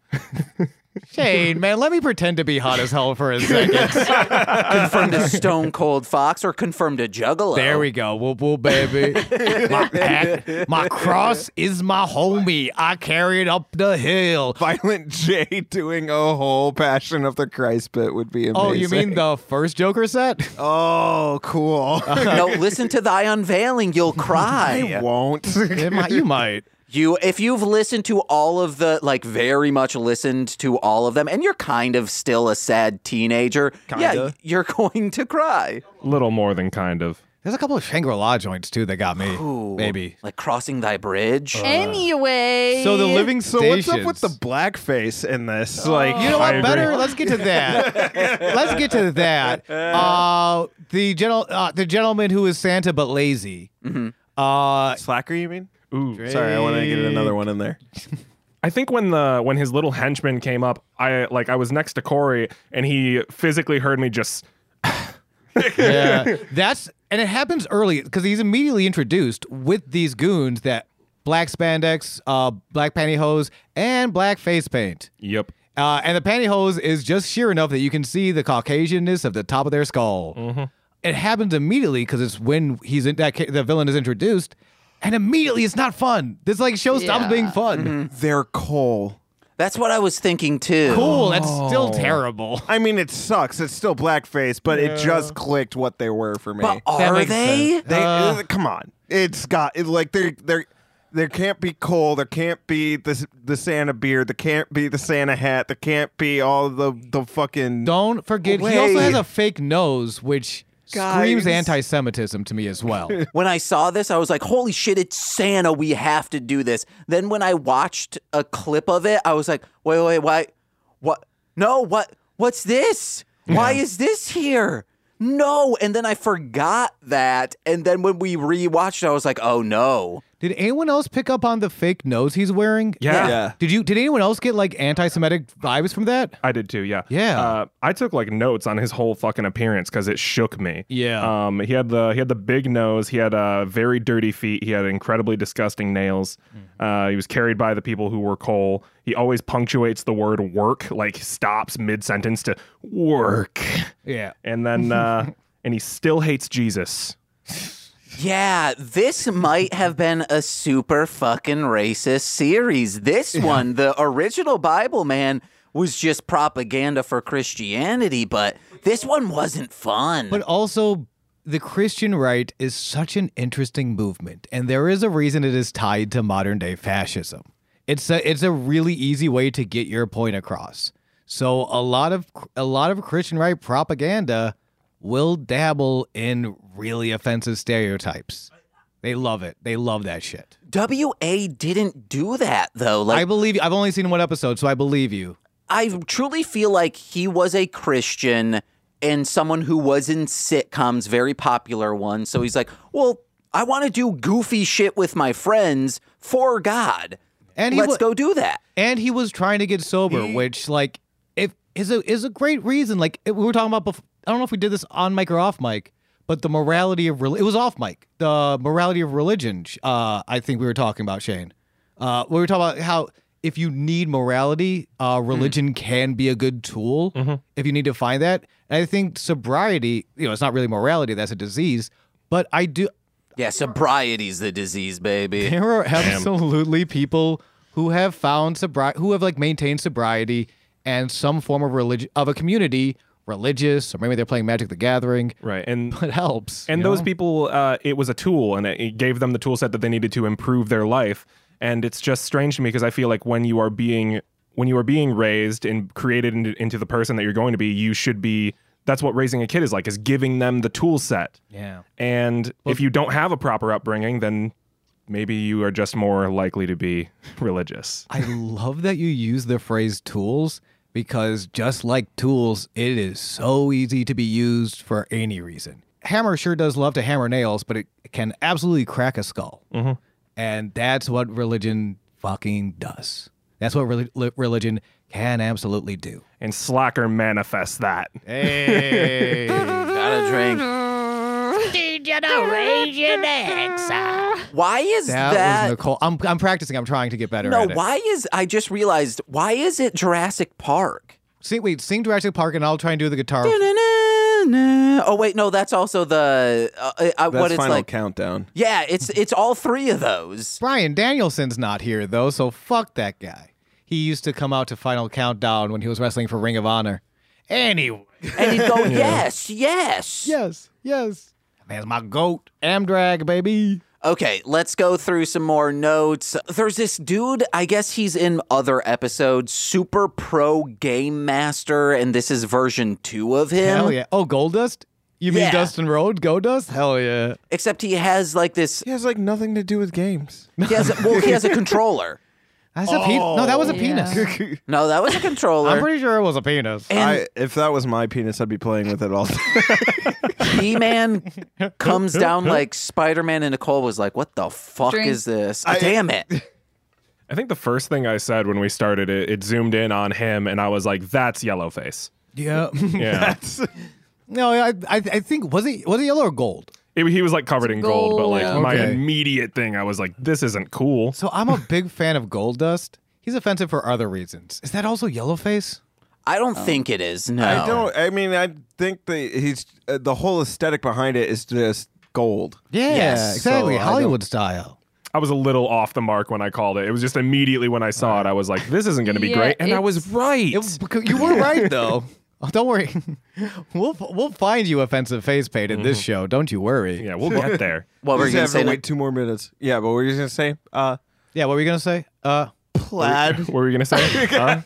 Speaker 8: Shane. Man, let me pretend to be hot as hell for
Speaker 6: (laughs)
Speaker 8: a second.
Speaker 1: Confirmed a stone cold fox or confirmed a juggalo?
Speaker 8: there we go. Whoop whoop, baby. (laughs) my pack, my cross is my homie. I carry it up the hill.
Speaker 7: Violent (laughs) J doing a whole Passion of the Christ bit would be amazing.
Speaker 8: Oh, you mean the first Joker set?
Speaker 7: (laughs) Oh,
Speaker 8: (laughs)
Speaker 7: cool.
Speaker 1: No, listen to thy unveiling,
Speaker 6: (laughs)
Speaker 1: you'll cry.
Speaker 7: Won't.
Speaker 8: It might- you might.
Speaker 1: You if you've listened to all of the like very much listened to all of them and you're kind of still a sad teenager, yeah,
Speaker 7: Kinda.
Speaker 1: you're (laughs) going to cry.
Speaker 6: Little more than kind of.
Speaker 8: There's a couple of Shangri La joints too that got me. Maybe.
Speaker 1: Like crossing thy bridge.
Speaker 8: Uh.
Speaker 2: Anyway,
Speaker 8: So the living
Speaker 7: So
Speaker 8: stations.
Speaker 7: what's up with the blackface in this? Like,
Speaker 8: You know
Speaker 6: I
Speaker 8: what?
Speaker 6: agree.
Speaker 8: Better. Let's get to (laughs) that. let's get to that. Uh, the gentle, uh, the gentleman who is Santa but lazy. Uh,
Speaker 7: slacker, you mean?
Speaker 6: Ooh.
Speaker 7: Sorry, I want to get another one in there.
Speaker 6: I think when the when his little henchman came up, I like I was next to Corey and he physically heard me just
Speaker 8: yeah, that's and it happens early because he's immediately introduced with these goons that black spandex, uh, black pantyhose, and black face paint.
Speaker 6: Yep.
Speaker 8: Uh, and the pantyhose is just sheer enough that you can see the Caucasianness of the top of their skull. It happens immediately because it's when he's in, that ca- the villain is introduced, and immediately it's not fun. This like show stops
Speaker 2: Yeah.
Speaker 8: being fun.
Speaker 7: They're coal.
Speaker 1: That's what I was thinking too.
Speaker 8: Cool, that's still terrible.
Speaker 7: I mean, it sucks. It's still blackface, but it just clicked what they were for me.
Speaker 1: But
Speaker 8: That
Speaker 1: are
Speaker 8: makes
Speaker 1: they?
Speaker 8: sense.
Speaker 7: they, uh, come on, it's got it, like they're they're. There can't be coal. There can't be the the Santa beard. There can't be the Santa hat. There can't be all the the fucking.
Speaker 8: Don't forget, he also has a fake nose, which screams
Speaker 7: Guys.
Speaker 8: anti-Semitism to me as well.
Speaker 1: When I saw this, I was like, holy shit, it's Santa. We have to do this. Then when I watched a clip of it, I was like, wait, wait, why? What? No, what? What's this? Why is this here? No. And then I forgot that. And then when we rewatched it, I was like, oh no.
Speaker 8: Did anyone else pick up on the fake nose he's wearing?
Speaker 6: Yeah.
Speaker 7: Yeah.
Speaker 8: Did you? Did anyone else get like anti-Semitic vibes from that?
Speaker 6: I did too, yeah.
Speaker 8: Yeah.
Speaker 6: Uh, I took like notes on his whole fucking appearance because it shook me.
Speaker 8: Yeah.
Speaker 6: Um, he had the he had the big nose. He had uh, very dirty feet. He had incredibly disgusting nails.
Speaker 8: Mm.
Speaker 6: Uh, he was carried by the people who were coal. He always punctuates the word work, like stops mid sentence to work,
Speaker 8: Yeah.
Speaker 6: and then
Speaker 8: (laughs)
Speaker 6: uh, and he still hates Jesus.
Speaker 1: Yeah, this might have been a super fucking racist series. This one, the original Bible Man, was just propaganda for Christianity, but this one wasn't fun.
Speaker 8: But also, the Christian right is such an interesting movement, and there is a reason it is tied to modern day fascism. It's a it's a really easy way to get your point across. So a lot of a lot of Christian right propaganda will dabble in really offensive stereotypes. They love it. They love that shit.
Speaker 1: WA didn't do that though. Like
Speaker 8: I believe I've only seen one episode, so I believe you.
Speaker 1: I truly feel like he was a Christian and someone who was in sitcoms, very popular ones. So he's like, well, I want to do goofy shit with my friends for God.
Speaker 8: And he
Speaker 1: Let's
Speaker 8: wa-
Speaker 1: go Mm. do that.
Speaker 8: and he was trying to get sober, which like if is a is a great reason. Like it- we were talking about, before, I don't know if we did this on mic or off mic, but the morality of rel- it was off mic. The morality of religion. sh- Uh, I think we were talking about Shane. Uh, we were talking about how if you need morality, uh,
Speaker 1: Mm.
Speaker 8: religion can be a good tool
Speaker 1: Mm-hmm.
Speaker 8: if you need to find that. And I think sobriety, you know, it's not really morality. That's a disease. But I do
Speaker 1: Yeah, sobriety's the disease, baby.
Speaker 8: there are absolutely people who have found sobriety, who have like maintained sobriety and some form of religion of a community, religious, or maybe they're playing Magic the Gathering. (laughs)
Speaker 6: Right. And
Speaker 8: It helps.
Speaker 6: and
Speaker 8: you
Speaker 6: those
Speaker 8: know?
Speaker 6: people, uh, it was a tool, and it, it gave them the tool set that they needed to improve their life. And it's just strange to me because I feel like when you are being when you are being raised and created into, into the person that you're going to be, you should be. That's what raising a kid is like: is giving them the tool set.
Speaker 8: Yeah.
Speaker 6: And if you don't have a proper upbringing, then maybe you are just more likely to be (laughs) religious.
Speaker 8: I love that you use the phrase tools because just like tools, it is so easy to be used for any reason. Hammer sure does love to hammer nails, but it can absolutely crack a skull. And that's what religion fucking does. That's what reli- li- religion can absolutely do.
Speaker 6: And Slacker manifests that.
Speaker 1: (laughs) Gotta drink.
Speaker 3: Degeneration Exile.
Speaker 1: Why is
Speaker 8: That,
Speaker 1: that?
Speaker 8: was Nicole. I'm, I'm practicing. I'm trying to get better
Speaker 1: no,
Speaker 8: at it.
Speaker 1: why is I just realized why is it Jurassic Park?
Speaker 8: Sing, wait, sing Jurassic Park, and I'll try and do the guitar.
Speaker 1: Na-na-na. Oh wait, no, that's also the uh, uh, uh,
Speaker 7: That's
Speaker 1: what it's
Speaker 7: final
Speaker 1: like.
Speaker 7: countdown.
Speaker 1: Yeah, it's it's all three of those.
Speaker 8: Brian Danielson's not here though, so fuck that guy. He used to come out to Final Countdown when he was wrestling for Ring of Honor. Anyway,
Speaker 1: And he'd
Speaker 8: (laughs)
Speaker 1: go, yes, yes.
Speaker 8: yes, yes. That's my goat, Amdrag baby.
Speaker 1: Okay, let's go through some more notes. There's this dude, I guess he's in other episodes, super pro game master, and this is version two of him.
Speaker 8: Hell yeah. Oh, Goldust. You mean
Speaker 1: Yeah.
Speaker 8: Dustin Road? Goldust? Hell yeah.
Speaker 1: Except he has like this
Speaker 7: He has like nothing to do with games.
Speaker 1: he has a, well, he
Speaker 8: (laughs)
Speaker 1: has a controller.
Speaker 8: That's a penis. No, that was
Speaker 1: Oh,
Speaker 8: a penis.
Speaker 1: No, that was a
Speaker 8: I'm
Speaker 1: controller.
Speaker 8: pretty sure it was a penis.
Speaker 7: I, if that was my penis, I'd be playing with it all day.
Speaker 1: He
Speaker 8: (laughs)
Speaker 1: Man comes down like Spider Man, and Nicole was like, What the fuck
Speaker 2: Drink.
Speaker 1: is this? Damn it.
Speaker 6: I think the first thing I said when we started it, it zoomed in on him, and I was like, "That's yellowface."
Speaker 8: yeah. (laughs)
Speaker 6: Yeah,
Speaker 8: no, I, I I think was it was it yellow or gold?
Speaker 6: It- he was like covered in gold, but like
Speaker 2: Gold.
Speaker 6: my
Speaker 8: Okay.
Speaker 6: immediate thing, I was like, "This isn't cool."
Speaker 8: So I'm (laughs) a big fan of Goldust. He's offensive for other reasons. Is that also Yellowface?
Speaker 1: I don't
Speaker 8: Oh.
Speaker 1: think it is. (laughs) No.
Speaker 7: I don't. I mean, I think the he's uh, the whole aesthetic behind it is just gold.
Speaker 8: Yeah,
Speaker 1: Yes.
Speaker 8: exactly.
Speaker 7: So I
Speaker 8: Hollywood style.
Speaker 6: I was a little off the mark when I called it. It was just immediately when I saw it, I was like, "This isn't going to be
Speaker 2: Yeah,
Speaker 6: great," and I was
Speaker 2: it's-
Speaker 6: right.
Speaker 8: It- (laughs) because- you were right though. Oh, don't worry, (laughs) we'll we'll find you offensive face paint in this show. Don't you worry.
Speaker 6: yeah, we'll
Speaker 2: (laughs)
Speaker 6: get there.
Speaker 1: What were
Speaker 7: We
Speaker 1: you
Speaker 7: just
Speaker 1: going to
Speaker 7: have to
Speaker 1: say?
Speaker 7: wait two more minutes. Yeah, but what were you gonna say? Uh,
Speaker 8: Yeah, What were you gonna say? Uh,
Speaker 7: plaid
Speaker 6: what were you
Speaker 2: (laughs)
Speaker 6: going to say? Huh?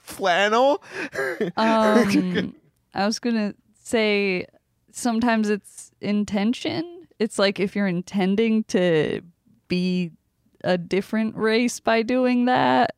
Speaker 7: flannel.
Speaker 2: (laughs)
Speaker 8: (laughs)
Speaker 2: Um, I was gonna say sometimes it's intention. It's like if you're intending to be a different race by doing that,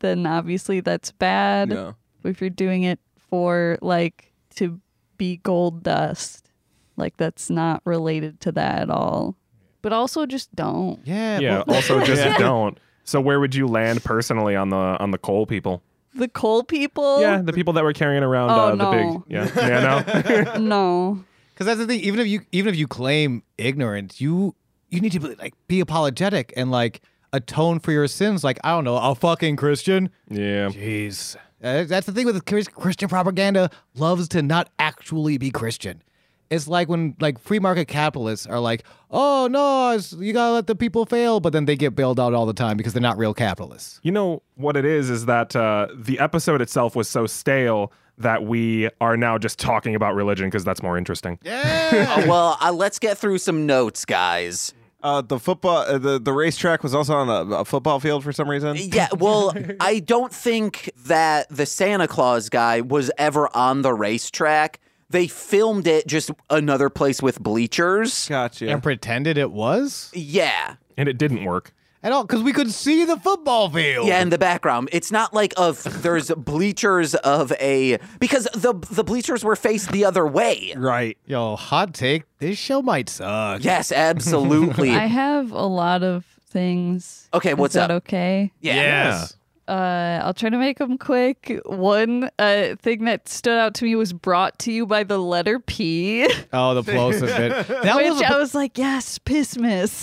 Speaker 2: then obviously that's bad.
Speaker 7: No.
Speaker 2: If you're doing it for like to be gold dust, like that's not related to that at all. But also just don't.
Speaker 8: yeah.
Speaker 6: Yeah.
Speaker 8: well- (laughs)
Speaker 6: Also, just
Speaker 8: Yeah.
Speaker 6: don't. So, where would you land personally on the on the coal people?
Speaker 2: The coal people?
Speaker 6: Yeah, the people that were carrying around
Speaker 2: Oh,
Speaker 6: uh, the
Speaker 2: no.
Speaker 6: big. Yeah, yeah,
Speaker 2: (laughs)
Speaker 6: no.
Speaker 2: No.
Speaker 8: Because that's the thing. Even if you even if you claim ignorance, you you need to be, like be apologetic and like atone for your sins. Like I don't know, a fucking Christian.
Speaker 6: yeah.
Speaker 8: Jeez. Uh, that's the thing with Chris- Christian propaganda loves to not actually be Christian. It's like when like free market capitalists are like, "Oh no, it's, you got to let the people fail," but then they get bailed out all the time because they're not real capitalists.
Speaker 6: (laughs) You know what it is is that uh, the episode itself was so stale that we are now just
Speaker 1: Oh,
Speaker 6: talking about religion because that's more interesting.
Speaker 8: Yeah.
Speaker 1: well, uh, let's get through some notes, guys.
Speaker 7: Uh, the football, uh, the the racetrack was also on a, a football field for some reason.
Speaker 1: Yeah, well, I don't think that the Santa Claus guy was ever on the racetrack. They filmed it just another place with bleachers.
Speaker 7: Gotcha.
Speaker 8: and pretended it was
Speaker 1: Yeah.
Speaker 6: and it didn't work.
Speaker 8: at all because we could see the football field.
Speaker 1: Yeah, in the background. It's not like of there's bleachers of a because the the bleachers were faced the other way.
Speaker 7: right.
Speaker 8: Yo, hot take. This show might suck.
Speaker 1: Yes, absolutely.
Speaker 2: (laughs) I have a lot of things.
Speaker 1: Okay,
Speaker 2: Is
Speaker 1: what's
Speaker 2: that
Speaker 1: up?
Speaker 2: Okay.
Speaker 1: yeah.
Speaker 2: Uh, I'll try to make them quick. One uh, thing that stood out to me was brought to you by the letter P,
Speaker 8: Oh, the plosive bit.
Speaker 1: Oh,
Speaker 8: That
Speaker 2: which
Speaker 8: was
Speaker 2: I was like, yes, Pissmas.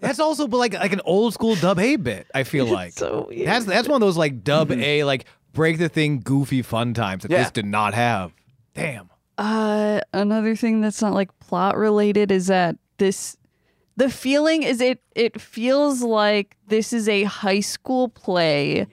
Speaker 8: that's also but like like an old school dub A bit. I feel
Speaker 2: (laughs)
Speaker 8: like
Speaker 2: so weird.
Speaker 8: that's that's one of those like dub A like break the thing goofy fun times that
Speaker 1: Yeah.
Speaker 8: this did not have. Damn.
Speaker 2: Uh, another thing that's not like plot related is that this, the feeling is it it feels like this is a high school play,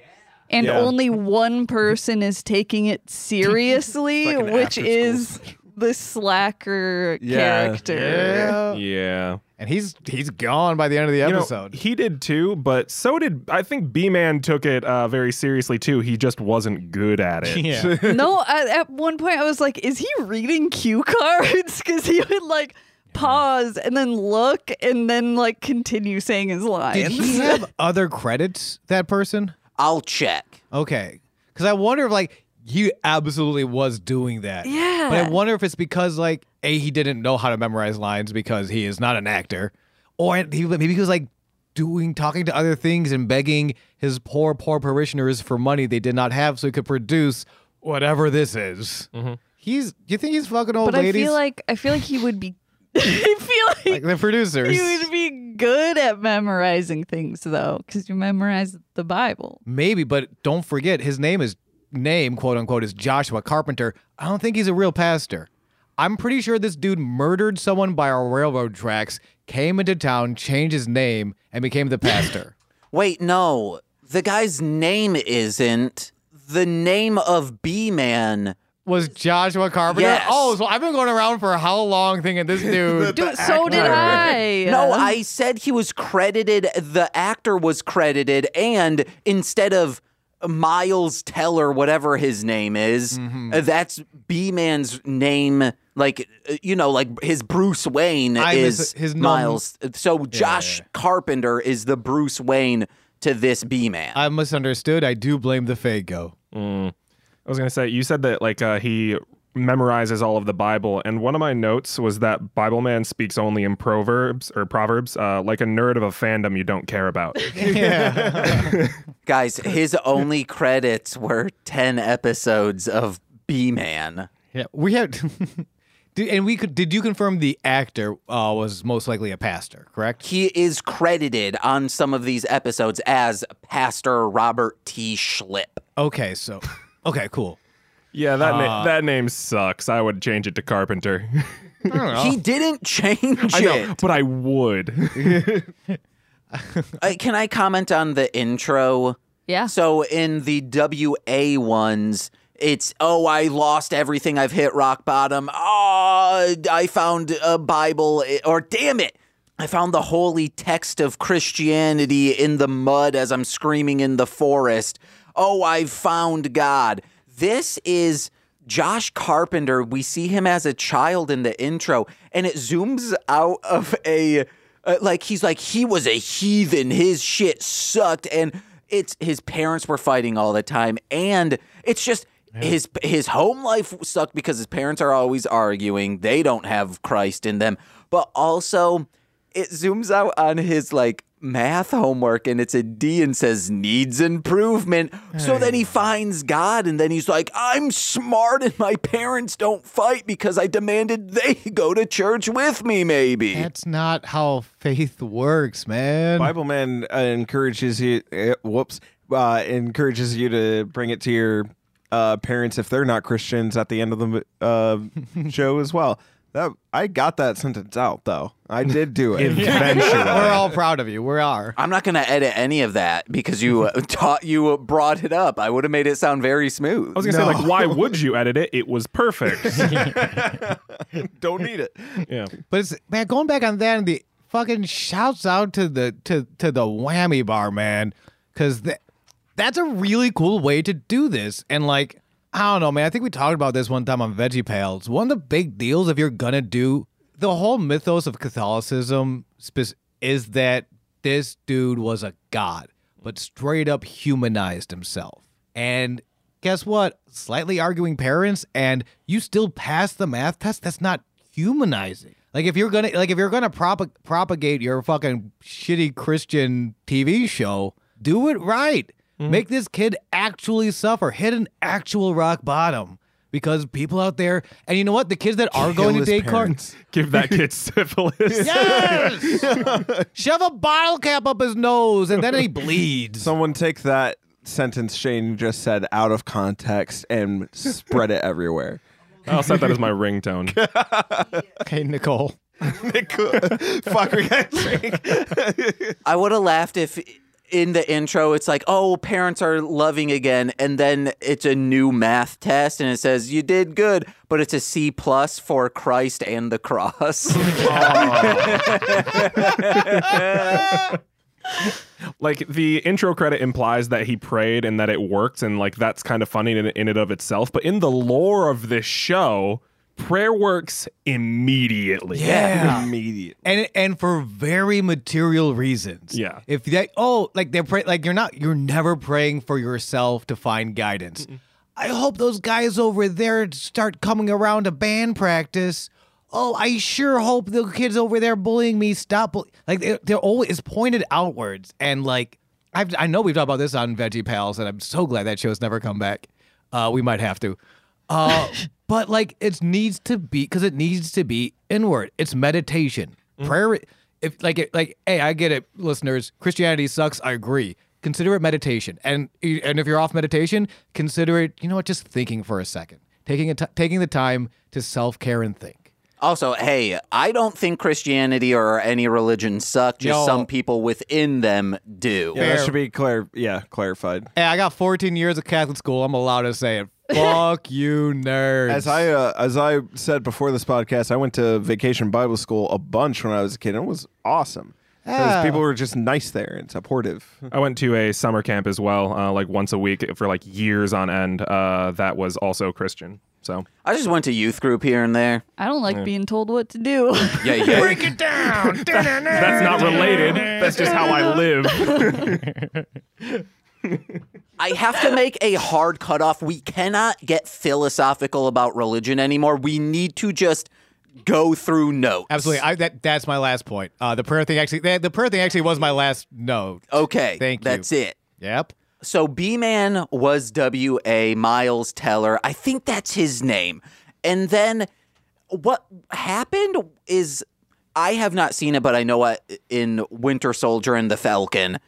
Speaker 2: and
Speaker 7: Yeah.
Speaker 2: only one person is taking it seriously,
Speaker 7: It's like an
Speaker 2: which
Speaker 7: after-school
Speaker 2: is the slacker
Speaker 7: Yeah.
Speaker 2: character.
Speaker 6: Yeah.
Speaker 8: And he's he's gone by the end of the
Speaker 6: You know,
Speaker 8: episode.
Speaker 6: he did too, but so did I think B Man took it uh, very seriously too. He just wasn't good at it.
Speaker 8: (laughs) yeah.
Speaker 2: no, at, at one point I was like, is he reading cue (laughs) cards? Because he would like pause and then look and then like continue saying his
Speaker 8: Did
Speaker 2: lines.
Speaker 6: (laughs)
Speaker 8: he have other credits? That person?
Speaker 1: I'll check.
Speaker 8: Okay. Because I wonder if like he absolutely was doing that.
Speaker 2: (laughs) Yeah.
Speaker 8: But I wonder if it's because like a he didn't know how to memorize lines because he is not an actor, or he, maybe he was like doing talking to other things and begging his poor poor parishioners for money they did not have so he could produce whatever this is. He's you think he's fucking old
Speaker 2: but
Speaker 8: ladies
Speaker 2: I feel like I feel like he would be. (laughs) I feel
Speaker 8: Like
Speaker 2: like,
Speaker 8: the producers?
Speaker 2: he would be good at memorizing things though, because you memorize the Bible.
Speaker 8: Maybe, but don't forget his name is name quote unquote is Joshua Carpenter. I don't think he's a real pastor. I'm pretty sure this dude murdered someone by our railroad tracks, came into town, changed his name, and became the pastor.
Speaker 1: Wait, no. The guy's name isn't the name of B Man.
Speaker 8: Was Joshua Carpenter?
Speaker 1: Yes.
Speaker 8: Oh, so I've been going around for how long thinking this dude.
Speaker 2: Dude, so did I.
Speaker 1: No, I said he was credited. The actor was credited, and instead of Miles Teller, whatever his name is,
Speaker 8: Mm-hmm.
Speaker 1: uh, that's B Man's name. Like uh, you know, like his Bruce Wayne
Speaker 8: I
Speaker 1: is
Speaker 8: mis- his nom-
Speaker 1: Miles. Uh, So Josh Carpenter is the Bruce Wayne to this B Man.
Speaker 8: (laughs) I misunderstood. I do blame the Fago.
Speaker 6: I was gonna say you said that like uh, he memorizes all of the Bible, and one of my notes was that Bible man speaks only in proverbs or proverbs, uh, like a nerd of a fandom you don't care about.
Speaker 1: Guys, his only credits were ten episodes of B Man.
Speaker 8: (laughs) Yeah, we had. (laughs) Did, and we could. Did you confirm the actor uh, was most likely a pastor? Correct.
Speaker 1: he is credited on some of these episodes as Pastor Robert T. Schlip.
Speaker 8: Okay, so okay, cool.
Speaker 6: (laughs) yeah, that
Speaker 8: Uh.
Speaker 6: na- that name sucks. I would change it to Carpenter. (laughs)
Speaker 8: I don't know.
Speaker 1: He didn't (laughs) change
Speaker 6: Oh. I
Speaker 1: it.
Speaker 6: know, but I would.
Speaker 1: Uh, can I comment on the intro?
Speaker 2: Yeah.
Speaker 1: So in the WA ones, it's oh I lost everything. I've hit rock bottom. Oh, I found a Bible or damn it. I found the holy text of Christianity in the mud as I'm screaming in the forest. Oh, I've found God. This is Josh Carpenter. We see him as a child in the intro and it zooms out of a uh, like he's like he was a heathen. His shit sucked and it's his parents were fighting all the time and it's just his his home life sucked because his parents are always arguing they don't have christ in them but also it zooms out on his like math homework and it's a d and says needs improvement so then he finds god and then he's like i'm smart and my parents don't fight because i demanded they (laughs) go to church with me maybe
Speaker 8: That's not how faith works, man.
Speaker 7: Bible man uh, encourages you. Uh, whoops, uh, encourages you to bring it to your uh, parents if they're not Christians at the end of the
Speaker 8: (laughs)
Speaker 7: uh, show as well. That I got that sentence out though. I did do
Speaker 8: (laughs)
Speaker 7: it.
Speaker 8: We're all proud of you. We are.
Speaker 1: I'm not going to edit any of that because you uh, (laughs) taught you uh, brought it up. I would have made it sound very smooth.
Speaker 6: (laughs) I was gonna say like, why would you edit it? It was perfect.
Speaker 7: (laughs)
Speaker 8: (laughs)
Speaker 7: Don't need it.
Speaker 6: yeah.
Speaker 8: But it's man, going back on that and the fucking shouts out to the to to the whammy bar man because that's a really cool way to do this and like i don't know man i think we talked about this one time on veggie pals one of the big deals if you're gonna do the whole mythos of catholicism spec- is that this dude was a god but straight up humanized himself and guess what slightly arguing parents and you still pass the math test that's not humanizing. Like if you're gonna like if you're gonna prop- propagate your fucking shitty Christian TV show, do it right.
Speaker 7: Mm-hmm.
Speaker 8: Make this kid actually suffer. Hit an actual rock bottom. Because people out there, and you know what, the kids that are going to
Speaker 7: his
Speaker 8: day
Speaker 7: parents.
Speaker 8: cards,
Speaker 6: Give that
Speaker 7: (laughs)
Speaker 6: kid syphilis.
Speaker 8: (laughs) yes, shove a bottle cap up his nose, and
Speaker 7: (laughs)
Speaker 8: then he bleeds.
Speaker 7: Someone take that sentence Shane just said out of context and spread it
Speaker 8: (laughs)
Speaker 7: everywhere.
Speaker 6: I'll set that as my ringtone.
Speaker 8: Okay, Nicole.
Speaker 7: Fuck, we got
Speaker 1: I would have laughed if in the intro it's like, oh, parents are loving again, and then it's a new math test and it says you did good, but it's a C plus for Christ and the (laughs) cross.
Speaker 6: like the intro credit implies that he prayed and that it worked and like that's kind of funny in, in and of itself but in the lore of this show prayer works immediately
Speaker 8: Yeah.
Speaker 7: immediate.
Speaker 8: and and for very material reasons.
Speaker 6: Yeah.
Speaker 8: If that oh like they're pray like you're not you're never praying for yourself to find guidance. I hope those guys over there start coming around to band practice. Oh, I sure hope the kids over there bullying me stop. Bull-. Like they, they're always it's pointed outwards and like I've, I know we've talked about this on Veggie Pals and I'm so glad that show's never come back. Uh, we might have to. Uh, (laughs) but like it needs to be because it needs to be inward. It's meditation, prayer. If like it, like hey, I get it, listeners. Christianity sucks. I agree. Consider it meditation, and e, and if you're off meditation, consider it. You know what? Just thinking for a second, taking a t- taking the time to self care and think.
Speaker 1: also, hey, I don't think Christianity or any religion suck, just
Speaker 8: Yo.
Speaker 1: some people within them do.
Speaker 7: Yeah, that
Speaker 8: Fair.
Speaker 7: should be clar- yeah, clarified.
Speaker 8: Hey, I got 14 years of Catholic school. I'm allowed to (laughs) say it. Fuck you, nerds.
Speaker 7: As I uh, as I said before this podcast, I went to vacation Bible school a bunch when I was a kid. And it was awesome. 'Cause
Speaker 8: Oh.
Speaker 7: People were just nice there and supportive.
Speaker 6: i went to a summer camp as well uh, like once a week for like years on end uh, that was also christian so
Speaker 1: I just went to youth group here and there.
Speaker 2: I don't like being told what to do.
Speaker 1: Yeah, (laughs) yeah.
Speaker 8: it down.
Speaker 6: that's not related that's just how i live
Speaker 7: (laughs)
Speaker 1: I have to make a hard cutoff. We cannot get philosophical about religion anymore. We need to just go through notes.
Speaker 8: Absolutely. I, that that's my last point. Uh, the prayer thing actually that, the prayer thing actually was my last note.
Speaker 7: Oh.
Speaker 1: Okay.
Speaker 8: Thank you.
Speaker 1: That's it.
Speaker 8: Yep.
Speaker 1: So B Man was W.A. Miles Teller. I think that's his name. And then what happened is I have not seen it, but I know what in Winter Soldier and the Falcon.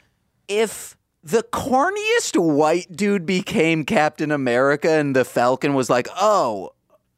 Speaker 1: If the corniest white dude became Captain America and the Falcon was like, oh,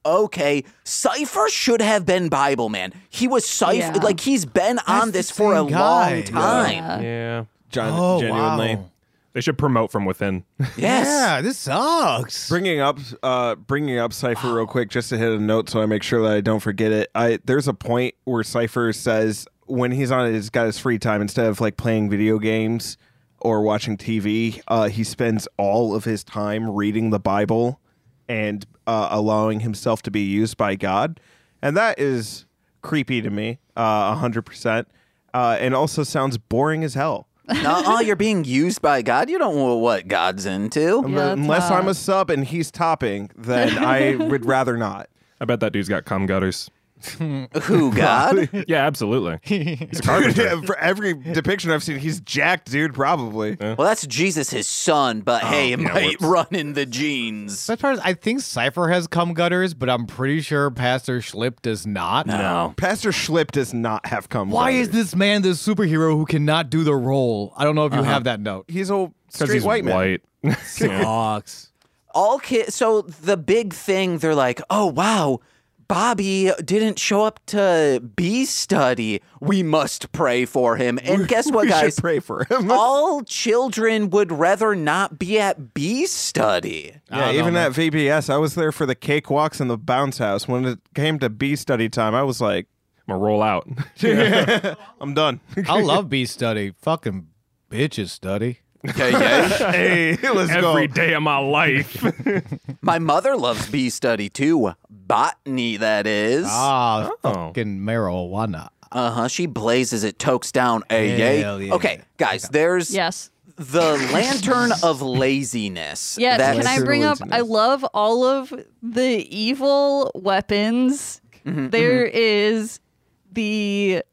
Speaker 1: okay, Cypher should have been Bible Man. He was Cypher,
Speaker 2: Yeah.
Speaker 1: like, he's been on
Speaker 8: the
Speaker 1: this for a
Speaker 8: same guy.
Speaker 1: long time.
Speaker 2: Uh,
Speaker 6: yeah
Speaker 7: John,
Speaker 8: Oh,
Speaker 7: genuinely.
Speaker 8: wow.
Speaker 6: they should promote from within (laughs)
Speaker 1: Yes.
Speaker 8: Yeah, this sucks.
Speaker 7: Bringing up, uh, bringing up Cipher real quick, just to hit a note, so I make sure that I don't forget it. I there's a point where Cipher says when he's on, he's got his free time instead of like playing video games or watching TV. Uh, he spends all of his time reading the Bible and uh, allowing himself to be used by God, and that is creepy to me, a hundred percent, Uh, and also sounds boring as hell.
Speaker 1: uh-uh, you're being used by God. You don't know what God's into.
Speaker 2: Yeah, that's
Speaker 7: Unless I'm
Speaker 2: not-
Speaker 7: a sub and he's topping, then I would rather not.
Speaker 6: i bet that dude's got cum
Speaker 7: (laughs)
Speaker 6: gutters
Speaker 1: Who God?
Speaker 6: yeah absolutely he's a
Speaker 7: Dude,
Speaker 6: carpenter
Speaker 7: (laughs) yeah, for every depiction I've seen, he's jacked, dude. Probably.
Speaker 1: Well, that's Jesus, his son, but
Speaker 7: Oh,
Speaker 1: hey, it
Speaker 6: yeah,
Speaker 1: might
Speaker 6: whoops.
Speaker 1: run in the genes.
Speaker 8: Best part is I think Cypher has cum gutters, but I'm pretty sure Pastor Schlip does not.
Speaker 1: No.
Speaker 7: Pastor Schlip does not have come.
Speaker 8: Why
Speaker 7: gutters.
Speaker 8: is this man the superhero who cannot do the role? I don't know if
Speaker 1: Uh-huh.
Speaker 8: you have that note.
Speaker 1: (laughs)
Speaker 7: He's a
Speaker 6: because
Speaker 7: straight
Speaker 6: he's
Speaker 7: white, man.
Speaker 6: white
Speaker 8: Sucks.
Speaker 1: All kids. So the big thing, they're like, oh, wow, Bobby didn't show up to B study. We must pray for him. And guess what,
Speaker 7: (laughs) we
Speaker 1: guys?
Speaker 7: should pray for
Speaker 1: (laughs)
Speaker 7: him.
Speaker 1: All children would rather not be at B
Speaker 7: (laughs)
Speaker 1: study.
Speaker 7: yeah, even at VBS, I was there for the cakewalks and the bounce house. When it came to B study time, I was like,
Speaker 6: I'm gonna roll (laughs) out.
Speaker 7: I'm done. (laughs)
Speaker 8: I love bee study. Fucking bitches study.
Speaker 1: Okay, yeah.
Speaker 7: hey, let's
Speaker 6: Every
Speaker 7: go.
Speaker 6: day of my (laughs) life.
Speaker 1: My mother loves bee study too. Botany, that is.
Speaker 8: Ah,
Speaker 6: Oh.
Speaker 8: fucking marijuana.
Speaker 1: Uh huh. She blazes it, tokes down a
Speaker 8: Hell
Speaker 1: yay.
Speaker 8: yeah.
Speaker 1: Okay, guys, there's
Speaker 2: Yes.
Speaker 1: the lantern of
Speaker 2: (laughs)
Speaker 1: laziness.
Speaker 2: Yes.
Speaker 1: That's-
Speaker 2: Can I bring up? I
Speaker 7: laziness.
Speaker 2: love all of the evil weapons.
Speaker 8: Mm-hmm,
Speaker 2: There is the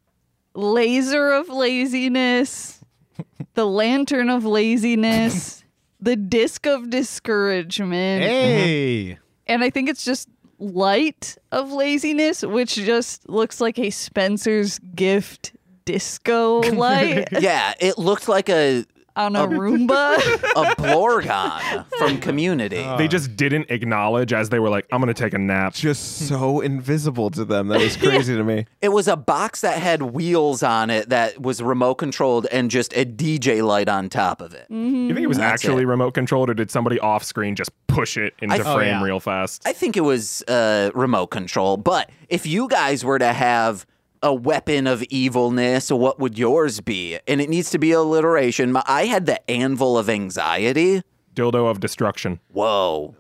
Speaker 2: laser of laziness,
Speaker 8: (laughs)
Speaker 2: the lantern of laziness, the disc of
Speaker 1: Mm-hmm.
Speaker 2: discouragement,
Speaker 8: Hey.
Speaker 2: and I think it's just light of laziness, which just looks like a Spencer's gift
Speaker 8: (laughs)
Speaker 2: disco light
Speaker 1: (laughs) Yeah, it looked like a
Speaker 2: on a Roomba.
Speaker 1: a Blorgon
Speaker 2: (laughs)
Speaker 1: from Community.
Speaker 8: Oh.
Speaker 6: they just didn't acknowledge as they were like, I'm gonna take a nap.
Speaker 7: Just so invisible to them. That
Speaker 8: (laughs)
Speaker 7: was crazy to me.
Speaker 1: It was a box that had wheels on it that was remote controlled and just a DJ light on top of it.
Speaker 2: Mm.
Speaker 6: You think it was
Speaker 1: That's
Speaker 6: actually
Speaker 1: it.
Speaker 6: remote controlled, or did somebody off screen just push it into
Speaker 1: I-
Speaker 6: frame
Speaker 1: Oh,
Speaker 8: yeah.
Speaker 6: real fast?
Speaker 1: I think it was uh, remote control, but if you guys were to have a weapon of evilness, what would yours be? And it needs to be alliteration. My- I had the anvil of anxiety.
Speaker 6: Dildo of (laughs) destruction.
Speaker 1: Whoa.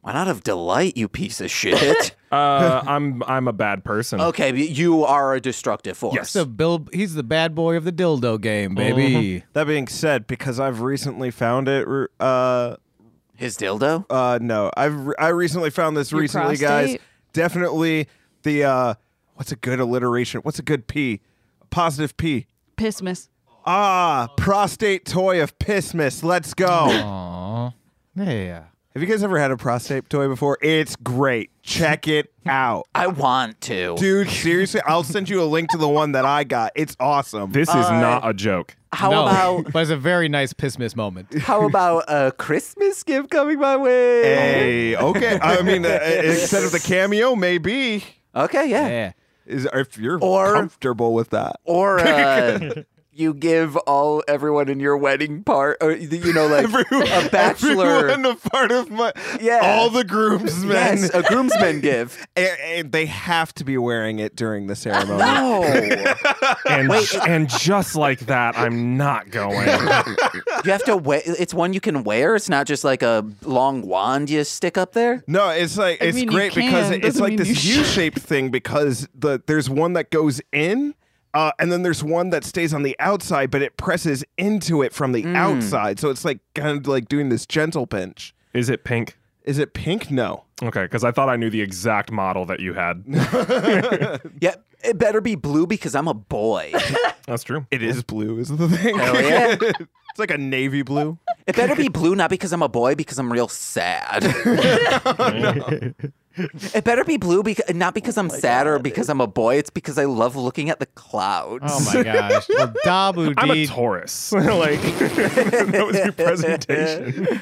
Speaker 1: Why not of delight, you piece of shit?
Speaker 6: Uh, I'm I'm a bad
Speaker 1: (laughs)
Speaker 6: person.
Speaker 1: okay, but you are a destructive force.
Speaker 6: Yes.
Speaker 8: The Bill, he's the bad boy of the dildo game, baby.
Speaker 7: That being said, because I've recently found it, uh,
Speaker 1: His dildo?
Speaker 7: Uh, no, I've I recently found this
Speaker 2: Your
Speaker 7: recently, guys.
Speaker 2: prostate?
Speaker 7: Definitely the uh, what's a good alliteration? What's a good P? Positive P.
Speaker 2: Pissmas.
Speaker 7: Ah, prostate toy of Pissmas. Let's go.
Speaker 1: Mm-hmm.
Speaker 8: Yeah.
Speaker 7: Have you guys ever had a prostate toy before? It's great. Check it out.
Speaker 1: I want to.
Speaker 7: Dude, seriously, I'll send you a link to the one that I got. It's awesome.
Speaker 6: This is not a joke.
Speaker 1: How
Speaker 8: no,
Speaker 1: about
Speaker 8: But it's a very nice piss miss moment.
Speaker 1: how about a Christmas gift coming my way?
Speaker 7: Hey, okay. I mean, uh, instead of the cameo, maybe
Speaker 1: Okay, yeah.
Speaker 8: Yeah.
Speaker 7: is if you're
Speaker 1: Or-
Speaker 7: comfortable with that.
Speaker 1: Or uh, you give all everyone in your wedding part, or you know, like a bachelor.
Speaker 7: Everyone a part of my
Speaker 1: Yeah.
Speaker 7: all the groomsmen.
Speaker 1: Yes, a
Speaker 7: (laughs)
Speaker 1: groomsman gift.
Speaker 7: and, and they have to be wearing it during the ceremony.
Speaker 1: No,
Speaker 6: And and just like that, I'm not going. (laughs)
Speaker 1: you have to wear. It's one you can wear. It's not just like a long wand you stick up there.
Speaker 7: No, it's like
Speaker 2: I
Speaker 7: it's
Speaker 2: mean, you
Speaker 7: great because
Speaker 2: can,
Speaker 7: it- it's
Speaker 2: doesn't
Speaker 7: like
Speaker 2: mean you
Speaker 7: this
Speaker 2: should.
Speaker 7: U-shaped thing because the there's one that goes in. Uh, and then there's one that stays on the outside, but it presses into it from the
Speaker 1: Mm.
Speaker 7: outside. So it's like kind of like doing this gentle pinch.
Speaker 6: Is it pink?
Speaker 7: Is it pink? No.
Speaker 6: Okay, because I thought I knew the exact model that you (laughs) had.
Speaker 1: Yeah, it better be blue because I'm a boy.
Speaker 6: That's true.
Speaker 7: It is blue, is (laughs) the thing.
Speaker 1: Hell (laughs) yeah.
Speaker 7: it's like a navy blue.
Speaker 1: It better be blue, not because I'm a boy, because I'm real sad. It better be blue, because not because I'm sad or because I'm a boy. It's because I love looking at the clouds.
Speaker 8: Oh
Speaker 1: (laughs)
Speaker 8: my gosh. Well, Dabu
Speaker 6: I'm a (laughs)
Speaker 8: Dee-
Speaker 6: Taurus. like that was (laughs) your presentation.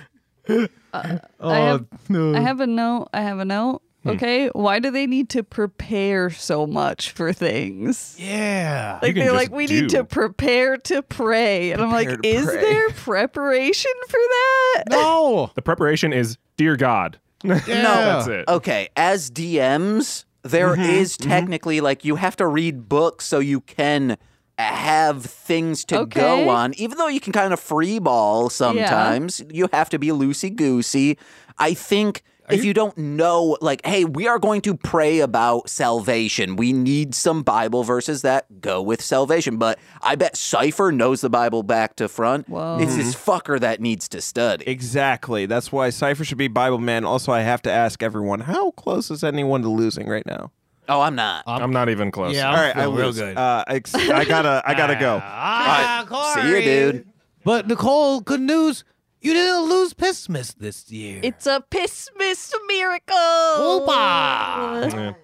Speaker 8: Oh,
Speaker 2: I have-
Speaker 8: no.
Speaker 2: I have a note. I have a note. Okay. Why do they need to prepare so much for things?
Speaker 8: yeah.
Speaker 2: Like
Speaker 6: can
Speaker 2: they're
Speaker 6: just
Speaker 2: like, we
Speaker 6: do.
Speaker 2: need to prepare to pray. And I'm
Speaker 7: Prepare
Speaker 2: like,
Speaker 7: to
Speaker 2: is
Speaker 7: pray."
Speaker 2: there preparation for that?
Speaker 8: No.
Speaker 6: The preparation is, dear (laughs) God.
Speaker 8: Yeah.
Speaker 6: That's it.
Speaker 1: Okay, as DMs, there is
Speaker 2: Mm-hmm,
Speaker 1: technically like you have to read books so you can have things to
Speaker 2: Okay.
Speaker 1: go on. Even though you can kind of freeball sometimes, you have to be loosey goosey. I think if you don't know, like, hey, we are going to pray about salvation. We need some Bible verses that go with salvation. But I bet Cypher knows the Bible back to front.
Speaker 2: Whoa.
Speaker 1: It's this fucker that needs to study.
Speaker 7: Exactly. That's why Cypher should be Bible man. Also, I have to ask everyone, how close is anyone to losing right now?
Speaker 1: oh, I'm not.
Speaker 6: I'm not even close.
Speaker 8: Yeah.
Speaker 7: All right, I
Speaker 8: feel real
Speaker 7: lose.
Speaker 8: good.
Speaker 7: Uh, ex- I gotta, I gotta (laughs) go.
Speaker 8: Ah,
Speaker 1: See ya,
Speaker 8: Corey.
Speaker 1: dude.
Speaker 8: But Nicole, good news. You didn't lose Pissmas this year.
Speaker 2: It's a Pissmas miracle.
Speaker 8: Opa!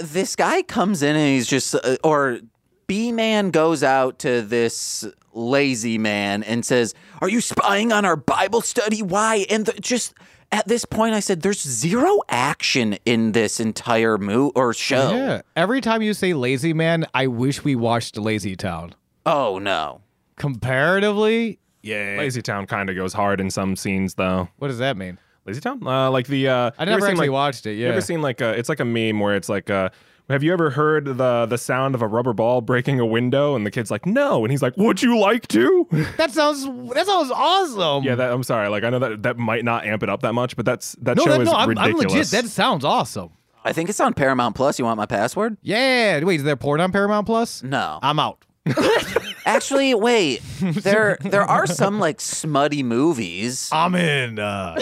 Speaker 1: this guy comes in and he's just uh, or B man goes out to this lazy man and says, "Are you spying on our Bible study? Why?" And th- just at this point, I said, "There's zero action in this entire mo or
Speaker 6: Oh.
Speaker 1: show."
Speaker 8: yeah. Every time you say lazy man, I wish we watched Lazy Town.
Speaker 1: Oh no!
Speaker 8: Comparatively, yeah.
Speaker 6: Lazy Town kind of goes hard in some scenes, though.
Speaker 8: What does that mean?
Speaker 6: Lazy Town, uh, like the uh,
Speaker 8: I
Speaker 6: you ever
Speaker 8: never
Speaker 6: seen, like,
Speaker 8: actually
Speaker 6: uh,
Speaker 8: watched it.
Speaker 6: You
Speaker 8: Yeah.
Speaker 6: ever seen like a, it's like a meme where it's like a Have you ever heard the the sound of a rubber ball breaking a window? And the kid's like, no. And he's like, would you like (laughs) to?
Speaker 8: That sounds that sounds awesome.
Speaker 6: yeah, that, I'm sorry. Like I know that that might not amp it up that much, but that's that
Speaker 8: no,
Speaker 6: show
Speaker 8: that,
Speaker 6: is
Speaker 8: no, I'm, I'm
Speaker 6: ridiculous.
Speaker 8: legit. That sounds awesome.
Speaker 1: I think it's on Paramount Plus. You want my password?
Speaker 8: Yeah. Wait, is there porn on Paramount Plus? (laughs)
Speaker 1: No.
Speaker 8: I'm
Speaker 6: Mm.
Speaker 8: out.
Speaker 1: Actually, wait. There there are some like smutty movies
Speaker 8: I'm
Speaker 6: (laughs)
Speaker 8: in. Uh,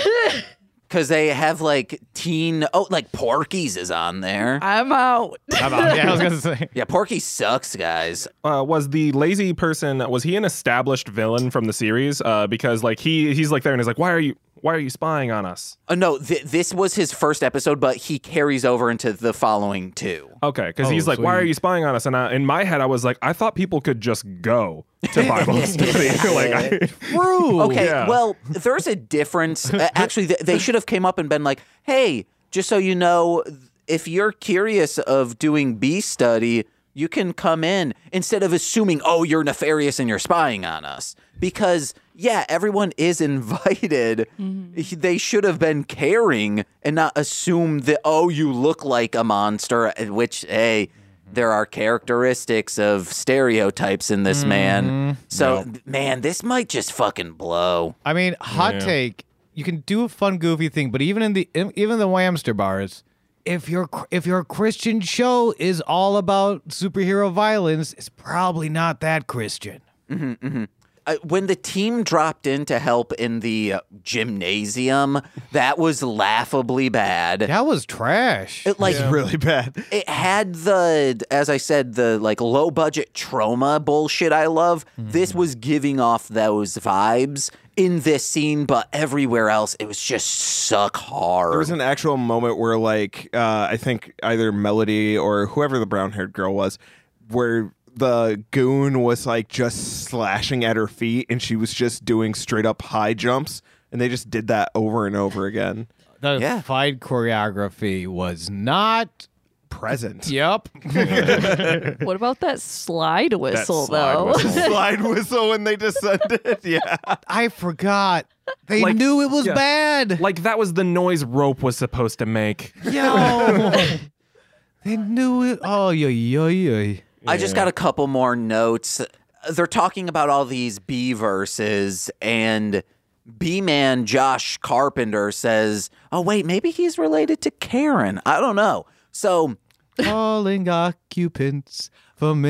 Speaker 1: because they have like teen. Oh, like Porky's is on there.
Speaker 2: I'm out.
Speaker 8: I'm out. Yeah, I was gonna say.
Speaker 1: Yeah, Porky sucks, guys.
Speaker 6: uh, was the lazy person was he an established villain from the series uh, because like he he's like there and he's like why are you why are you spying on us
Speaker 1: Uh, no, th- this was his first episode, but he carries over into the following two.
Speaker 6: okay because
Speaker 8: Oh,
Speaker 6: he's like why are
Speaker 8: sweet.
Speaker 6: you spying on us and I, in my head i was like i thought people could just go to bible study (laughs) like I,
Speaker 8: True.
Speaker 1: Okay,
Speaker 6: Yeah.
Speaker 1: well, there's a difference. Uh, Actually, th- they should have came up and been like, "Hey, just so you know, if you're curious of doing B study, you can come in." Instead of assuming, "Oh, you're nefarious and you're spying on us," because yeah, everyone is (laughs) invited. He- They should have been caring and not assume that, "Oh, you look like a monster," uh, which hey. There are characteristics of stereotypes in this man. So, man, this might just fucking blow.
Speaker 8: I mean, hot take. You can do a fun, goofy thing, but even in the even the Whamster bars, if your if your Christian show is all about superhero violence, it's probably not that Christian.
Speaker 1: uh, when the team dropped in to help in the uh, gymnasium, that was laughably bad.
Speaker 8: That was trash.
Speaker 1: It like
Speaker 7: really bad.
Speaker 1: it had the as I said the like low budget trauma bullshit I love.
Speaker 7: Mm-hmm.
Speaker 1: This was giving off those vibes in this scene, but everywhere else it was just suck hard.
Speaker 7: There was an actual moment where, like, uh, I think either Melody or whoever the brown haired girl was, where the goon was like just slashing at her feet and she was just doing straight up high jumps. And they just did that over and over again.
Speaker 8: the
Speaker 1: yeah.
Speaker 8: fight choreography was not.
Speaker 6: (laughs)
Speaker 7: Present.
Speaker 8: Yep.
Speaker 2: (laughs) What about that slide whistle
Speaker 6: slide
Speaker 2: though?
Speaker 6: whistle. (laughs)
Speaker 7: Slide whistle when they descended. (laughs) Yeah.
Speaker 8: (laughs) I forgot. They
Speaker 6: Like-
Speaker 8: knew it was
Speaker 6: yeah.
Speaker 8: bad.
Speaker 6: like that was the noise rope was supposed to make
Speaker 8: Yo. (laughs) they knew it. Oh, yo, yo, yo.
Speaker 1: I just got a couple more notes. They're talking about all these B verses, and B man Josh Carpenter says, Oh, wait, maybe he's related to Karen. I don't know. So
Speaker 8: Calling occupants from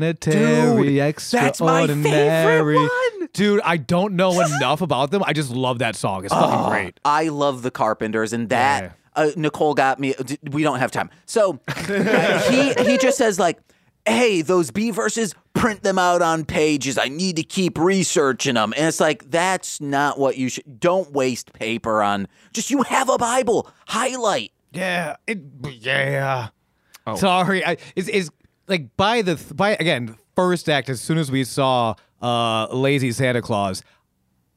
Speaker 8: interplanetary
Speaker 1: Dude, that's my
Speaker 8: extraordinary.
Speaker 1: favorite one.
Speaker 8: Dude, I don't know enough about them. I just love that song. It's fucking great.
Speaker 1: Uh, I love the Carpenters, and that
Speaker 8: Yeah.
Speaker 1: uh, Nicole got me. d- We don't have time.
Speaker 8: (laughs)
Speaker 1: So uh, he he just says like, "Hey, those B verses, print them out on pages. I need to keep researching them." And it's like that's not what you should. Don't waste paper on. Just you have a Bible, highlight.
Speaker 8: Yeah. It, yeah.
Speaker 1: Oh.
Speaker 8: Sorry. I, it's, it's like by the, th- by again, first act, as soon as we saw uh, Lazy Santa Claus,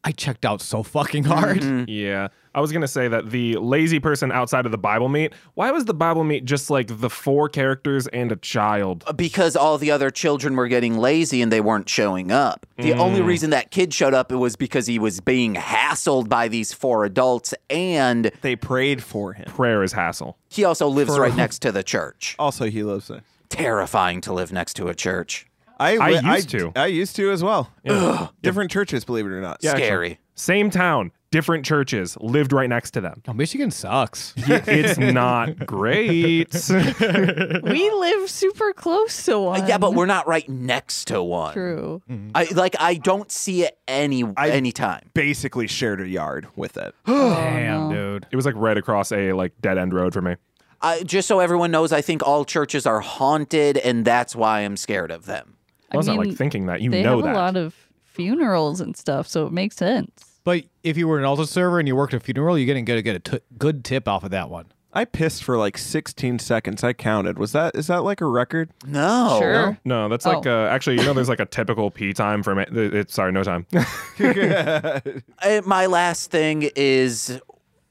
Speaker 8: I checked out so fucking hard.
Speaker 1: Mm-hmm.
Speaker 6: yeah i was gonna say that the lazy person outside of the bible meet why was the bible meet just like the four characters and a child
Speaker 1: uh, Because all the other children were getting lazy and they weren't showing up. The only
Speaker 8: Mm.
Speaker 1: reason that kid showed up it was because he was being hassled by these four adults, and
Speaker 7: They prayed for him.
Speaker 6: prayer is hassle
Speaker 1: he also lives right next to the church.
Speaker 7: Also, he loves it.
Speaker 1: terrifying to live next to a church.
Speaker 6: I
Speaker 7: I, wi-
Speaker 6: used to.
Speaker 7: I used to as well. Different churches, believe it or not.
Speaker 6: actually.
Speaker 1: Scary.
Speaker 6: same town different churches lived right next to them
Speaker 8: Oh, Michigan sucks.
Speaker 6: it's not great.
Speaker 2: (laughs)
Speaker 6: (laughs)
Speaker 2: we live super close to one.
Speaker 1: Uh, yeah, but Mm. we're not right next to one.
Speaker 2: true.
Speaker 1: I like I don't see it any any time.
Speaker 7: Basically, shared a yard with it. (gasps)
Speaker 2: Oh,
Speaker 8: Damn, dude.
Speaker 6: it was like right across a like dead end road for me.
Speaker 1: I, just so everyone knows, I think all churches are haunted, and that's why I'm scared of them.
Speaker 6: I was
Speaker 2: I
Speaker 6: not like
Speaker 2: mean,
Speaker 6: thinking that. You
Speaker 2: they
Speaker 6: know
Speaker 2: have
Speaker 6: that.
Speaker 2: a lot of funerals and stuff, so it makes sense.
Speaker 8: But if you were an altar server and you worked a funeral, you're gonna get a good, a t- good tip off of that
Speaker 1: (laughs)
Speaker 8: one.
Speaker 7: I pissed for like 16 seconds. I counted. Was that is that like a record?
Speaker 1: Oh, No,
Speaker 2: sure.
Speaker 6: no, that's like
Speaker 2: Oh.
Speaker 6: uh, actually, you know, there's like a typical pee time for me. th- It's sorry, no time.
Speaker 1: Uh, my last thing is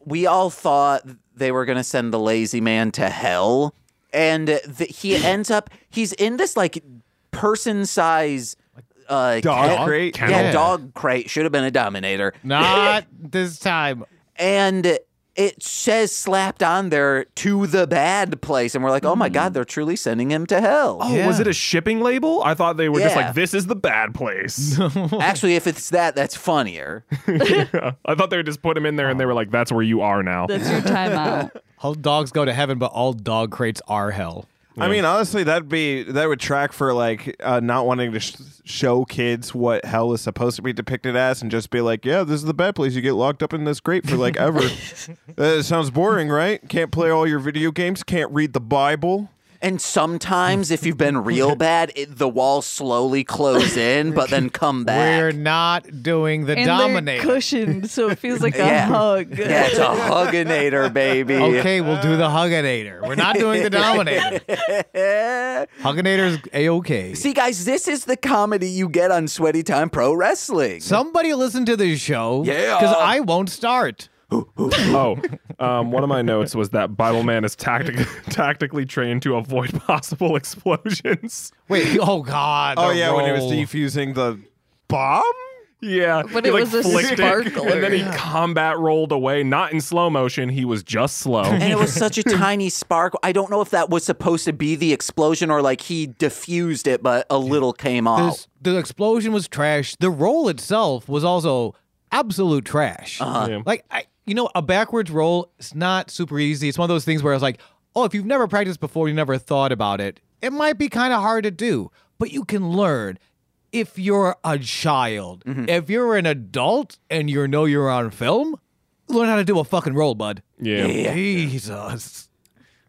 Speaker 1: we all thought they were going to send the lazy man to hell and th- he ends up he's in this like person size uh
Speaker 7: Dog
Speaker 1: ca-
Speaker 7: crate?
Speaker 1: yeah,
Speaker 8: Kennel.
Speaker 1: dog crate should have been a dominator
Speaker 8: Not this time.
Speaker 1: and it says slapped on there to the bad place. And we're like, oh my God, they're truly sending him to hell.
Speaker 6: Oh, was it a shipping label? I thought they were just
Speaker 1: Yeah.
Speaker 6: like, this is the bad place.
Speaker 1: Actually, if it's that, that's funnier.
Speaker 6: I thought they would just put him in there and they were like, that's where you are now.
Speaker 2: That's your timeout.
Speaker 8: All dogs go to heaven, but all dog crates are hell.
Speaker 7: I mean, honestly, that'd be that would track for like uh, not wanting to sh- show kids what hell is supposed to be depicted as, and just be like, "Yeah, this is the bad place. You get locked up in this crate for like ever." uh, sounds boring, right? Can't play all your video games. Can't read the Bible.
Speaker 1: And sometimes, if you've been real bad, it, the walls slowly close in, but then come back.
Speaker 8: We're not doing the
Speaker 2: (laughs) And they're
Speaker 8: dominator.
Speaker 2: cushioned, so it feels like a
Speaker 1: Yeah. (laughs)
Speaker 2: hug.
Speaker 1: Yeah, it's a hugginator, baby.
Speaker 8: Okay, we'll do the Hugginator. We're not
Speaker 1: (laughs)
Speaker 8: doing the Dominator. Hugginator's a okay.
Speaker 1: See, guys, this is the comedy you get on Sweaty Time Pro Wrestling.
Speaker 8: Somebody listen to this show.
Speaker 1: Yeah.
Speaker 8: Because I won't start.
Speaker 6: (laughs) oh, um, one of my notes was that Bible Man is tactic- (laughs) tactically trained to avoid (laughs) possible explosions.
Speaker 8: Wait, (laughs) oh God.
Speaker 7: Oh
Speaker 8: the
Speaker 7: yeah, when he was
Speaker 8: roll.
Speaker 7: defusing the bomb.
Speaker 6: Yeah,
Speaker 2: But
Speaker 6: he,
Speaker 2: it
Speaker 6: like,
Speaker 2: was a
Speaker 6: flicked
Speaker 2: sparkler.
Speaker 6: and then he combat rolled away, not in slow motion. He was just slow.
Speaker 2: (laughs)
Speaker 1: and it (laughs) was such a tiny spark. I don't know if that was supposed to be the explosion or like he diffused it, but a little came off.
Speaker 8: This- the explosion was trash. The roll itself was also absolute trash.
Speaker 6: Yeah.
Speaker 8: Like, I, you know, a backwards roll is not super easy. It's one of those things where I was like, oh, if you've never practiced before, you never thought about it, it might be kind of hard to do, but you can learn. If you're a child, if you're an adult and you know you're on film, learn how to do a fucking roll, bud.
Speaker 6: yeah.
Speaker 8: Jesus.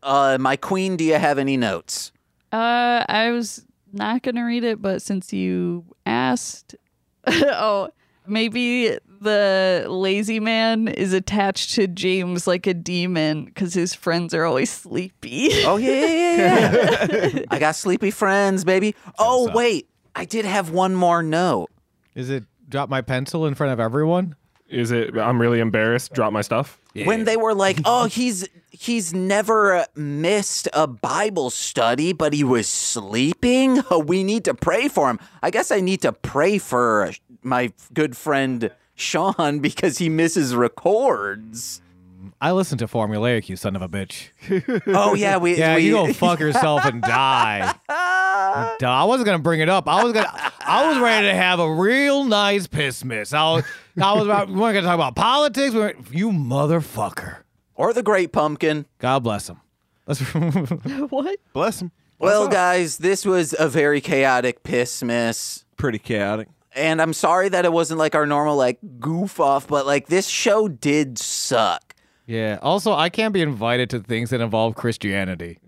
Speaker 1: Uh, my queen, do you have any notes?
Speaker 2: Uh, I was not gonna read it, but since you asked, (laughs) oh, maybe the lazy man is attached to James like a demon because his friends are always sleepy.
Speaker 1: Oh yeah, yeah, yeah, yeah. (laughs) I got sleepy friends, baby. Oh wait, I did have one more note.
Speaker 8: Is it drop my pencil in front of everyone?
Speaker 6: Is it? I'm really embarrassed. Drop my stuff.
Speaker 1: When they were
Speaker 8: (laughs)
Speaker 1: like, "Oh, he's he's never missed a Bible study, but he was sleeping. (laughs) We need to pray for him." I guess I need to pray for my good friend Sean (laughs) because he misses
Speaker 8: (laughs)
Speaker 1: records.
Speaker 8: I listen to Formulaic, you son of a bitch.
Speaker 1: Oh yeah, we
Speaker 8: Yeah,
Speaker 1: we,
Speaker 8: you go fuck yourself and die. Duh, I wasn't gonna bring it up. I was gonna. I was ready to have a real nice piss miss. I was. I was about. We weren't gonna talk about politics. We weren't- you motherfucker.
Speaker 1: or the Great Pumpkin.
Speaker 8: God bless him.
Speaker 2: (laughs)
Speaker 8: Let's. (laughs)
Speaker 2: what?
Speaker 7: Bless him.
Speaker 1: Well, guys, this was a very chaotic piss miss.
Speaker 7: Pretty chaotic.
Speaker 1: and I'm sorry that it wasn't like our normal like goof off, but like this show did suck.
Speaker 8: yeah. Also, I can't be invited to things that involve Christianity.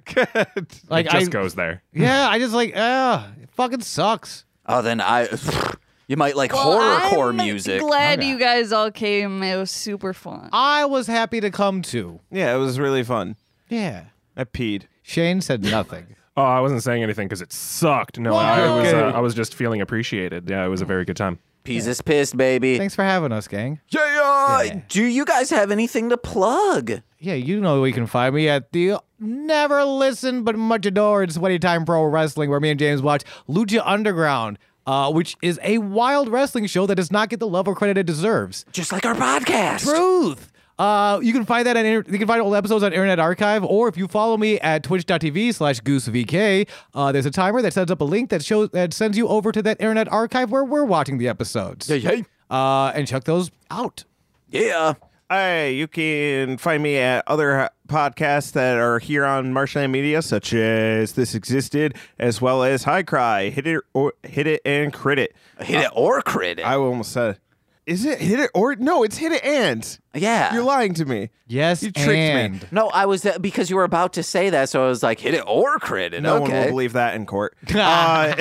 Speaker 8: like
Speaker 6: it just
Speaker 8: I.
Speaker 6: goes there.
Speaker 8: Yeah, I just like. Ah, it fucking sucks.
Speaker 1: Oh, then I, (sighs) you might like
Speaker 2: Well,
Speaker 1: horrorcore
Speaker 2: I'm
Speaker 1: music.
Speaker 2: Glad
Speaker 8: Okay.
Speaker 2: you guys all came. It was super fun.
Speaker 8: I was happy to come to.
Speaker 7: Yeah, it was really fun.
Speaker 8: Yeah.
Speaker 7: I peed.
Speaker 8: Shane said nothing.
Speaker 6: Oh, I wasn't saying anything because it sucked. No, I was. Uh, I was just feeling appreciated. Yeah, it was a very good time.
Speaker 1: Peas is pissed, baby.
Speaker 8: Thanks for having us, gang.
Speaker 1: Yeah. Do you guys have anything to plug?
Speaker 8: Yeah, you know where you can find me at the Never Listen But Much Adored Sweaty Time Pro Wrestling, where me and James watch Lucha Underground, uh, which is a wild wrestling show that does not get the love or credit it deserves.
Speaker 1: Just like our podcast.
Speaker 8: Truth. Uh, you can find that on inter- you can find old episodes on Internet Archive, or if you follow me at twitch.tv slash goosevk, uh, there's a timer that sets up a link that shows that sends you over to that Internet Archive where we're watching the episodes.
Speaker 1: yeah.
Speaker 8: Uh, and check those out.
Speaker 1: Yeah.
Speaker 7: Hey, you can find me at other podcasts that are here on Marshland Media, such as This Existed, as well as High Cry, Hit It or Hit It and Crit It.
Speaker 1: Hit it or crit it.
Speaker 7: I almost said, is it Hit It or no? It's Hit It and.
Speaker 1: yeah.
Speaker 7: You're lying to me.
Speaker 8: Yes,
Speaker 7: you tricked
Speaker 8: and.
Speaker 7: me.
Speaker 1: no, I was uh, because you were about to say that, so I was like, hit it or crit it.
Speaker 7: No
Speaker 1: okay.
Speaker 7: one will believe that in court. uh,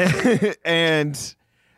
Speaker 7: (laughs) and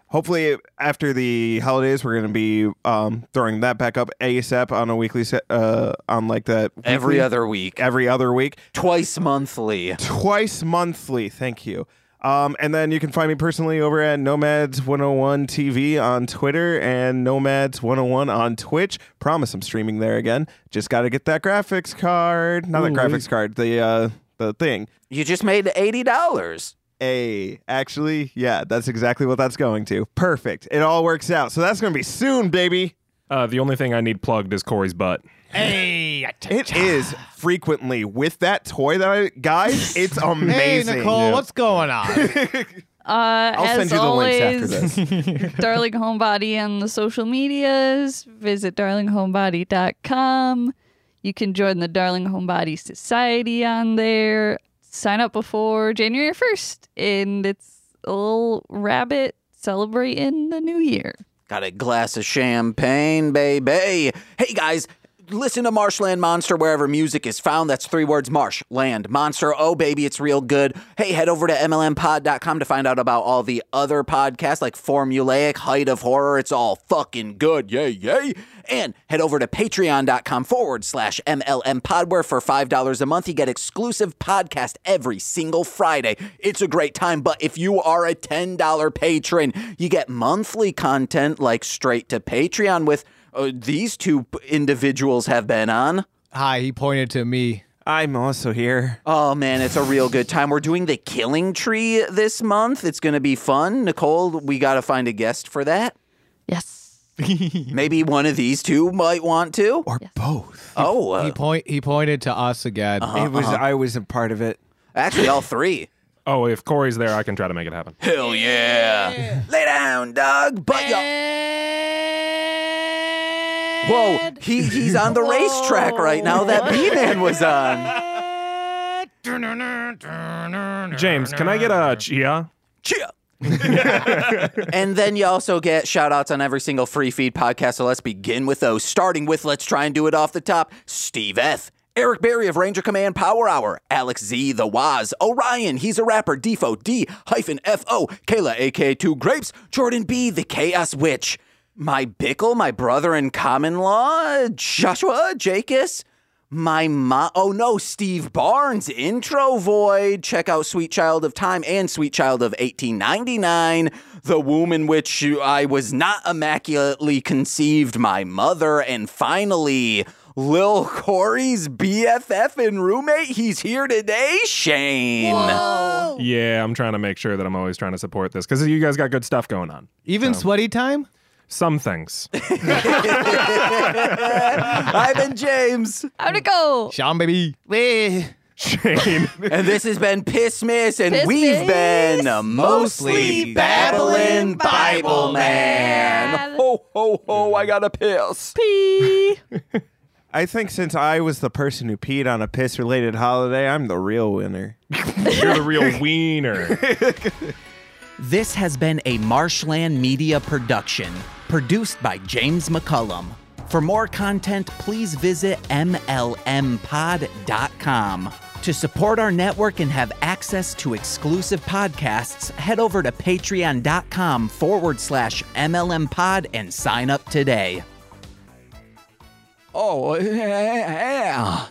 Speaker 7: hopefully, after the holidays, we're going to be um, throwing that back up ASAP on a weekly set, uh, on like that
Speaker 1: Every
Speaker 7: weekly-
Speaker 1: other week,
Speaker 7: every other week.
Speaker 1: twice monthly.
Speaker 7: twice monthly. Thank you. Um, and then you can find me personally over at Nomads 101 TV on Twitter and Nomads 101 on Twitch. Promise I'm streaming there again. Just got to get that graphics card. Not that graphics card, the uh, the thing.
Speaker 1: You just made eighty dollars.
Speaker 7: A actually, yeah, that's exactly what that's going to. Perfect. It all works out. So that's going to be soon, baby.
Speaker 6: Uh, the only thing I need plugged is Corey's butt.
Speaker 8: Hey,
Speaker 7: It is frequently with that toy that I guys. It's
Speaker 8: hey,
Speaker 7: amazing.
Speaker 8: Nicole, what's going on?
Speaker 2: Uh,
Speaker 7: I'll
Speaker 2: as
Speaker 7: send you the
Speaker 2: always,
Speaker 7: links after this.
Speaker 2: Darling Homebody on the social medias. Visit darlinghomebody.com. You can join the Darling Homebody Society on there. Sign up before January 1st, and it's a little rabbit celebrating the new year.
Speaker 1: Got a glass of champagne, baby. Hey guys, listen to Marshland Monster wherever music is found. That's three words Marsh, Land, Monster. Oh, baby, it's real good. Hey, head over to MLMpod.com to find out about all the other podcasts like Formulaic, Height of Horror. It's all fucking good. Yay, yay. And head over to patreon.com forward slash MLM Pod, where for $5 a month, you get exclusive podcast every single Friday. It's a great time, but if you are a $10 patron, you get monthly content like straight to Patreon with uh, these two p- individuals have been on.
Speaker 8: Hi, he pointed to me.
Speaker 7: I'm also here.
Speaker 1: Oh man, it's a real good time. We're doing the Killing Tree this month. It's going to be fun. Nicole, we got to find a guest for that.
Speaker 2: Yes.
Speaker 1: Maybe one of these two might want to.
Speaker 7: Or both.
Speaker 1: Oh, uh,
Speaker 8: He point he pointed to us again.
Speaker 7: it was. I was a part of it.
Speaker 1: actually, all three.
Speaker 6: Oh, if Corey's there, I can try to make it happen.
Speaker 1: Hell yeah. Lay down, dog. But y'all. Whoa, he, he's on the racetrack right now that B Man was on.
Speaker 6: (laughs) James, can I get a chia?
Speaker 1: Chia. (laughs) and then you also get shout outs on every single free feed podcast. So let's begin with those. Starting with, let's try and do it off the top Steve F. Eric Berry of Ranger Command Power Hour, Alex Z, The Waz, Orion, he's a rapper, Defo, D hyphen F O, Kayla, aka Two Grapes, Jordan B, The Chaos Witch, my Bickle, my brother in common law, Joshua Jacus, my mom. Oh no, Steve Barnes, intro void. Check out Sweet Child of Time and Sweet Child of 1899. The womb in which you- I was not immaculately conceived, my mother. And finally, Lil Corey's BFF and roommate. He's here today, Shane. (laughs)
Speaker 6: Yeah, I'm trying to make sure that I'm always trying to support this because you guys got good stuff going on.
Speaker 8: Even sweaty time?
Speaker 6: Some things. (laughs)
Speaker 1: I've been James.
Speaker 2: How'd it go?
Speaker 8: Sean, baby.
Speaker 6: Shane.
Speaker 1: And this has been Pissmas, and
Speaker 2: Piss
Speaker 1: we've
Speaker 2: Miss.
Speaker 1: been mostly
Speaker 7: Mostly
Speaker 1: babbling
Speaker 2: babbling
Speaker 1: Bible
Speaker 2: Bible
Speaker 1: man.
Speaker 2: man.
Speaker 1: Ho ho ho! I gotta piss.
Speaker 2: Pee.
Speaker 7: I think since I was the person who peed on a piss-related holiday, I'm the real winner.
Speaker 6: You're the real wiener.
Speaker 3: This has been a Marshland Media production, produced by James McCullum. For more content, please visit MLMpod.com. To support our network and have access to exclusive podcasts, head over to patreon.com forward slash MLMpod and sign up today. (laughs)
Speaker 1: Oh yeah.